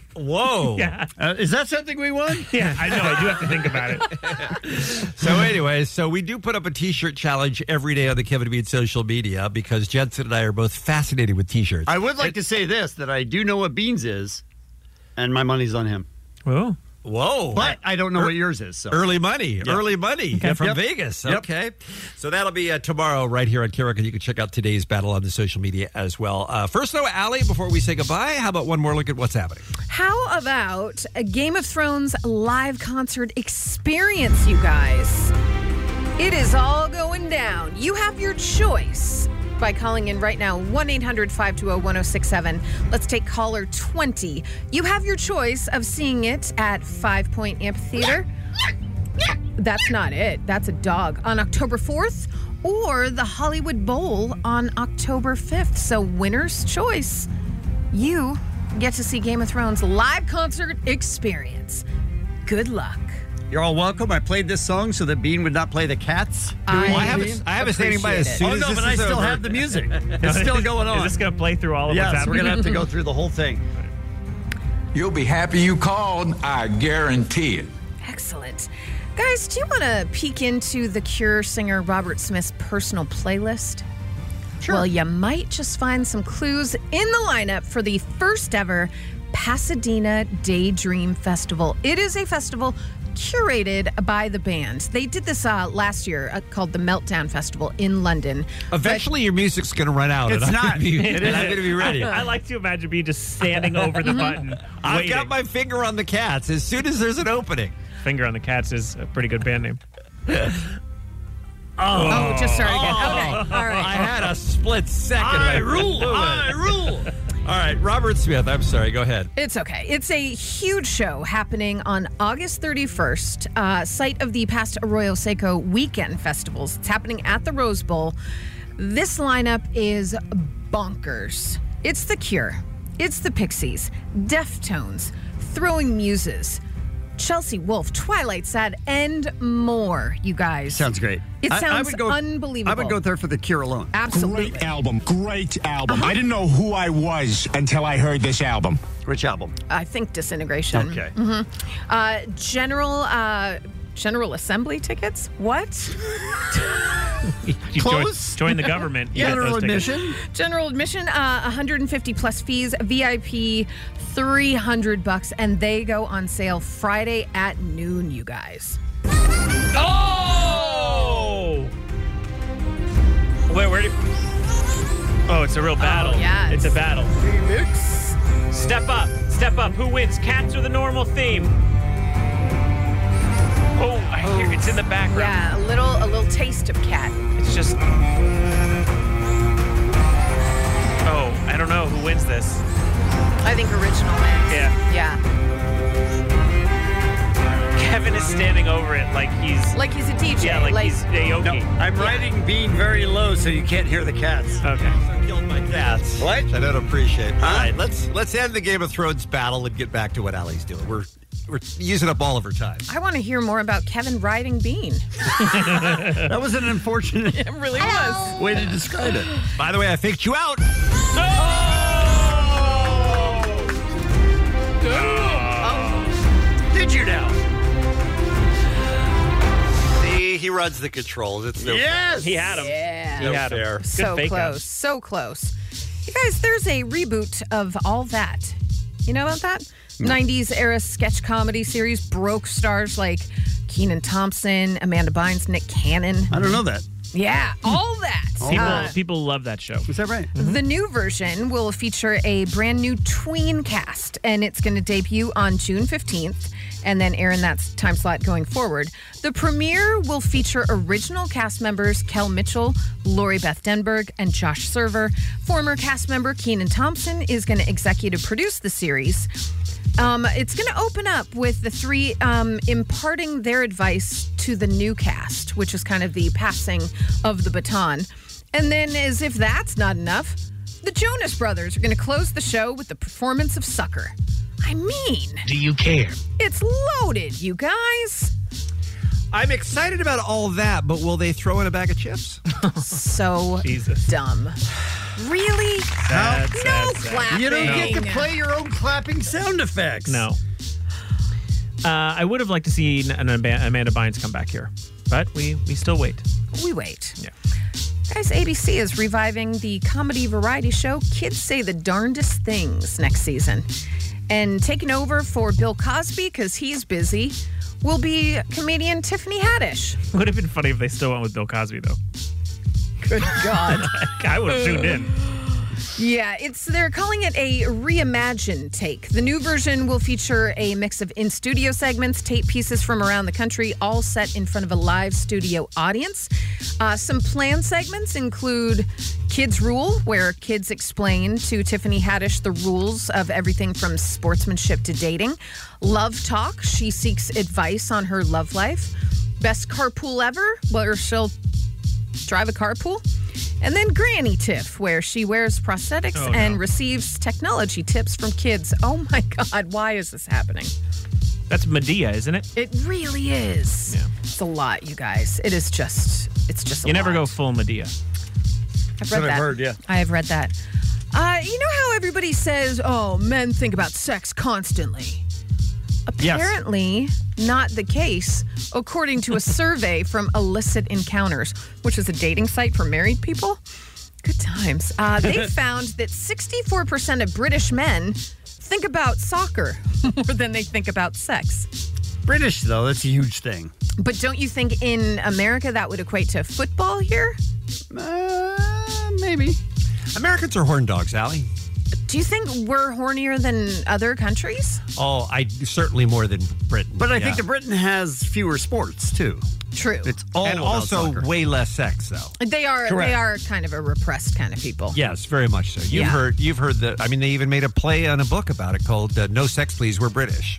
Whoa.
yeah.
is that something we won?
yeah, I know. I do have to think about it.
So, anyway, so we do put up a T-shirt challenge every day on the Kevin Bean social media because Jensen and I are both fascinated with T-shirts.
I would like to say this that I do know what Beans is, and my money's on him.
Whoa.
Whoa.
But I don't know what yours is. So.
Early money,
Yeah.
early money
Okay.
from
Yep.
Vegas.
Yep.
Okay. So that'll be uh, tomorrow right here on Kirk. And you can check out today's battle on the social media as well. Uh, first, though, Allie, before we say goodbye, how about one more look at what's happening?
How about a Game of Thrones live concert experience, you guys? It is all going down. You have your choice by calling in right now 1 800 520 1067. Let's take caller 20. You have your choice of seeing it at Five Point Amphitheater. That's not it. That's a dog. On October 4th or the Hollywood Bowl on October 5th. So, winner's choice. You get to see Game of Thrones live concert experience. Good luck.
You're all welcome. I played this song so that Bean would not play the cats.
I
I have it. I have Oh, it standing by as soon as this is over. It's still going on.
Is this going to play through all of
yes,
what's
we're
happening?
gonna have to go through the whole thing.
You'll be happy you called, I guarantee it.
Excellent. Guys, do you want to peek into the Cure singer Robert Smith's personal playlist? Sure. Well, you might just find some clues in the lineup for the first ever Pasadena Daydream Festival. It is a festival curated by the band. They did this uh, last year uh, called the Meltdown Festival in London.
Eventually, your music's going to run out.
It's
and Oh, I'm
not.
gonna be-
It
and I'm
isn't.
going to be ready.
I-
I like to imagine Bean just standing over
Mm-hmm.
the button.
I've got my finger on the cats as soon as there's an opening.
Finger on the Cats is a pretty good band name.
Oh, just started again. Okay, all right.
I had a split second.
I
friend.
rule,
Blew it.
I
rule. All right, Robert Smith. I'm sorry. Go ahead.
It's okay. It's a huge show happening on August 31st, uh, site of the past Arroyo Seco Weekend Festivals. It's happening at the Rose Bowl. This lineup is bonkers. It's The Cure, it's The Pixies, Deftones, Throwing Muses, Chelsea Wolf, Twilight Sad, and more, you guys.
Sounds great.
It
I- I
sounds
would go-
unbelievable.
I would go there for the Cure alone.
Absolutely. Uh-huh.
Great album. Great album. I didn't know who I was until I heard this album.
Which album?
I think disintegration.
Okay.
Mhm. Uh, general uh, General Assembly tickets. What?
You Close. Join, join the government. you get those tickets.
General admission. Uh, 150 plus fees. VIP. 300 bucks, and they go on sale Friday at noon. You guys.
Oh! Wait, where do Oh, it's a real battle.
yes.
It's a battle. Step up. Step up. Who wins? Cats or the normal theme? Oh, I hear it's in the background.
Yeah, a little, a little taste of cat.
It's just. Oh, I don't know who wins this.
I think original wins.
Yeah.
Yeah,
Kevin is standing over it like he's.
like he's a DJ.
yeah, like, he's Aoki.
I'm writing Bean very low so you can't hear the cats.
Okay.
Killed my cats. What? I don't appreciate. All right, let's let's end the Game of Thrones battle and get back to what Allie's doing. We're we're using up all of her time.
I want to hear more about Kevin riding Bean.
that was an unfortunate
It really was.
way to describe it.
By the way, I faked you out.
Oh. Um, Did you now?
See, he runs the controls. It's no
Yes!
fair.
He had 'em.
Yeah.
No fair.
So close. So close. You guys, there's a reboot of All That. You know about that? 90s era sketch comedy series broke stars like Keenan Thompson, Amanda Bynes, Nick Cannon.
I don't know that.
Yeah, all that.
People,
Uh,
people love that show.
Is that right?
The new version will feature a brand new tween cast, and it's going to debut on June 15th, and then air in that s- time slot going forward. The premiere will feature original cast members Kel Mitchell, Lori Beth Denberg, and Josh Server. Former cast member Keenan Thompson is going to executive produce the series. Um, it's going to open up with the three um, imparting their advice to the new cast, which is kind of the passing of the baton. And then, as if that's not enough, the Jonas Brothers are going to close the show with the performance of Sucker. I mean,
Do you care?
it's loaded, you guys.
I'm excited about all that, but will they throw in a bag of chips?
so dumb. Really?
Sad,
no
sad, sad.
clapping.
You don't get
No.
to play your own clapping sound effects.
No. Uh, I would have liked to see an Ama- Amanda Bynes come back here, but we, we still wait.
We wait.
Yeah.
Guys, ABC is reviving the comedy variety show Kids Say the Darndest Things next season. And taking over for Bill Cosby, because he's busy, will be comedian Tiffany Haddish.
Would have been funny if they still went with Bill Cosby, though.
Good God.
I would have tuned in.
Yeah, it's they're calling it a reimagined take. The new version will feature a mix of in-studio segments, tape pieces from around the country, all set in front of a live studio audience. Uh, some planned segments include Kids Rule, where kids explain to Tiffany Haddish the rules of everything from sportsmanship to dating. Love Talk, she seeks advice on her love life. Best carpool ever, where she'll drive a carpool. And then Granny Tiff, where she wears prosthetics
Oh, no.
and receives technology tips from kids. Oh my God, why is this happening?
That's Medea, isn't it?
It really is. It's a lot, you guys. It is just, it's just a
you
lot.
never go full Medea.
I've read that. I have read that. Uh, you know how everybody says, oh, men think about sex constantly? Apparently, not the case, according to a survey from Illicit Encounters, which is a dating site for married people. Good times. Uh, they found that 64% of British men think about soccer more than they think about sex.
British though, that's a huge thing.
But don't you think in America that would equate to football here?
Uh, maybe.
Americans are horn dogs, Allie.
Do you think we're hornier than other countries?
Oh, I certainly more than Britain.
But I think
Yeah.
the Britain has fewer sports too.
True.
It's all
and
about
also
soccer.
way less sex, though.
They are
Correct.
they are kind of a repressed kind of people.
Yes, very much so. You've
Yeah.
heard you've heard that. I mean, they even made a play on a book about it called uh, "No Sex, Please." We're British.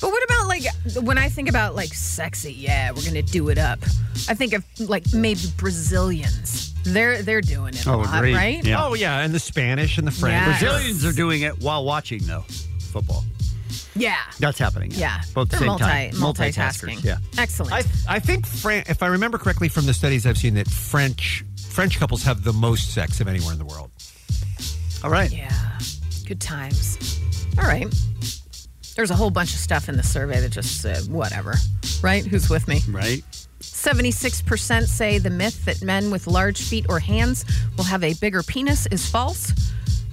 But what about like when I think about like sexy, yeah, we're gonna do it up. I think of like maybe Brazilians. They're they're doing
Oh,
it a lot, right?
Oh yeah, and the Spanish and the French.
Yes.
Brazilians are doing it while watching though football.
Yeah.
That's happening.
Yeah.
Both at the
They're
same
multi-
time.
multitasking.
Yeah.
Excellent.
I, I think Fran- if I remember correctly from the studies I've seen, that French French couples have the most sex of anywhere in the world.
All right.
Yeah. Good times. All right. There's a whole bunch of stuff in the survey that just said whatever, right? Who's with me?
Right.
76% say the myth that men with large feet or hands will have a bigger penis is false.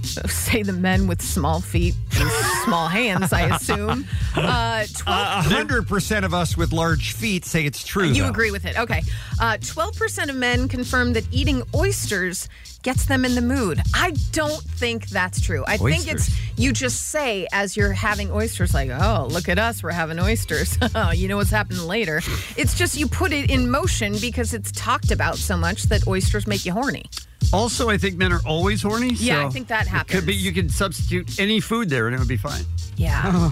So say the men with small feet and small hands, I assume. Uh, 12-
hundred percent of us with large feet say it's true.
You
though.
agree with it. Okay. Uh, 12% of men confirm that eating oysters gets them in the mood. I don't think that's true. I think it's
Oysters.
you just say as you're having oysters, like, oh, look at us, we're having oysters. you know what's happening later. It's just you put it in motion because it's talked about so much that oysters make you horny.
Also, I think men are always horny.
Yeah, I
so
think that
it
happens.
Could be you could substitute any food there and it would be fine.
Yeah.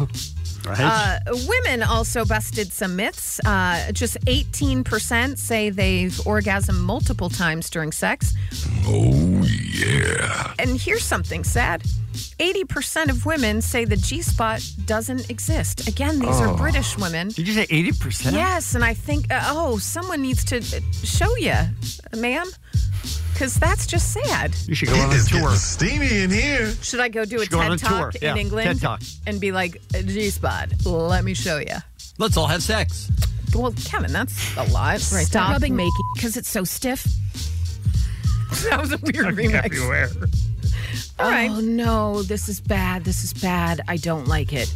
Right.
Uh, women also busted some myths. Uh, just 18% say they've orgasmed multiple times during sex.
Oh, yeah.
And here's something sad 80% of women say the G spot doesn't exist. Again, these
Oh.
are British women.
Did you say eighty percent?
Yes, and I think, uh, oh, someone needs to uh, show you, ma'am, because that's just sad.
You should go on a tour.
Steamy in here. Should I go do a
Should go on
TED
a tour.
Talk in
Yeah,
England
TED Talk.
and be like, G spot, let me show you?
Let's all have sex.
Well, Kevin, that's a lot. Right Stop
rubbing
making because it's so stiff. that was a weird remix.
Everywhere.
All right. Oh no, this is bad. This is bad. I don't like it.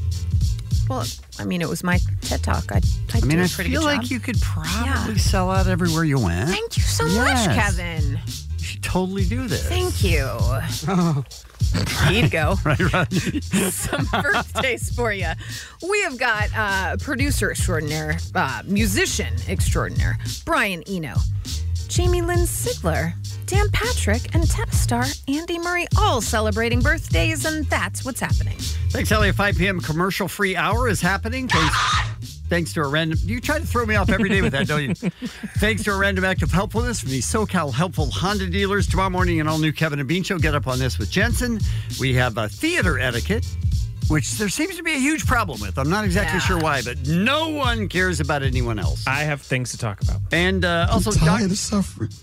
Well, I mean, it was my TED Talk. I, I,
I mean,
do a
I
pretty
feel
good
like
job.
you could probably sell out everywhere you went.
Uh, Thank you so much,
Yes.
Kevin.
You should totally do this.
Thank you. He'd go.
right, right.
Some birthdays for you. We have got uh, producer extraordinaire, uh, musician extraordinaire, Brian Eno, Jamie Lynn Sigler, Dan Patrick, and tap star Andy Murray all celebrating birthdays, and that's what's happening.
Thanks, Ellie. A 5 p.m. commercial free hour is happening.
Ah!
Thanks, thanks to a random. You try to throw me off every day with that, don't you? thanks to a random act of helpfulness from the SoCal helpful Honda dealers. Tomorrow morning, an all new Kevin and Bean show. Get up on this with Jensen. We have a theater etiquette. Which there seems to be a huge problem with. I'm not exactly sure why, but no one cares about anyone else. I have things to talk about. And uh, also, tired of suffering.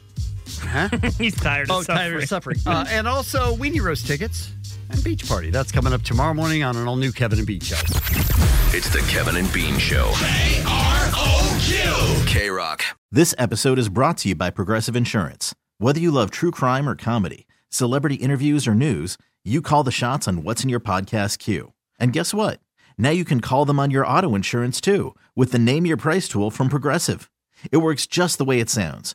Huh?
He's tired of
oh, tired of
suffering.
suffering. Uh, and also weenie roast tickets and beach party. That's coming up tomorrow morning on an all new Kevin and Bean show.
It's the Kevin and Bean Show. K R O Q. K Rock.
This episode is brought to you by Progressive Insurance. Whether you love true crime or comedy, celebrity interviews or news, you call the shots on what's in your podcast queue. And guess what? Now you can call them on your auto insurance too with the Name Your Price tool from Progressive. It works just the way it sounds.